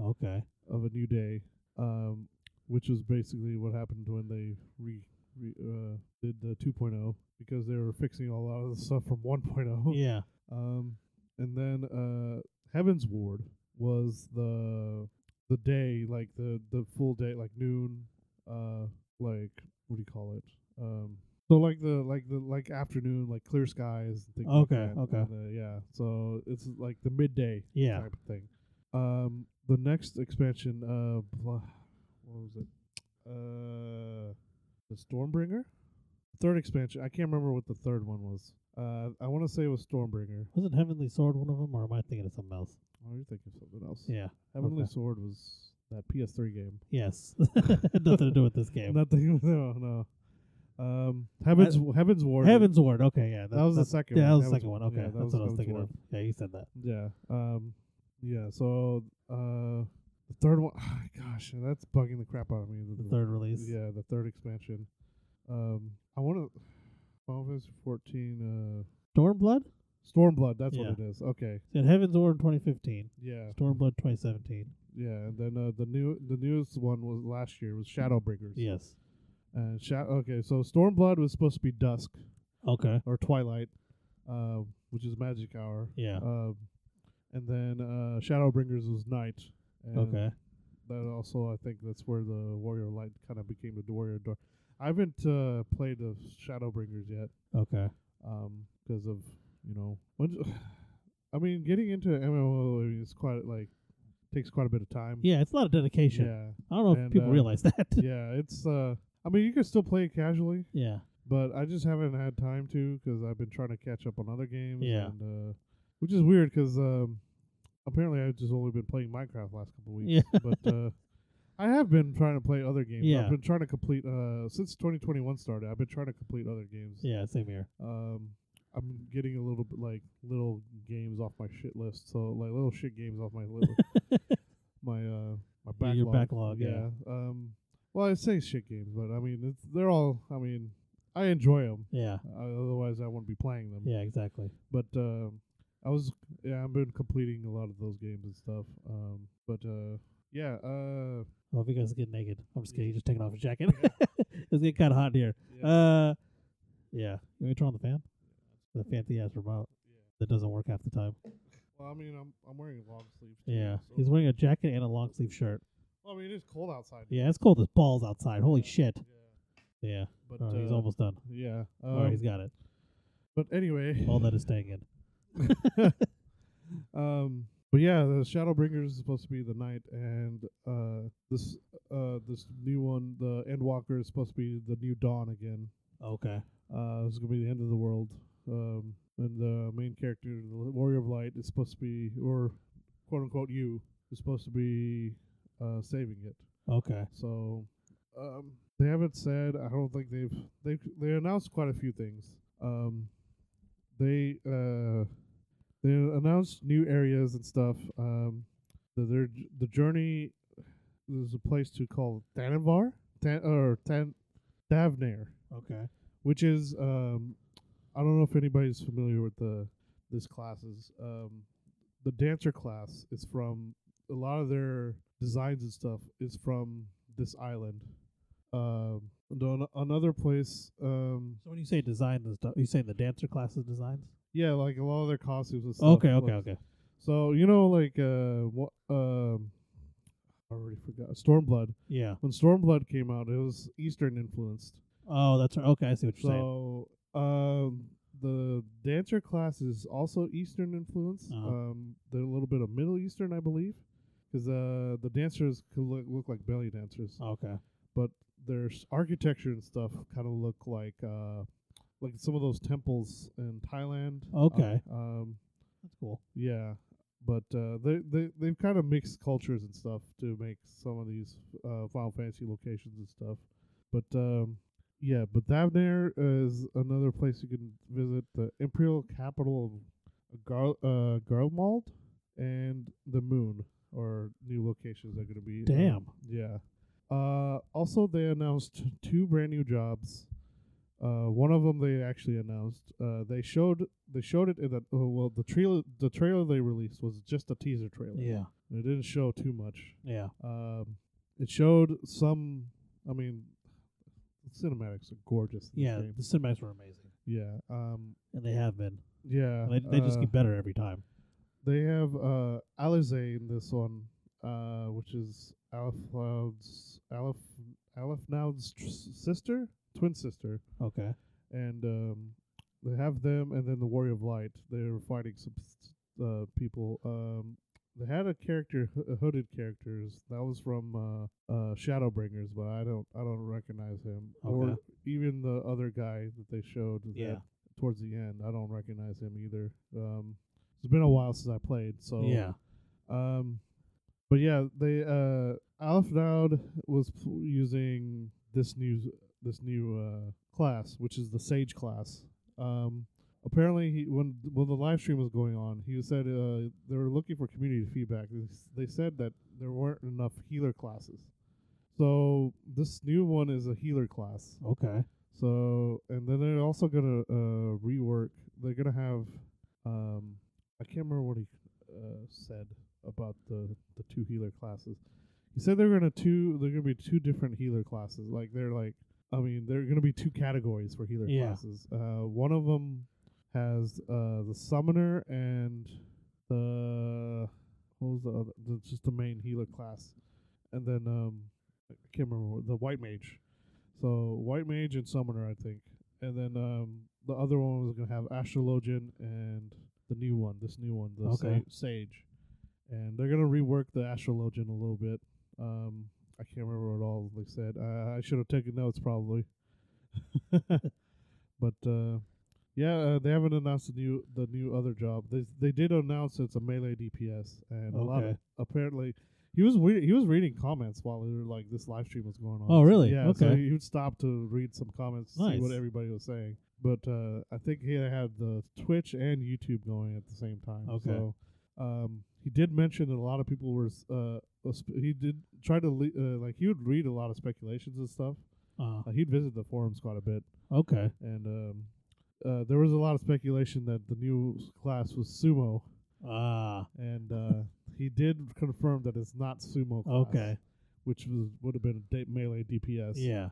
S1: Okay.
S2: of a new day, um, which was basically what happened when they re, re uh, did the 2.0 because they were fixing a lot of the stuff from 1.0.
S1: Yeah.
S2: Um, and then uh, Heaven's Ward was the the day, like the the full day, like noon, uh, like what do you call it? Um, so like the like the like afternoon, like clear skies. And things like
S1: Okay,
S2: that.
S1: okay.
S2: And, uh, yeah. So it's like the midday
S1: Yeah.
S2: type of thing. Um, the next expansion, uh, blah, what was it? Uh, the Stormbringer, third expansion. I can't remember what the third one was. Uh, I want to say it was Stormbringer.
S1: Wasn't Heavenly Sword one of them, or am I thinking of something else?
S2: Oh, you're thinking of something else.
S1: Yeah.
S2: Heavenly
S1: okay.
S2: Sword was that PS3 game.
S1: Yes. Nothing to do with this game.
S2: Nothing. No, no. Um, Heaven's Heaven's Ward.
S1: Heaven's Ward. Okay. Yeah.
S2: That was the second.
S1: Yeah, that
S2: one.
S1: was the second one. Okay,
S2: yeah, that
S1: that's
S2: was
S1: what I was
S2: Heaven's
S1: thinking of.
S2: Ward.
S1: Yeah, you said that.
S2: Yeah. Um. Yeah. So uh, the third one. gosh, that's bugging the crap out of me.
S1: The third release.
S2: Yeah, the third expansion. Um, I want to. Final Fantasy 14.
S1: Stormblood.
S2: Uh, Stormblood. That's what
S1: Yeah.
S2: it is. Okay.
S1: Said Heaven's Ward in 2015.
S2: Yeah.
S1: Stormblood 2017.
S2: Yeah. And then uh, the new the newest one was last year was Shadowbringers.
S1: Yes.
S2: And sha- okay, so Stormblood was supposed to be dusk
S1: Okay.
S2: or twilight, uh, which is magic hour.
S1: Yeah.
S2: Um, and then uh, Shadowbringers was night. And
S1: okay.
S2: That also, I think that's where the Warrior Light kind of became the Warrior Door. I haven't uh, played the Shadowbringers yet
S1: Okay.
S2: um, because of you know, when, I mean, getting into MMO is quite like takes quite a bit of time.
S1: Yeah, it's a lot of dedication.
S2: Yeah,
S1: I don't know if
S2: And,
S1: people
S2: uh,
S1: realize that.
S2: yeah, it's. uh I mean, you can still play it casually,
S1: yeah.
S2: but I just haven't had time to because I've been trying to catch up on other games.
S1: Yeah.
S2: and, uh, which is weird because um, apparently I've just only been playing Minecraft last couple weeks.
S1: Yeah.
S2: but uh, I have been trying to play other games.
S1: Yeah.
S2: I've been trying to complete uh since 2021 started. I've been trying to complete other games.
S1: Yeah. Same here.
S2: Um, I'm getting a little bit like little games off my shit list. So like little shit games off my little my uh my
S1: Yeah,
S2: backlog.
S1: your backlog, yeah.
S2: Um. Well, I say shit games, but I mean it's, they're all. I mean, I enjoy 'em.
S1: Yeah.
S2: Uh, otherwise, I wouldn't be playing them.
S1: Yeah. Exactly.
S2: But um, I was yeah, I've been completing a lot of those games and stuff. Um. But uh, yeah. Uh.
S1: Well, if you guys get naked, I'm just kidding. You're just taking off your jacket. it's getting kind of hot in here.
S2: Yeah.
S1: Uh, yeah. You want me to turn on the fan? The fancy ass remote that doesn't work half the time.
S2: well, I mean, I'm I'm wearing long sleeves. too,
S1: Yeah.
S2: so-
S1: He's wearing a jacket and a long sleeve shirt.
S2: Well, I mean, it is cold outside.
S1: Yeah, it's cold as balls outside. Holy
S2: Yeah,
S1: shit.
S2: Yeah.
S1: Yeah.
S2: But
S1: Oh,
S2: uh,
S1: he's almost done.
S2: Yeah.
S1: All right,
S2: um,
S1: he's got it.
S2: But anyway,
S1: All that is staying in.
S2: um, but yeah, the Shadowbringers is supposed to be the night, and uh, this uh, this new one, the Endwalker, is supposed to be the new dawn again.
S1: Okay.
S2: Uh, it's gonna be the end of the world. Um, and the main character, the Warrior of Light, is supposed to be, or quote unquote, you is supposed to be uh, saving it.
S1: Okay.
S2: So um, they haven't said. I don't think they've they they announced quite a few things. Um, they uh, they announced new areas and stuff. Um, the their j- the journey. There's a place to call Tanavar Tan, or Tan Davner,
S1: Okay.
S2: which is um, I don't know if anybody's familiar with the this classes. Um, the dancer class is from a lot of their designs and stuff is from this island. Um, and on another place, um,
S1: So when you say design and stuff, you say the dancer classes designs?
S2: yeah, like a lot of their costumes and stuff.
S1: Okay, okay,
S2: like-
S1: okay.
S2: So you know, like uh, what um, I already forgot Stormblood.
S1: Yeah.
S2: When Stormblood came out, it was Eastern influenced.
S1: Oh, that's right. Okay, I see what you're saying.
S2: So um, the dancer class is also Eastern influence.
S1: Uh-huh.
S2: Um, they're a little bit of Middle Eastern, I believe, because uh, the dancers could look, look like belly dancers,
S1: Okay.
S2: but their s- architecture and stuff kind of look like uh, like some of those temples in Thailand.
S1: Okay.
S2: Uh, um,
S1: That's cool.
S2: yeah, but uh, they they they've kind of mixed cultures and stuff to make some of these uh, Final Fantasy locations and stuff. But um, yeah, but Davnair is another place you can visit the imperial capital of Gar- uh, Garlemald and the Moon are new locations that are going to be. uh,
S1: Damn.
S2: yeah. Uh, also, they announced two brand new jobs. Uh, one of them they actually announced. Uh, they showed they showed it in the oh, well the trailer the trailer they released was just a teaser trailer.
S1: Yeah.
S2: It didn't show too much.
S1: Yeah.
S2: Um, it showed some. I mean, cinematics are gorgeous. in this
S1: Yeah.
S2: game.
S1: The cinematics were amazing,
S2: Yeah. Um.
S1: and they have been.
S2: Yeah.
S1: And They, they just
S2: uh,
S1: get better every time.
S2: They have uh Alizé in this one, uh, which is Alifloud's Alif Alifnoud's tr- sister, twin sister,
S1: Uh, Okay.
S2: and um, they have them, and then the Warrior of Light. They're fighting some s- uh, people. Um, they had a character, h- a hooded characters. That was from uh, uh, Shadowbringers, but I don't, I don't recognize him, or
S1: Okay.
S2: even the other guy that they showed.
S1: Yeah.
S2: that towards the end, I don't recognize him either. Um, it's been a while since I played, so
S1: yeah.
S2: um, but yeah, they uh, Aleph Dowd was p- using this new this new uh, class, which is the Sage class. Um, apparently, he, when when the live stream was going on, he said uh, they were looking for community feedback. They s- They said that there weren't enough healer classes, so this new one is a healer class.
S1: Okay.
S2: So, and then they're also gonna uh, rework. They're gonna have. Um, I can't remember what he uh, said about the the two healer classes. He said they're gonna two. They're gonna be two different healer classes. Like they're like. I mean, there are gonna be two categories for healer
S1: Yeah.
S2: classes. Uh, one of them has uh the summoner and the what was the other? The, just the main healer class, and then um I can't remember what, the white mage. So white mage and summoner, I think, and then um the other one was gonna have astrologian and the new one, this new one, the sa-
S1: Okay.
S2: sage, and they're gonna rework the astrologian a little bit. Um, I can't remember what all they said. I, I should have taken notes probably, but uh, yeah, uh, they haven't announced the new the new other job. They they did announce it's a melee DPS, and a lot of
S1: Okay.
S2: apparently he was re- he was reading comments while they were, like this live stream was going on.
S1: Oh, really?
S2: Yeah. So
S1: Okay.
S2: he would stop to read some comments, see what
S1: Nice.
S2: everybody was saying. But uh, I think he had the Twitch and YouTube going at the same time.
S1: Okay.
S2: So um, he did mention that a lot of people were. s- Uh, was- he did try to le- uh, like he would read a lot of speculations and stuff.
S1: Uh,
S2: Uh, he'd visit the forums quite a bit
S1: okay.
S2: and um, uh, there was a lot of speculation that the new s- class was sumo,
S1: Ah.
S2: and uh, he did confirm that it's not sumo class,
S1: okay.
S2: which was would have been a da- melee DPS.
S1: Yeah.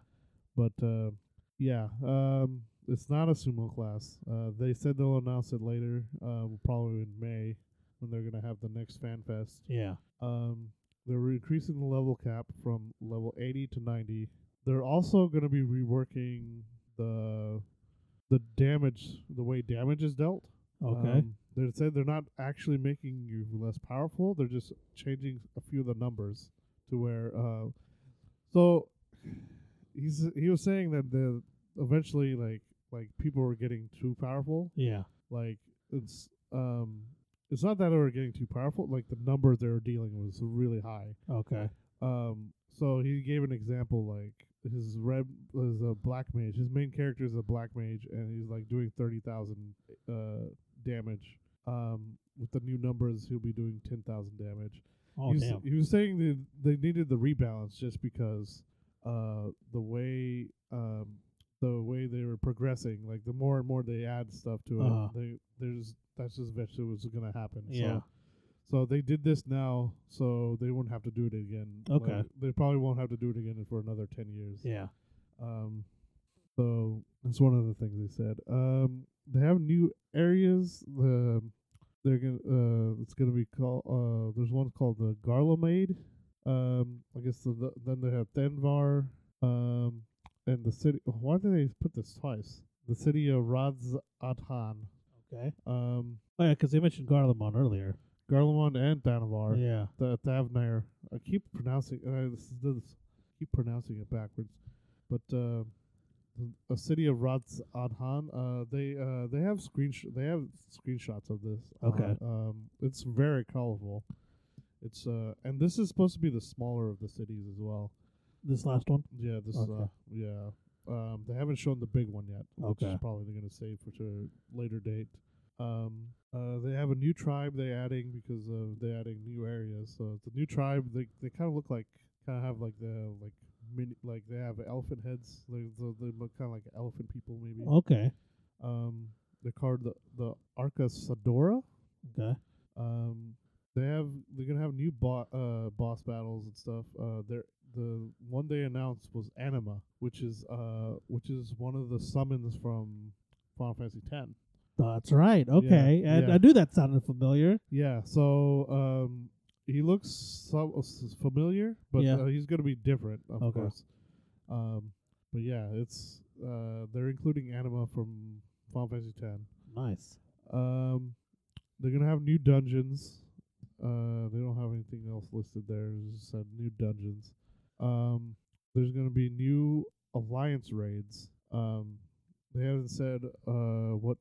S2: but uh, yeah, um, it's not a sumo class. Uh, they said they'll announce it later, uh, probably in May when they're gonna have the next fan fest.
S1: Yeah.
S2: Um, they're increasing the level cap from level 80 to 90. They're also going to be reworking the the damage, the way damage is dealt.
S1: Okay.
S2: Um, they said they're not actually making you less powerful. They're just changing a few of the numbers to where. Uh, so he's he was saying that the eventually like like people were getting too powerful
S1: yeah.
S2: like it's um it's not that they were getting too powerful like the number they were dealing was really high
S1: Okay.
S2: um so he gave an example like his red was a black mage his main character is a black mage and he's like doing 30,000 uh damage um with the new numbers he'll be doing 10,000 damage
S1: Oh
S2: he, was,
S1: damn.
S2: he was saying that they needed the rebalance just because uh, the way um, the way they were progressing, like the more and more they add stuff to
S1: Uh-huh.
S2: it, they there's that's just eventually what's gonna happen.
S1: Yeah.
S2: So, so they did this now, so they won't have to do it again.
S1: Okay.
S2: Like, they probably won't have to do it again for another ten years.
S1: Yeah.
S2: Um, so that's one of the things they said. Um, they have new areas. The they're gonna uh, it's gonna be called uh, there's one called the Garlemade. Um, I guess the, the, then they have Denvar. Um, and the city. Why did they put this twice? The city of Radz Athan.
S1: Okay.
S2: Um,
S1: Oh yeah, 'cause they mentioned Garlemon earlier.
S2: Garlemond and Danavar.
S1: Yeah.
S2: the Thavnir. I keep pronouncing uh, this, is- this keep pronouncing it backwards, but uh, a city of Rats Adhan. Uh, they uh, they have screensh- they have screenshots of this.
S1: Okay.
S2: Uh, um, it's very colorful. It's uh, and this is supposed to be the smaller of the cities as well.
S1: This last one.
S2: Yeah, this
S1: Okay.
S2: uh, yeah. Um, they haven't shown the big one yet, which
S1: Okay.
S2: is probably they're going to save for to a later date. Um, uh, they have a new tribe they adding because of they adding new areas. So the new tribe they they kind of look like kind of have like the like mini like they have elephant heads. They they, they look kind of like elephant people maybe.
S1: Okay.
S2: Um, they're called the the Arca Sadora.
S1: Okay.
S2: Um, they have they're gonna have new bo- uh, boss battles and stuff. Uh, they're the one they announced was Anima, which is uh which is one of the summons from Final Fantasy X.
S1: That's right. Okay. and
S2: yeah.
S1: I knew that sounded familiar.
S2: Yeah, so um, he looks so uh, s- familiar, but
S1: Yeah.
S2: uh, he's gonna be different, of
S1: Okay.
S2: course. Um, but yeah, it's uh they're including Anima from Final Fantasy X.
S1: Nice.
S2: Um, they're gonna have new dungeons. Uh, they don't have anything else listed there. It just said new dungeons. Um, there's gonna be new alliance raids. Um, they haven't said uh what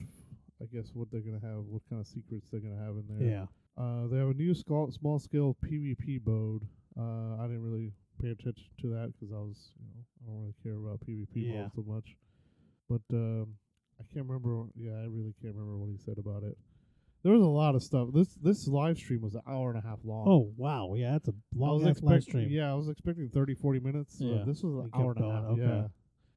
S2: I guess what they're gonna have, what kind of secrets they're gonna have in there.
S1: Yeah.
S2: Uh, they have a new scal- small scale PvP mode. Uh, I didn't really pay attention to that 'cause I was, you know, I don't really care about PvP
S1: Yeah.
S2: mode so much. But um, I can't remember. Yeah, I really can't remember what he said about it. There was a lot of stuff. This this live stream was an hour and a half long.
S1: Oh wow. Yeah, that's a
S2: I
S1: long
S2: was
S1: ass live
S2: expect-
S1: stream.
S2: Yeah, I was expecting thirty forty minutes. so
S1: Yeah,
S2: this was
S1: it
S2: an
S1: kept
S2: hour and a
S1: going,
S2: half.
S1: okay.
S2: Yeah,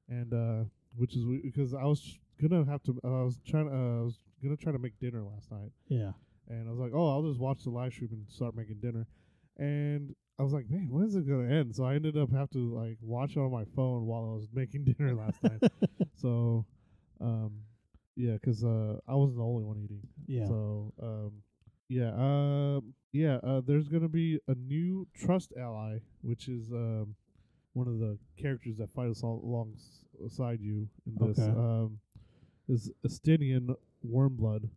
S2: and uh, which is w- because I was gonna have to. I was trying. Uh, I was gonna try to make dinner last night
S1: Yeah.
S2: and I was like, oh, I'll just watch the live stream and start making dinner. And I was like, man, when is it gonna end? So I ended up have to like watch it on my phone while I was making dinner last night. So, um, yeah, 'cause uh, I wasn't the only one eating.
S1: Yeah.
S2: So, um, yeah, um, yeah. Uh, there's gonna be a new trust ally, which is um, one of the characters that fight us all alongside you in this.
S1: Okay.
S2: Um, is Estinian Wormblood,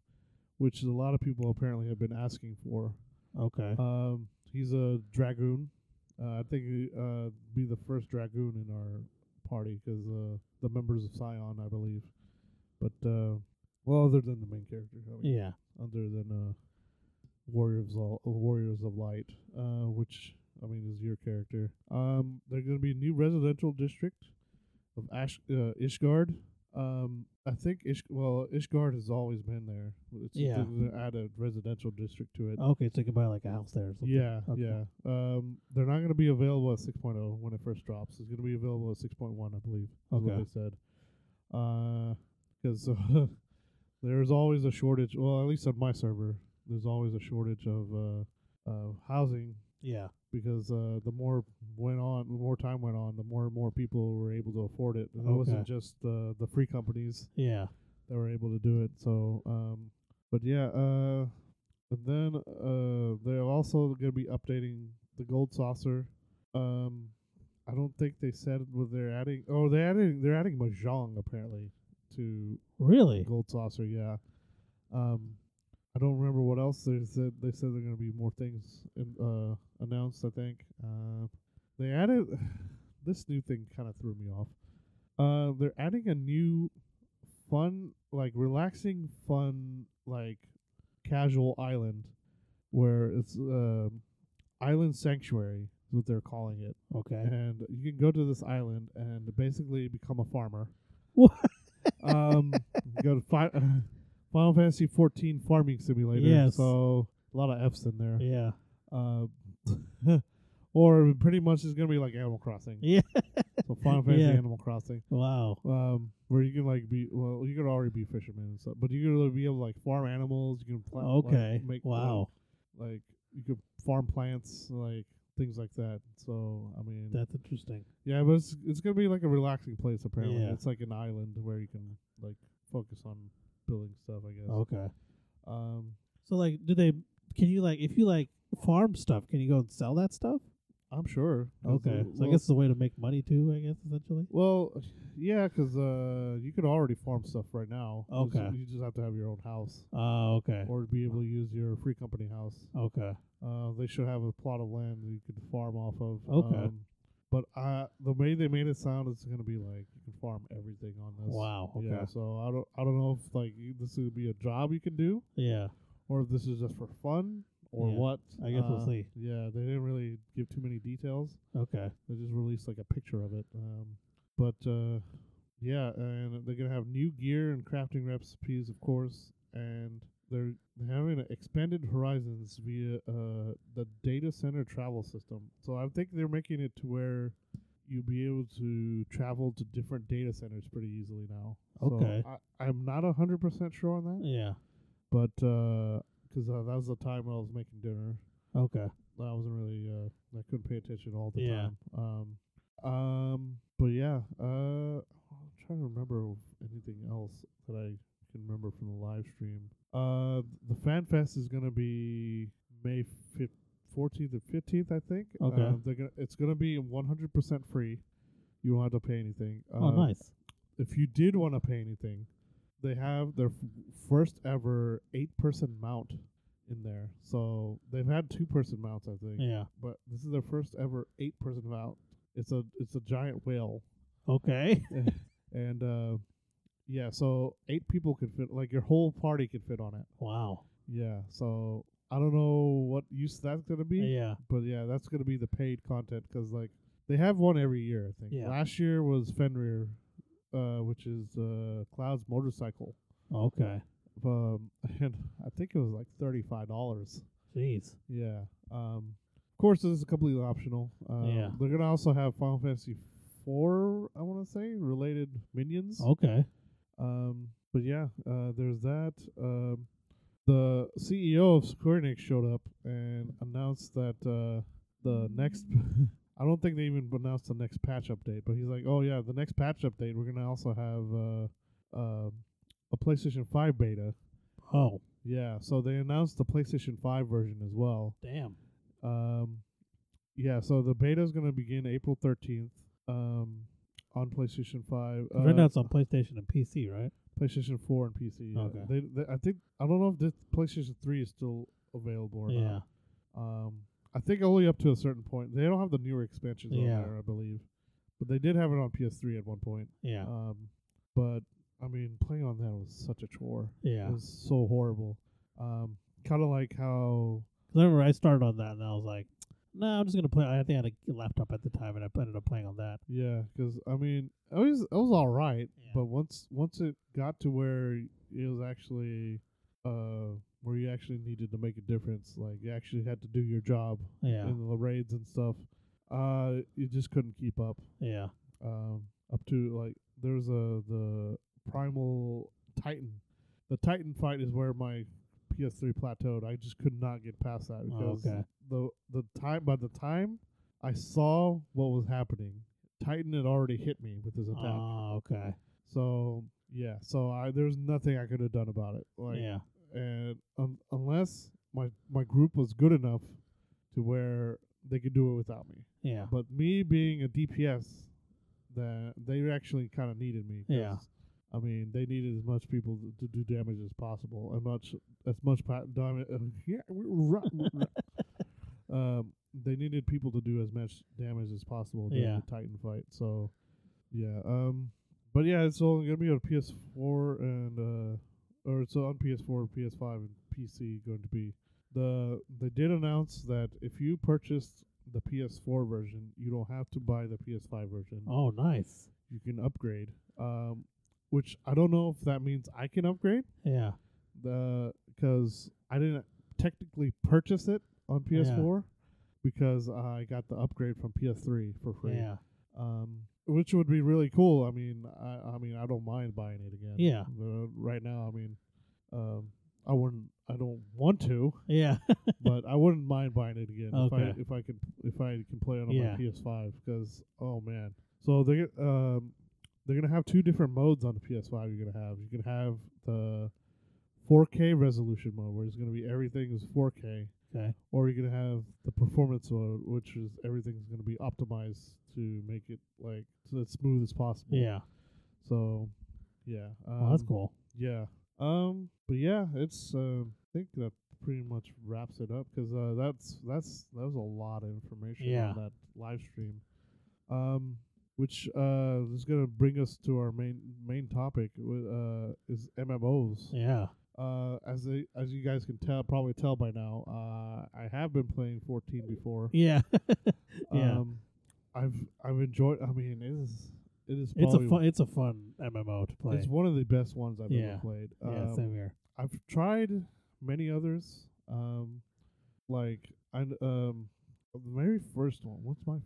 S2: which a lot of people apparently have been asking for.
S1: okay.
S2: Um, he's a dragoon. Uh, I think he, uh be the first dragoon in our party 'cause uh, the members of Scion, I believe. But uh, well, other than the main character, I mean,
S1: yeah.
S2: other than uh, Warriors of Warriors of Light, uh, which I mean is your character. Um, there's going to be a new residential district of Ash uh, Ishgard. Um, I think Ish well Ishgard has always been there. It's
S1: Yeah.
S2: they add a residential district to it.
S1: Okay, so you can buy like a house there or something.
S2: Yeah,
S1: Okay.
S2: yeah. Um, they're not going to be available at 6.0 when it first drops. It's going to be available at 6.1, I believe. Is what
S1: Okay.
S2: they said. Because uh, there's always a shortage. Well, at least on my server, there's always a shortage of uh, uh, housing
S1: Yeah.
S2: because uh, the more went on, the more time went on, the more and more people were able to afford it. And It wasn't just the the free companies
S1: Yeah.
S2: that were able to do it. So, um, but yeah, uh, and then uh, they're also going to be updating the gold saucer. Um, I don't think they said what they're adding. Oh, they're adding they're adding mahjong apparently to
S1: Really?
S2: gold saucer. Yeah. Um, I don't remember what else they said. They said they're going to be more things in, uh, announced. I think uh, they added this new thing kind of threw me off. Uh, they're adding a new fun, like relaxing, fun, like casual island where it's um island sanctuary is what they're calling it,
S1: Okay.
S2: and you can go to this island and basically become a farmer.
S1: What?
S2: Um, go to fi- uh, Final Fantasy 14 Farming Simulator.
S1: Yes.
S2: So a lot of F's in there.
S1: Yeah.
S2: Uh, or pretty much it's gonna be like Animal Crossing.
S1: Yeah.
S2: So Final Fantasy
S1: Yeah.
S2: Animal Crossing,
S1: Wow.
S2: um, where you can like be well, you could already be fishermen and stuff, but you could be able to like farm animals. You can plant. like,
S1: Okay.
S2: make
S1: wow.
S2: Like, like, you could farm plants, like things like that. So I mean,
S1: That's interesting.
S2: yeah, but it's it's gonna be like a relaxing place. Apparently,
S1: Yeah.
S2: it's like an island where you can like focus on building stuff. I guess.
S1: Okay.
S2: Um,
S1: So like do they can you like if you like farm stuff, can you go and sell that stuff?
S2: I'm sure. 'cause,
S1: Okay.
S2: uh,
S1: So I
S2: well-
S1: guess it's a way to make money too, I guess essentially.
S2: Well, yeah, 'cause uh, you could already farm stuff right now. You just-
S1: Okay.
S2: You just have to have your own house
S1: Oh, okay.
S2: or be able to use your free company house.
S1: Okay.
S2: Uh, they should have a plot of land that you could farm off of.
S1: Okay.
S2: Um, but uh, the way they made it sound is going to be like you can farm everything on this.
S1: Wow. Okay.
S2: Yeah. So I don't I don't know if like you- this would be a job you can do,
S1: Yeah.
S2: or if this is just for fun, or
S1: Yeah,
S2: what.
S1: I guess we'll
S2: Uh,
S1: see.
S2: Yeah, they didn't really give too many details.
S1: Okay.
S2: They just released like a picture of it. Um, but uh, yeah, and they're gonna have new gear and crafting recipes, of course, and they're having a expanded horizons via uh, the data center travel system. So I think they're making it to where you'll be able to travel to different data centers pretty easily now.
S1: Okay.
S2: So I, I'm not a hundred percent sure on that,
S1: Yeah.
S2: but because uh, that was the time when I was making dinner,
S1: Okay.
S2: I wasn't really uh I couldn't pay attention all the
S1: Yeah.
S2: time. Um um but yeah, uh I'm trying to remember if anything else that I can remember from the live stream. Uh the Fan Fest is gonna be May fif- 14th or 15th, I think.
S1: Okay.
S2: Uh, they're gonna, it's gonna be 100% free. You won't have to pay anything.
S1: Oh,
S2: Uh,
S1: nice.
S2: If you did want to pay anything, they have their f- first ever eight-person mount in there. So they've had two-person mounts, I think
S1: Yeah.
S2: but this is their first ever eight person mount. It's a it's a giant whale,
S1: Okay.
S2: and uh, yeah, so eight people could fit like your whole party could fit on it.
S1: wow.
S2: Yeah, so I don't know what use that's gonna be,
S1: Yeah.
S2: but yeah, that's gonna be the paid content because like they have one every year. I think
S1: Yeah.
S2: last year was Fenrir, uh, which is uh, Cloud's motorcycle,
S1: Okay.
S2: um, and I think it was like thirty five dollars.
S1: Jeez.
S2: Yeah. Um, of course, this is completely optional. Um,
S1: Yeah.
S2: They're gonna also have Final Fantasy four, I want to say, related minions.
S1: Okay.
S2: Um, but yeah, uh, there's that. Um, the CEO of Square Enix showed up and announced that uh, the next. I don't think they even announced the next patch update, but he's like, "Oh yeah, the next patch update, we're gonna also have uh, uh, a PlayStation Five beta."
S1: Oh,
S2: Yeah, so they announced the PlayStation Five version as well.
S1: damn.
S2: Um, yeah, so the beta is going to begin April 13th um, on PlayStation 5.
S1: 'Cause right now it's on PlayStation and PC, right?
S2: PlayStation 4 and PC. yeah.
S1: Okay.
S2: They, they, I think I don't know if this PlayStation 3 is still available or
S1: Yeah.
S2: not. Um, I think only up to a certain point. They don't have the newer expansions
S1: Yeah.
S2: on there, I believe, but they did have it on PS3 at one point.
S1: Yeah.
S2: Um, but I mean, playing on that was such a chore.
S1: yeah.
S2: It was so horrible. Um, kind of like how
S1: Cause I remember I started on that and I was like, no, nah, I'm just gonna play. I think I had a laptop at the time and I ended up playing on that.
S2: Yeah, 'cause I mean, it was it was all right,
S1: Yeah.
S2: but once once it got to where it was actually uh where you actually needed to make a difference, like you actually had to do your job
S1: Yeah.
S2: in the raids and stuff, uh, you just couldn't keep up.
S1: Yeah.
S2: Um, up to like there's a the primal titan, the titan fight is where my PS3 plateaued. I just could not get past that
S1: Oh,
S2: because
S1: okay.
S2: the the time by the time I saw what was happening, Titan had already hit me with his attack.
S1: Oh, okay.
S2: So yeah, so I there's nothing I could have done about it. Like
S1: yeah.
S2: and um, unless my my group was good enough to where they could do it without me.
S1: Yeah.
S2: But me being a DPS, that they actually kind of needed me. 'cause,
S1: Yeah.
S2: I mean, they needed as much people to, to do damage as possible, and much as much pa- damage. yeah, r- r- r- um, they needed people to do as much damage as possible during
S1: Yeah.
S2: the Titan fight. So, yeah. Um, but yeah, it's only gonna be on PS4 and uh, or it's on PS4, PS5, and PC going to be. The they did announce that if you purchased the PS4 version, you don't have to buy the PS5 version.
S1: Oh, nice.
S2: You can upgrade. Um, which I don't know if that means I can upgrade
S1: Yeah.
S2: the because I didn't technically purchase it on PS4 because I got the upgrade from PS3 for free.
S1: Yeah.
S2: Um, which would be really cool. I mean, I, I mean, I don't mind buying it again.
S1: Yeah.
S2: But right now, I mean, um, I wouldn't. I don't want to,
S1: Yeah.
S2: but I wouldn't mind buying it again
S1: Okay.
S2: if I if I can if I can play it on
S1: Yeah.
S2: my PS5 because oh man. So they um they're gonna have two different modes on the PS5. You're gonna have you can have the 4K resolution mode where it's gonna be everything is 4K,
S1: okay.
S2: or you're gonna have the performance mode, which is everything's gonna be optimized to make it like so as smooth as possible.
S1: Yeah.
S2: So yeah. Um,
S1: Well, that's cool.
S2: yeah. Um. But yeah, it's. Um. I think that pretty much wraps it up because uh, that's that's that was a lot of information
S1: Yeah.
S2: on that live stream. Um. which uh, is going to bring us to our main main topic, wi- uh, is MMOs.
S1: Yeah.
S2: Uh, as a, as you guys can tell, probably tell by now, uh, I have been playing 14 before.
S1: Yeah. yeah.
S2: Um, I've I've enjoyed. I mean, it is it is
S1: it's a
S2: probably
S1: fun. It's a fun MMO to play.
S2: it's one of the best ones I've
S1: Yeah.
S2: ever played.
S1: yeah.
S2: Um,
S1: Same here.
S2: I've tried many others. Um, like I um, the very first one. What's my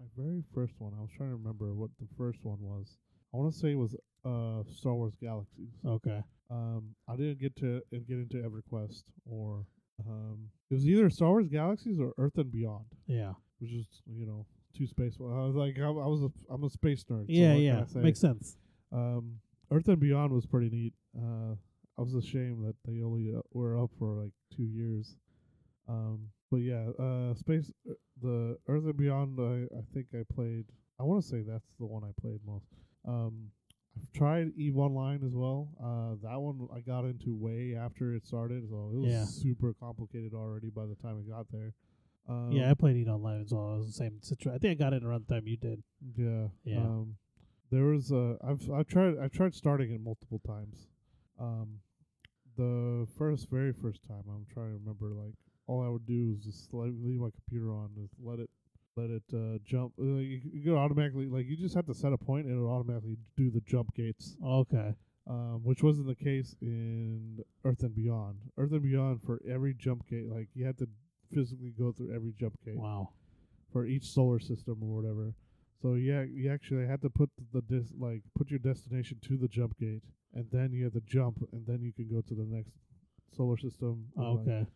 S2: my very first one? I was trying to remember what the first one was. I want to say it was uh Star Wars Galaxies.
S1: Okay.
S2: Um, I didn't get to uh, get into EverQuest or um, it was either Star Wars Galaxies or Earth and Beyond,
S1: Yeah.
S2: which is you know two space. I was like I, I was a I'm a space nerd. so
S1: yeah.
S2: what can
S1: Yeah.
S2: I say?
S1: Makes sense.
S2: Um, Earth and Beyond was pretty neat. Uh, I was ashamed that they only uh, were up for like two years. Um, but yeah, uh, space uh, the Earth and Beyond. I I think I played. I want to say that's the one I played most. Um, I've tried Eve Online as well. Uh, that one I got into way after it started, so it was
S1: Yeah.
S2: super complicated already by the time I got there. Um,
S1: yeah. I played Eat Online as well. It was the same situation. I think I got it around the time you did.
S2: yeah.
S1: Yeah.
S2: Um, there was a. I've I've tried I've tried starting it multiple times. Um, the first very first time I'm trying to remember like all I would do is just let, leave my computer on and let it let it uh, jump. Uh, you, you go automatically like you just have to set a point and it'll automatically do the jump gates,
S1: Okay.
S2: um, which wasn't the case in Earth and Beyond. Earth and Beyond for every jump gate like you had to physically go through every jump gate
S1: Wow.
S2: for each solar system or whatever. So yeah, you actually had to put the dis like put your destination to the jump gate, and then you had to jump, and then you can go to the next solar system. and, like-
S1: Oh, Okay.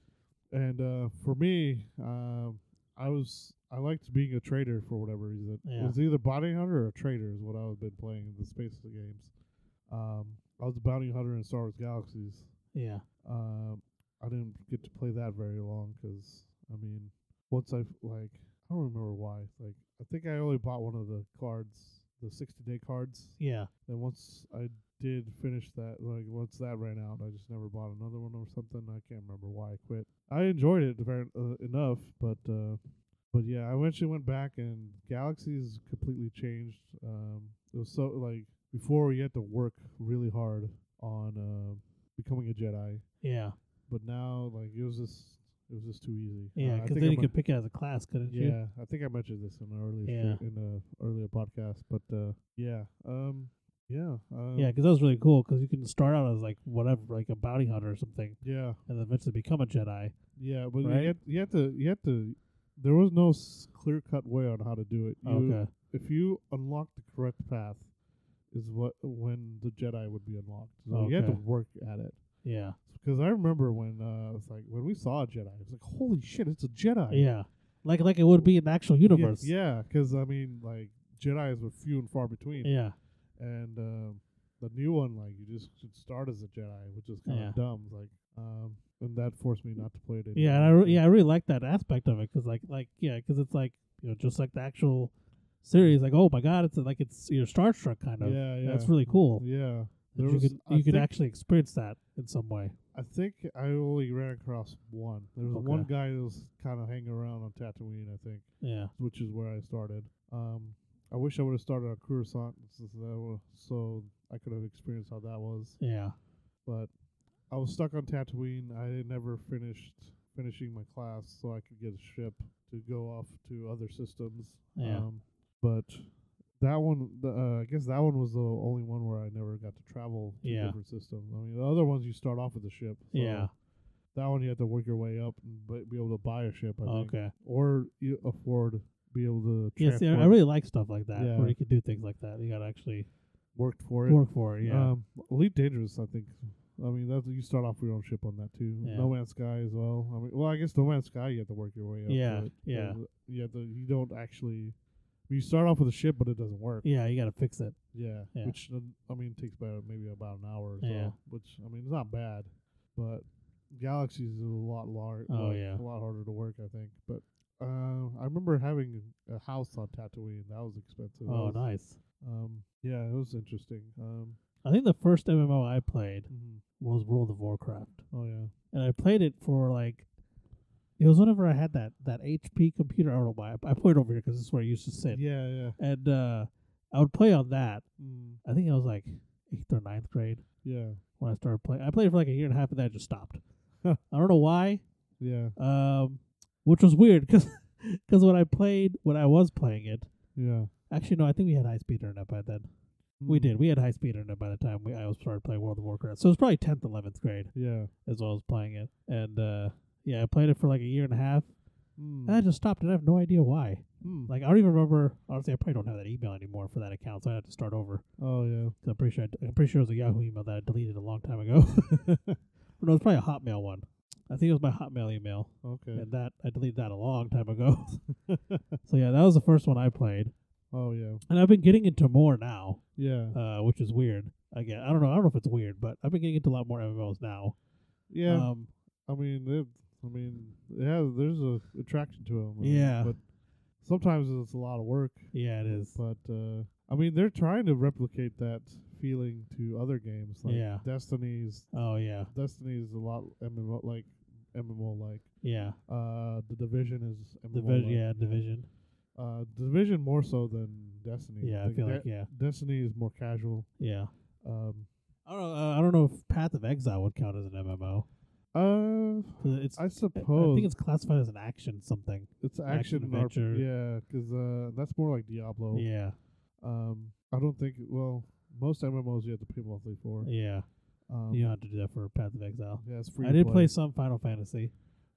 S2: And uh, for me, um, I was I liked being a trader for whatever reason. It
S1: Yeah.
S2: was either bounty hunter or trader is what I've been playing in the space of the games. Um, I was a bounty hunter in Star Wars Galaxies.
S1: Yeah.
S2: Um, I didn't get to play that very long 'cause I mean, once I've like, I don't remember why. Like, I think I only bought one of the cards, the sixty day cards.
S1: Yeah.
S2: And once I did finish that, like, once that ran out, I just never bought another one or something. I can't remember why I quit. I enjoyed it very uh, enough, but uh, but yeah, I eventually went back and Galaxies completely changed. Um, it was so like before you had to work really hard on uh, becoming a Jedi Uh,
S1: Yeah.
S2: but now like it was just it was just too easy.
S1: Yeah.
S2: uh, I
S1: Because
S2: think
S1: then
S2: I
S1: you
S2: men-
S1: could pick it as a class, couldn't you?
S2: yeah, I think I mentioned this in an earlier
S1: Yeah.
S2: show- in a earlier podcast, but uh, yeah, um, yeah, um,
S1: Yeah, 'cause that was really cool 'cause you can start out as like whatever, like a bounty hunter or something,
S2: yeah,
S1: and then eventually become a Jedi.
S2: yeah, but
S1: Right?
S2: you had you had to you had to. There was no clear cut way on how to do it. You,
S1: okay.
S2: If you unlock the correct path, is what when the Jedi would be unlocked. So you had to
S1: Okay.
S2: work at it.
S1: Yeah.
S2: Because I remember when uh, it's like when we saw a Jedi, it was like, holy shit, it's a Jedi.
S1: Yeah. Like like it would be in the actual
S2: Yeah,
S1: universe.
S2: Yeah, because I mean, like Jedi's were few and far between,
S1: Yeah.
S2: and um, the new one, like you just should start as a Jedi, which is kind of
S1: Yeah.
S2: dumb. Like, um, and that forced me not to play it. Anymore.
S1: Yeah. And I re- yeah I really like that aspect of it 'cause like like yeah, 'cause it's like you know just like the actual series like oh my god it's like it's your Star Trek kind of
S2: yeah, yeah,
S1: that's really cool.
S2: Yeah,
S1: that
S2: there
S1: you
S2: was-
S1: could
S2: I
S1: you could
S2: think-
S1: actually experience that in some way.
S2: I think I only ran across one. There was one
S1: Okay.
S2: guy that was kind of hanging around on Tatooine, I think,
S1: Yeah.
S2: which is where I started. Um, I wish I would have started on Coruscant, since that wa- so I could have experienced how that was.
S1: Yeah.
S2: but I was stuck on Tatooine. I had never finished finishing my class, so I could get a ship to go off to other systems.
S1: Yeah.
S2: Um, but that one, the, uh, I guess that one was the only one where I never got to travel to
S1: Yeah.
S2: different systems. I mean, the other ones you start off with a ship. So
S1: Yeah.
S2: That one you have to work your way up and b- be able to buy a ship, I think,
S1: Oh, Okay.
S2: or you afford be able to
S1: Yeah. See, I, I
S2: transport-
S1: really like stuff like that
S2: Yeah.
S1: where you can do things like that. You gotta actually
S2: worked for it.
S1: work for it. Yeah.
S2: Um, Elite Dangerous, I think. I mean, that's you start off your own ship on that too.
S1: Yeah.
S2: No Man's Sky as well. I mean, well, I guess No Man's Sky you have to work your way up.
S1: Yeah,
S2: to it.
S1: yeah.
S2: Uh, You have to. You don't actually. You start off with a ship, but it doesn't work.
S1: yeah. You gotta fix it.
S2: Yeah,
S1: Yeah.
S2: which um, I mean takes about maybe about an hour or so.
S1: Yeah.
S2: Which I mean it's not bad, but Galaxies is a lot larger.
S1: Oh, yeah.
S2: a lot harder to work, I think. But uh, I remember having a house on Tatooine. That was expensive. That
S1: Oh,
S2: was-
S1: nice.
S2: Um, yeah, it was interesting. Um,
S1: I think the first MMO I played
S2: mhm.
S1: was World of Warcraft,
S2: oh yeah.
S1: and I played it for like it was whenever I had that that HP computer. I don't know why I, I put it over here because this is where I used to sit.
S2: Yeah, yeah.
S1: And uh, I would play on that.
S2: Mm,
S1: I think I was like eighth or ninth grade
S2: yeah,
S1: when I started playing. I played for like a year and a half, and then I just stopped. I don't know why,
S2: yeah,
S1: um, which was weird because when I played when I was playing it,
S2: yeah.
S1: actually no, I think we had high speed internet by then. We
S2: Mm,
S1: did. We had high speed internet by the time we I was started playing World of Warcraft. So it was probably tenth, eleventh grade
S2: Yeah.
S1: as well as playing it. And uh, yeah, I played it for like a year and a half,
S2: Mm,
S1: and I just stopped, and I have no idea why.
S2: mm.
S1: Like I don't even remember. Honestly, I probably don't have that email anymore for that account, so I had to start over.
S2: Oh yeah.
S1: 'Cause I'm pretty sure I, am pretty sure it was a Yahoo email that I deleted a long time ago. no, it was probably a Hotmail one. I think it was my Hotmail email,
S2: Okay.
S1: and that I deleted that a long time ago. so yeah, that was the first one I played,
S2: Oh yeah.
S1: and I've been getting into more now,
S2: Yeah.
S1: uh, which is weird. Again, I don't know. I don't know if it's weird, but I've been getting into a lot more MMOs now.
S2: Yeah.
S1: Um,
S2: I mean, it, I mean, it has. There's a attraction to them.
S1: Yeah.
S2: But sometimes it's a lot of work.
S1: yeah, it is.
S2: But uh, I mean, they're trying to replicate that feeling to other games. Like
S1: Yeah.
S2: Destiny's
S1: Oh yeah,
S2: Destiny is a lot MMO like MMO like.
S1: yeah.
S2: Uh, the Division is MMO.
S1: Division, yeah, division.
S2: Uh, Division more so than Destiny.
S1: Yeah, I
S2: think
S1: feel
S2: De-
S1: like yeah,
S2: Destiny is more casual.
S1: yeah.
S2: Um.
S1: I don't know. Uh, I don't know if Path of Exile would count as an MMO.
S2: Uh,
S1: 'Cause It's
S2: I
S1: I-
S2: suppose
S1: I think it's classified as an action something.
S2: it's
S1: action
S2: action, RP-
S1: adventure.
S2: yeah, because uh, that's more like Diablo.
S1: Yeah,
S2: Um, I don't think. Well, most MMOs you have to pay monthly for.
S1: yeah.
S2: Um,
S1: You don't have to do that for Path of Exile.
S2: Yeah, it's free.
S1: I
S2: to
S1: did play some Final Fantasy.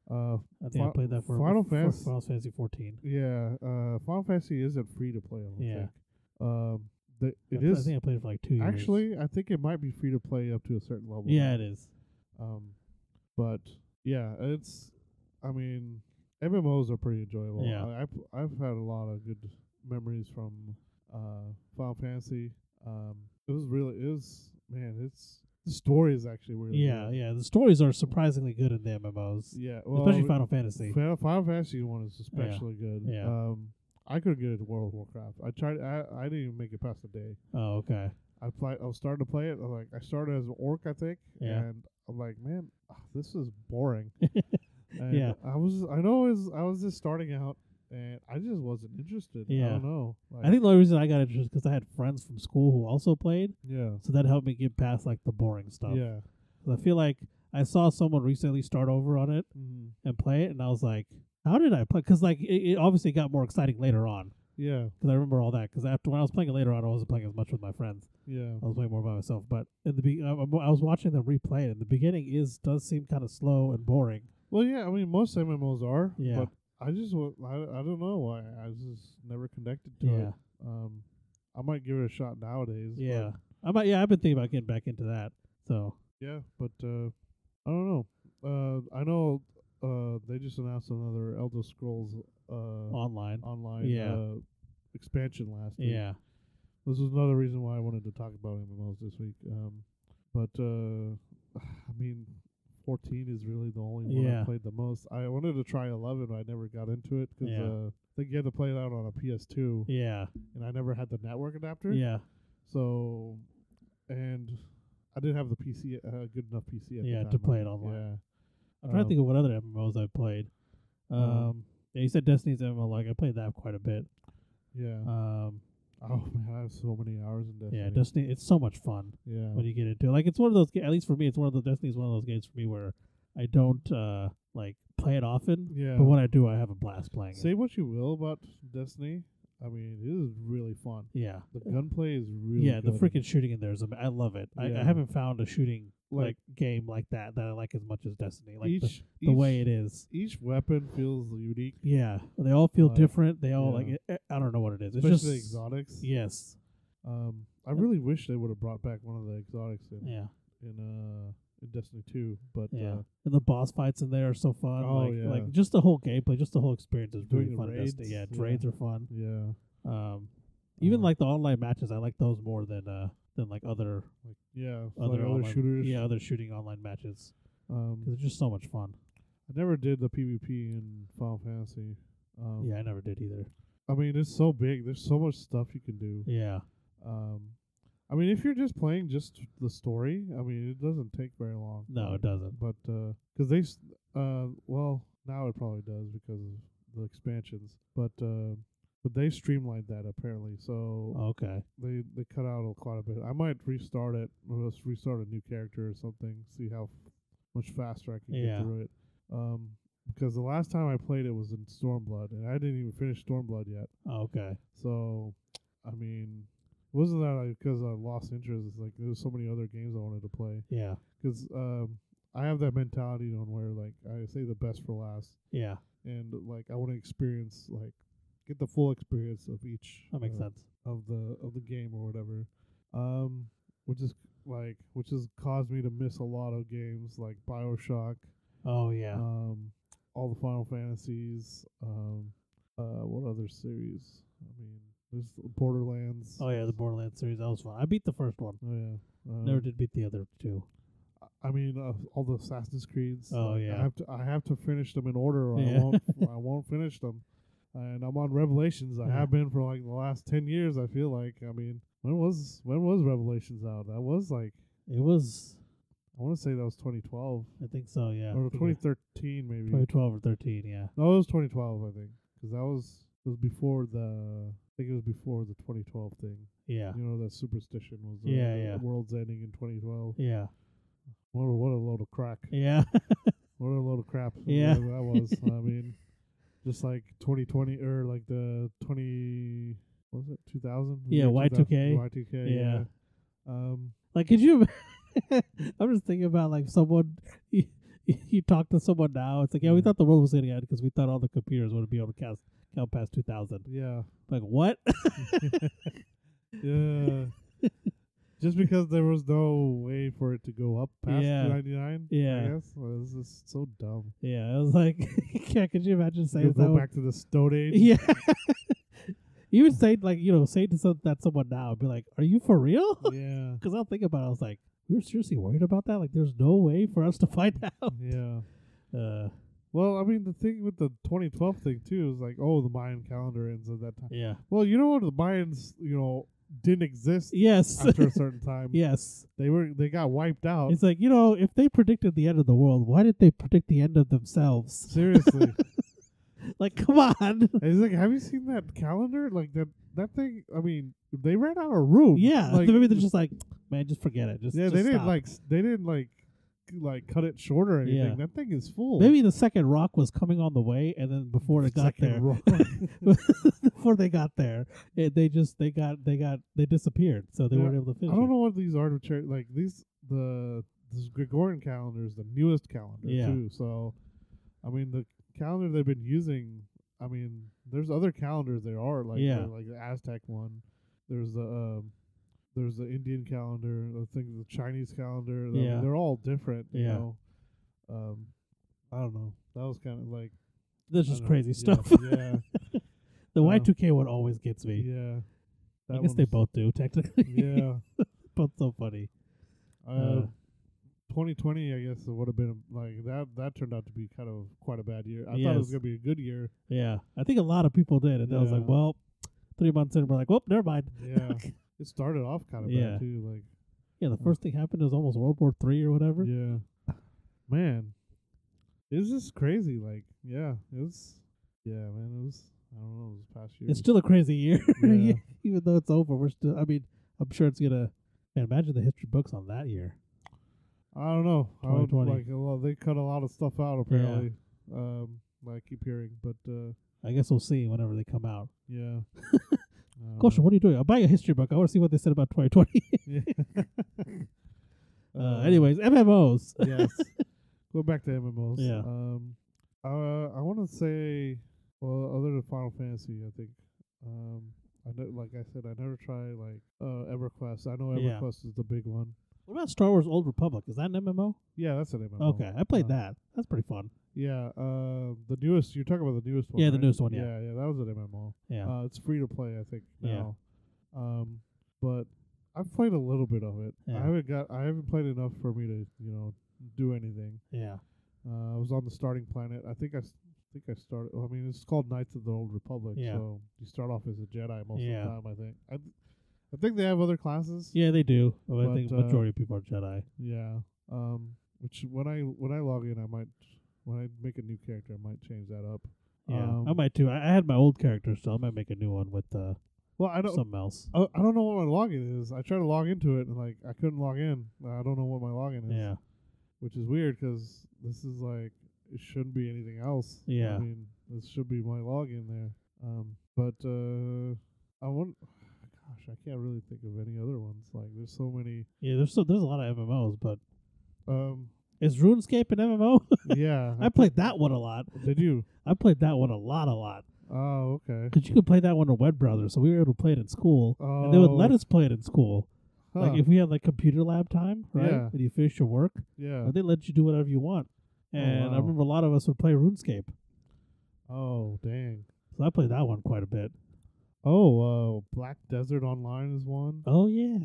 S2: Uh,
S1: I think I
S2: Fi-
S1: played that for
S2: Final
S1: for
S2: Fantasy-
S1: Final Fantasy 14.
S2: yeah. Uh, Final Fantasy isn't free to play. I don't
S1: Yeah.
S2: Think. Um, the,
S1: I
S2: it
S1: th- I
S2: is
S1: think I played it for like two years.
S2: actually. I think it might be free to play up to a certain level.
S1: yeah, it is.
S2: Um, but yeah, it's. I mean, MMOs are pretty enjoyable.
S1: Yeah.
S2: I, I've I've had a lot of good memories from uh, Final Fantasy. Um, it was really it was man. It's the story is actually really
S1: Yeah,
S2: good.
S1: yeah. The stories are surprisingly good in the MMOs,
S2: yeah. Well,
S1: especially Final Fantasy.
S2: Final, Final Fantasy one is especially good.
S1: Yeah.
S2: Um, I couldn't get into World of Warcraft. I tried. I I didn't even make it past the day.
S1: oh, okay.
S2: I play. I was starting to play it. I like I started as an orc, I think,
S1: Yeah.
S2: and I'm like, man, ah, this is boring. And
S1: Yeah.
S2: I was. I know. Is I was just starting out, and I just wasn't interested. I
S1: Yeah.
S2: don't know. Like,
S1: I think the only reason I got interested because I had friends from school who also played,
S2: Yeah.
S1: so that helped me get past like the boring stuff.
S2: Yeah.
S1: 'Cause I feel like I saw someone recently start over on it
S2: Mm-hmm.
S1: and play it, and I was like, "How did I play?" Because like it, it obviously got more exciting later on.
S2: Yeah.
S1: Because I remember all that. Because after when I was playing it later on, I wasn't playing as much with my friends.
S2: Yeah.
S1: I was playing more by myself. But in the be- I, I was watching them replay it. And the beginning is does seem kind of slow and boring.
S2: Well, yeah. I mean, most MMOs are.
S1: Yeah.
S2: But I just. wa- I, I don't know why. I was just never connected to
S1: Yeah,
S2: it. Um, I might give it a shot nowadays. but
S1: yeah. I might. Yeah, I've been thinking about getting back into that. So
S2: Yeah, but uh, I don't know. Uh, I know uh, they just announced another Elder Scrolls uh,
S1: online.
S2: online
S1: Oh, yeah.
S2: uh, expansion last week.
S1: Yeah,
S2: This is another reason why I wanted to talk about MMOs this week. Um, but uh, I mean, 14 is really the only one
S1: Yeah.
S2: I played the most. I wanted to try 11, but I never got into it because
S1: Yeah.
S2: uh, I think you had to play it out on a PS2,
S1: yeah,
S2: and I never had the network adapter.
S1: yeah,
S2: So, and I didn't have the PC, uh, good enough PC. At the
S1: yeah.
S2: time,
S1: To play
S2: I-
S1: it online.
S2: Yeah.
S1: I'm trying to think of what other MMOs I've played. Um,
S2: Um,
S1: yeah, you said Destiny's MMO. Like I played that quite a bit.
S2: Yeah.
S1: Um,
S2: oh man, I have so many hours in Destiny.
S1: yeah, Destiny. It's so much fun
S2: yeah.
S1: when you get into it. Like it's one of those. ga- At least for me, it's one of the Destiny's one of those games for me where I don't uh like play it often.
S2: yeah.
S1: But when I do, I have a blast playing it.
S2: Say what you will about Destiny. I mean, it is really fun.
S1: Yeah.
S2: The gunplay is really
S1: yeah, the
S2: good.
S1: freaking shooting in there is. am- I love it. I, I
S2: Yeah.
S1: haven't found a shooting like,
S2: like,
S1: game like that that I like as much as Destiny. Like
S2: each
S1: the,
S2: each,
S1: the way it is.
S2: each weapon feels unique,
S1: Yeah, they all feel
S2: Like,
S1: different. They all
S2: yeah.
S1: like. It, it- I don't know what it is. It's
S2: especially
S1: just
S2: the exotics.
S1: Yes.
S2: Um, I really wish they would have brought back one of the exotics in
S1: Yeah.
S2: in, uh, in Destiny Two, but
S1: Yeah.
S2: uh,
S1: and the boss fights in there are so fun.
S2: Oh,
S1: like,
S2: yeah.
S1: like just the whole gameplay, just the whole experience is
S2: Doing
S1: really
S2: the
S1: fun. in Destiny.
S2: raids,
S1: Yeah,
S2: yeah.
S1: raids are fun.
S2: yeah,
S1: Um, even
S2: Uh,
S1: like the online matches, I like those more than uh than like other
S2: like yeah,
S1: other,
S2: like other
S1: online-
S2: shooters.
S1: Yeah, other shooting online matches.
S2: Um,
S1: 'Cause it's just so much fun.
S2: I never did the PvP in Final Fantasy. Um,
S1: Yeah, I never did either.
S2: I mean it's so big. There's so much stuff you can do.
S1: Yeah,
S2: Um, I mean if you're just playing just the story, I mean it doesn't take very long.
S1: no, it doesn't.
S2: But uh 'cause they, s uh, well now it probably does because of the expansions. But uh, But they streamlined that apparently, so
S1: Okay.
S2: they they cut out a lot of it. I might restart it, or just restart a new character or something. See how f- much faster I can
S1: Yeah.
S2: get through it. Um, because the last time I played it was in Stormblood, and I didn't even finish Stormblood yet.
S1: Okay.
S2: So, I mean, it wasn't that like because I lost interest? It's like there's so many other games I wanted to play.
S1: Yeah.
S2: Because um, I have that mentality on where like I say the best for last,
S1: Yeah.
S2: and like I want to experience like get the full experience of each.
S1: That makes
S2: uh,
S1: sense.
S2: of the of the game or whatever. Um, which is like which has caused me to miss a lot of games like Bioshock,
S1: Oh yeah.
S2: um, all the Final Fantasies, um, uh, what other series? I mean, there's the Borderlands.
S1: oh yeah. The Borderlands series. That was fun. I beat the first one.
S2: Oh, yeah. Um,
S1: Never did beat the other two.
S2: I mean, uh, all the Assassin's Creeds.
S1: Oh,
S2: like,
S1: yeah.
S2: I have to I have to finish them in order, or
S1: Yeah.
S2: I won't I won't finish them. And I'm on Revelations. I
S1: Yeah.
S2: have been for like the last ten years. I feel like. I mean, when was when was Revelations out? That was like
S1: It was.
S2: I want to say that was 2012
S1: I think so. Yeah.
S2: or
S1: I think it was
S2: 2013 maybe.
S1: 2012 or 13. Yeah.
S2: No, it was 2012 I think because that was it was before the I think it was before the 2012 thing.
S1: Yeah.
S2: You know that superstition was the,
S1: Yeah,
S2: the
S1: yeah.
S2: world's ending in 2012.
S1: Yeah.
S2: What a, what a load of crack.
S1: Yeah.
S2: What a load of crap.
S1: Yeah.
S2: whatever that was. I mean, just like 2020 or like the 20 what was it 2000?
S1: Yeah, Y2K.
S2: Y2K.
S1: Yeah.
S2: yeah. Um.
S1: Like, could you? I'm just thinking about like someone. You, you talk to someone now. It's like, yeah, we
S2: Yeah.
S1: thought the world was getting out because we thought all the computers would be able to cast count past 2,000.
S2: Yeah.
S1: Like, what?
S2: Yeah. Just because there was no way for it to go up past
S1: Yeah.
S2: 99,
S1: Yeah.
S2: I guess. Well, this is so dumb.
S1: yeah, I was like, yeah. Could you imagine
S2: They
S1: saying that?
S2: go
S1: one?
S2: back to the Stone Age.
S1: Yeah. you would say like you know say to some, that someone now and be like, "Are you for real?"
S2: Yeah.
S1: Because I'll think about it. I was like, "We were seriously worried about that. Like, there's no way for us to find out."
S2: Yeah.
S1: Uh,
S2: Well, I mean, the thing with the 2012 thing, too, is like, oh, the Mayan calendar ends at that time.
S1: yeah.
S2: Well, you know what? The Mayans, you know, didn't exist
S1: Yes.
S2: after a certain time.
S1: yes.
S2: They were they got wiped out.
S1: It's like you know, if they predicted the end of the world, why did they predict the end of themselves?
S2: Seriously.
S1: Like, come on.
S2: it's like, have you seen that calendar? Like, that, that thing, I mean, they ran out of room.
S1: yeah.
S2: Like,
S1: maybe they're just like, man, just forget it. Just
S2: Yeah,
S1: just
S2: they didn't
S1: stop."
S2: like s- they didn't like c- like cut it short or anything.
S1: Yeah.
S2: That thing is full.
S1: Maybe the second rock was coming on the way, and then before it
S2: It's
S1: got
S2: like a
S1: there,
S2: rock.
S1: before they got there, it, they just they got they got they disappeared, so they
S2: Yeah.
S1: weren't able to finish.
S2: I don't
S1: it.
S2: know what these arbitrary like these the this Gregorian calendar is the newest calendar
S1: Yeah.
S2: too. So, I mean the calendar they've been using. I mean, there's other calendars there are like
S1: Yeah.
S2: the, like the Aztec one. There's the um, there's the Indian calendar. I think the Chinese calendar. I mean,
S1: Yeah.
S2: they're all different. You
S1: Yeah.
S2: know, um, I don't know. That was kind of like
S1: This
S2: I
S1: is
S2: don't know.
S1: crazy
S2: Yeah,
S1: stuff.
S2: yeah.
S1: the
S2: I
S1: Y
S2: don't-
S1: two K one always gets me.
S2: Yeah.
S1: I guess they both do technically.
S2: Yeah.
S1: both so funny.
S2: Uh,
S1: Uh,
S2: 2020, I guess, it would have been like that. That turned out to be kind of quite a bad year. I thought it was
S1: Yes.
S2: gonna be a good year.
S1: Yeah, I think a lot of people did, and I was like,
S2: Yeah.
S1: well, three months in, we're like, whoop, never mind.
S2: Yeah. it started off kind of
S1: Yeah.
S2: bad too.
S1: Yeah, the first thing happened was almost World War Three or whatever.
S2: Like, Hmm. yeah. Man, this is crazy. Like, yeah, it was. Yeah, man, it was. I don't know. It was past year.
S1: It's still a crazy year,
S2: Yeah.
S1: even though it's over. We're still. I mean, I'm sure it's gonna. Man, imagine the history books on that year.
S2: I don't know. I would,
S1: 2020.
S2: like, a lot, they cut a lot of stuff out apparently. Um, I keep hearing, but uh,
S1: I guess we'll see whenever they come out.
S2: yeah. I don't
S1: Gosh,
S2: know.
S1: what are you doing? I'll buy you a history book. I want to see what they said about 2020.
S2: Yeah. Uh-huh.
S1: uh, anyways, MMOs.
S2: yes. Go back to MMOs.
S1: Yeah.
S2: Um, uh, I want to say, well, other than Final Fantasy, I think. Um, I know, like I said, I never tried like uh EverQuest. I know
S1: Yeah.
S2: EverQuest is the big one.
S1: What about Star Wars Old Republic? Is that an MMO?
S2: Yeah, that's an MMO.
S1: Okay, I played
S2: Uh,
S1: that. That's pretty fun.
S2: Yeah. Uh, the newest. You're talking about the newest one.
S1: Yeah, the
S2: right?
S1: newest one, yeah.
S2: Yeah, yeah. That was an MMO.
S1: Yeah.
S2: Uh, it's free to play, I think
S1: Yeah.
S2: now. Um, but I've played a little bit of it.
S1: Yeah.
S2: I haven't got. I haven't played enough for me to, you know, do anything.
S1: yeah.
S2: Uh, I was on the starting planet. I think I, s- think I started. I mean, it's called Knights of the Old Republic.
S1: Yeah.
S2: So you start off as a Jedi most
S1: Yeah.
S2: of the time. I think. I, th- I think they have other classes.
S1: Yeah, they do. But I
S2: But,
S1: think
S2: uh,
S1: majority of people are Jedi.
S2: Yeah. Um. Which when I when I log in, I might when I make a new character, I might change that up.
S1: Yeah, I
S2: Um,
S1: might too. I, I had my old character, so I might make a new one with uh,
S2: Well, I don't.
S1: something else.
S2: I, I don't know what my login is. I tried to log into it and like I couldn't log in. I don't know what my login is.
S1: Yeah,
S2: Which is weird 'cause this is like it shouldn't be anything else.
S1: Yeah.
S2: I mean, this should be my login there. Um, but uh, I want. Gosh, I can't really think of any other ones. Like, there's so many.
S1: yeah. There's so there's a lot of MMOs, but
S2: Um,
S1: is RuneScape an MMO?
S2: yeah.
S1: I played that one a lot.
S2: Did you?
S1: I played that one a lot, a lot.
S2: Oh, okay.
S1: Because you could play that one on Web browser, so we were able to play it in school. And they would let
S2: Oh,
S1: us play it in school.
S2: huh,
S1: Like if we had like computer lab time, right?
S2: Yeah.
S1: And you finish your work,
S2: yeah. Oh,
S1: and they let you do whatever you want. And I
S2: wow.
S1: remember a lot of us would play RuneScape.
S2: Oh, dang.
S1: So I played that one quite a bit.
S2: Oh, uh, Black Desert Online is one.
S1: Oh yeah.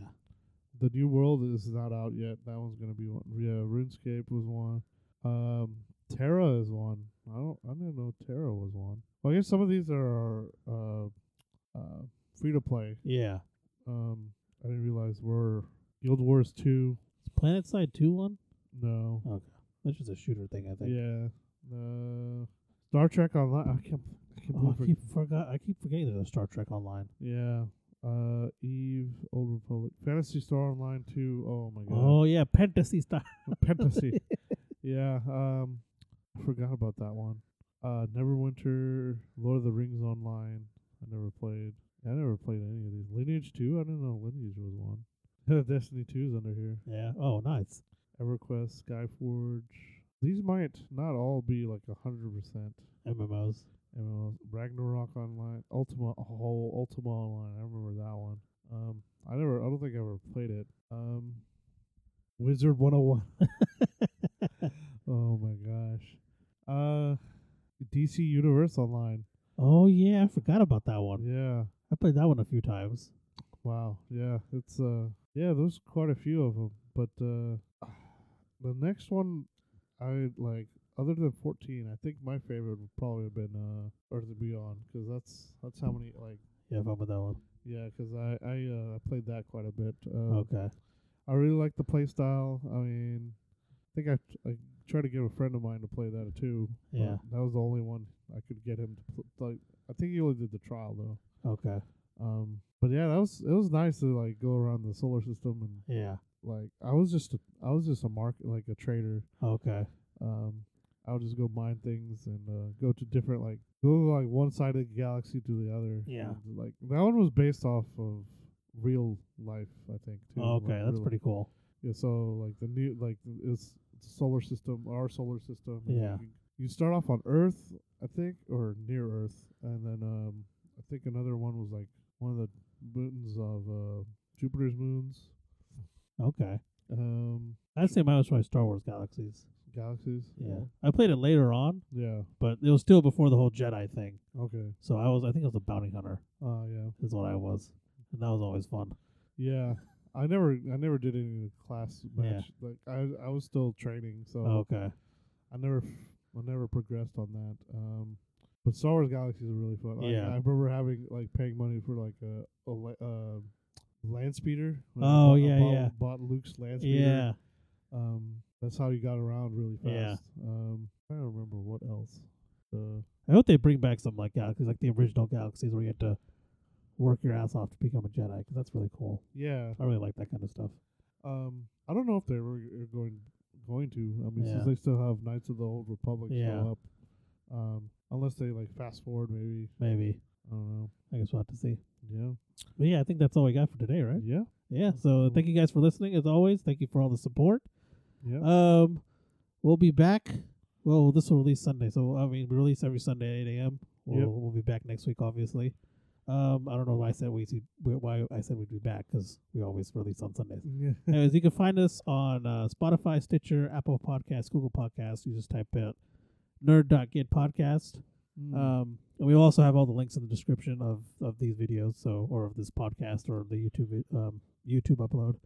S2: The New World is not out yet. That one's gonna be one. Yeah, RuneScape was one. Um, Terra is one. I don't. I didn't know Terra was one. Well, I guess some of these are uh, uh, free to play.
S1: Yeah.
S2: Um, I didn't realize were Guild Wars two.
S1: Is Planet Side two one?
S2: No.
S1: That's just a shooter thing, I think.
S2: Yeah. Uh, Star Trek Online. I can't. I can't
S1: Oh,
S2: believe
S1: I
S2: we're-
S1: keep forgot I keep forgetting there's a Star Trek online.
S2: Yeah. Uh, Eve, Old Republic, Fantasy Star Online two. Oh my god.
S1: Oh yeah, Fantasy Star
S2: Fantasy. yeah. Um, I forgot about that one. Uh, Neverwinter, Lord of the Rings Online. I never played. I never played any of these. Lineage two. I didn't know Lineage was one. Destiny two is under here.
S1: Yeah. Oh nice.
S2: EverQuest, Skyforge. These might not all be like a hundred percent.
S1: MMOs.
S2: MMOs. Ragnarok Online, Ultima, oh, Ultima Online. I remember that one. Um, I never, I don't think I ever played it. Um, Wizard 101. oh my gosh. Uh, DC Universe Online.
S1: Oh yeah, I forgot about that one.
S2: Yeah.
S1: I played that one a few times.
S2: Wow. Yeah. It's, uh, yeah, there's quite a few of them. But, uh, the next one I like, other than 14, I think my favorite would probably have been, uh, Earth and Beyond, 'cause that's, that's how many, like,
S1: Yeah, fun with that one.
S2: Yeah, 'cause I I uh, played that quite a bit. Uh,
S1: Okay.
S2: I really like the play style. I mean, I think I t- I tried to get a friend of mine to play that too. but
S1: Yeah.
S2: that was the only one I could get him to pl- like. I think he only did the trial though.
S1: Okay.
S2: Um, but yeah, that was it was nice to like go around the solar system and
S1: Yeah.
S2: like I was just a, I was just a market like a trader.
S1: Okay.
S2: Um, I would just go mine things and uh, go to different like go like one side of the galaxy to the other.
S1: Yeah.
S2: and, like that one was based off of real life, I think. Too.
S1: Oh,
S2: like,
S1: okay, that's
S2: real-
S1: pretty cool.
S2: Yeah, so like the new like it's the solar system, our solar system. and
S1: Yeah.
S2: You, you start off on Earth, I think, or near Earth, and then um, I think another one was like one of the moons of uh, Jupiter's moons,
S1: Okay.
S2: um,
S1: I'd say mine was probably Star Wars Galaxies.
S2: galaxies.
S1: Yeah. I played it later on,
S2: Yeah.
S1: but it was still before the whole Jedi thing.
S2: Okay.
S1: So I was, I think I was a bounty hunter,
S2: Uh, yeah.
S1: is what I was. And that was always fun.
S2: Yeah, I never, I never did any of the class
S1: Yeah. Oh.
S2: match. Like I, I was still training, so
S1: okay.
S2: I never, I never progressed on that. Um, but Star Wars Galaxy is really fun. Like,
S1: Yeah.
S2: I remember having like paying money for like a, a la- uh, land speeder. Like, I
S1: Oh,
S2: bought- I
S1: yeah,
S2: bought,
S1: yeah.
S2: Bought Luke's land speeder.
S1: Yeah.
S2: Um, that's how you got around really fast.
S1: Yeah.
S2: Um, I don't remember what else. Uh,
S1: I hope they bring back something like Galaxies, like the original Galaxies, where you had to work your ass off to become a Jedi, 'cause that's really cool.
S2: yeah.
S1: I really like that kind of stuff.
S2: Um, I don't know if they were are going going to. I mean,
S1: Yeah.
S2: since they still have Knights of the Old Republic
S1: Yeah.
S2: show up, um, unless they like fast forward, maybe
S1: Maybe.
S2: I don't know.
S1: I guess we'll have to see.
S2: Yeah,
S1: But yeah, I think that's all we got for today, right?
S2: yeah,
S1: Yeah. So thank you guys for listening, as always. Thank you for all the support.
S2: yeah.
S1: Um, we'll be back. Well, this will release Sunday, so I mean, we release every Sunday at eight a.m. We'll,
S2: Yep.
S1: we'll be back next week, obviously. Um, I don't know why I said we why I said we'd be back because we always release on Sundays.
S2: yeah.
S1: Anyways, you can find us on uh, Spotify, Stitcher, Apple Podcasts, Google Podcasts. You just type out nerd.get podcast.
S2: Mm.
S1: Um, and we also have all the links in the description of, of these videos, so or of this podcast or the YouTube vi- um, YouTube upload.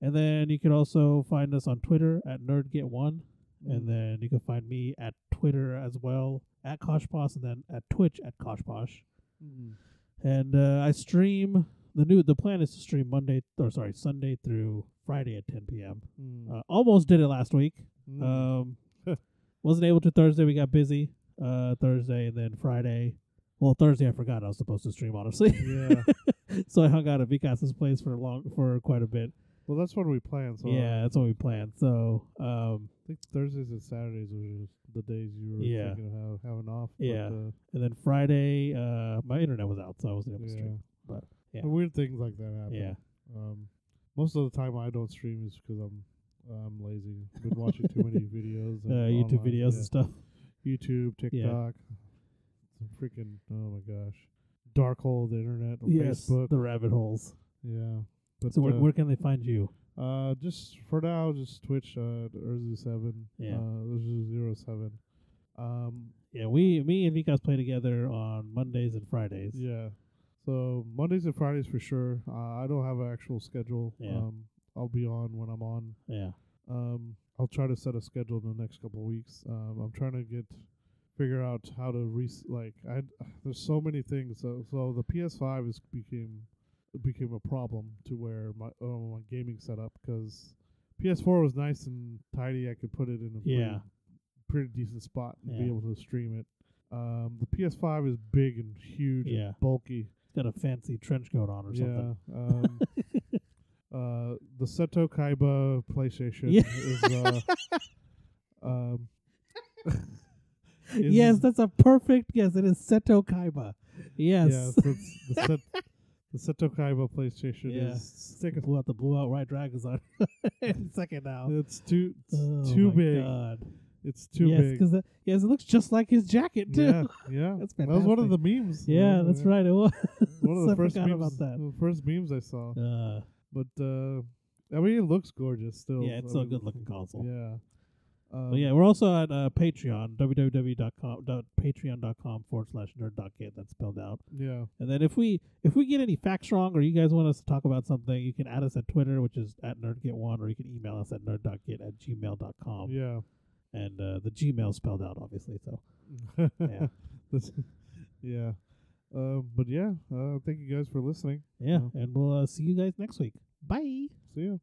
S1: And then you can also find us on Twitter at nerdget1,
S2: Hmm.
S1: and then you can find me at Twitter as well at Koshposh, and then at Twitch at Koshposh.
S2: Mm.
S1: And uh, I stream the new the plan is to stream Monday or sorry Sunday through Friday at 10 p.m.
S2: Mm.
S1: Uh, almost did Uh, it last week.
S2: Mm.
S1: Um, wasn't able to Thursday. We got busy. uh, Thursday, and then Friday. Well, Thursday I forgot I was supposed to stream, honestly.
S2: yeah.
S1: so I hung out at Vicas's place for long for quite a bit.
S2: Well, that's what we planned. So uh,
S1: yeah, that's what we planned. So um,
S2: I think Thursdays and Saturdays were the days you were
S1: Yeah.
S2: thinking of ha- having off.
S1: Yeah.
S2: But, uh,
S1: and then Friday, uh, my internet was out, so I wasn't able to
S2: yeah.
S1: stream. but, yeah.
S2: Weird things like that happen.
S1: Yeah,
S2: Um, most of the time I don't stream is because I'm I'm lazy. I've been watching too many videos. and
S1: uh, YouTube
S2: online-
S1: videos and
S2: yeah.
S1: stuff.
S2: YouTube, TikTok, some freaking oh my gosh, dark hole of the internet, on
S1: Yes,
S2: Facebook.
S1: the rabbit holes.
S2: Yeah. But
S1: So where,
S2: uh,
S1: where can they find you?
S2: Uh, just for now, just Twitch. Uh, Urzu seven.
S1: Yeah.
S2: Uh, Urzu zero seven. Um,
S1: Yeah, we, me and Vikas play together on Mondays and Fridays.
S2: yeah. So Mondays and Fridays for sure. Uh, I don't have an actual schedule.
S1: Yeah.
S2: Um, I'll be on when I'm on.
S1: yeah.
S2: Um, I'll try to set a schedule in the next couple of weeks. Um, I'm trying to get figure out how to re like I there's so many things. So so the PS5 is became became a problem to where my oh, my gaming setup because PS4 was nice and tidy. I could put it in a
S1: Yeah.
S2: pretty, pretty decent spot and
S1: Yeah.
S2: be able to stream it. Um, the PS5 is big and huge
S1: Yeah.
S2: and bulky.
S1: It's got a fancy trench coat on or something.
S2: Yeah. Um, uh, the Seto Kaiba PlayStation
S1: Yeah.
S2: is. Uh, um, is-
S1: yes, that's a perfect yes. It is Seto Kaiba. Yes.
S2: yes, that's the, set, the Seto Kaiba PlayStation
S1: Yeah.
S2: is thick as
S1: Blew out the blue out right dragons on in a second now.
S2: It's too it's
S1: Oh
S2: too
S1: my
S2: big.
S1: God.
S2: It's too
S1: yes,
S2: big.
S1: because yes, it looks just like his jacket too.
S2: Yeah, yeah.
S1: That's
S2: that was one of
S1: fantastic.
S2: the memes.
S1: Yeah, that's right. It was.
S2: One of the
S1: I
S2: first
S1: forgot
S2: memes,
S1: about that.
S2: The first memes I saw.
S1: Uh,
S2: But uh, I mean, it looks gorgeous still.
S1: yeah, it's
S2: I
S1: a
S2: mean,
S1: good looking console.
S2: Yeah. Um,
S1: But yeah, we're also on uh, Patreon, www.patreon.com forward slash nerd dot kid. That's spelled out.
S2: Um, Yeah.
S1: And then if we if we get any facts wrong or you guys want us to talk about something, you can add us at Twitter, which is at nerdgit1, or you can email us at nerd.git at gmail dot com.
S2: Yeah.
S1: And uh, the Gmail spelled out, obviously. So
S2: yeah. yeah. Uh, but yeah, uh, thank you guys for listening.
S1: yeah,
S2: Yeah.
S1: and we'll uh, see you guys next week. Bye.
S2: See ya.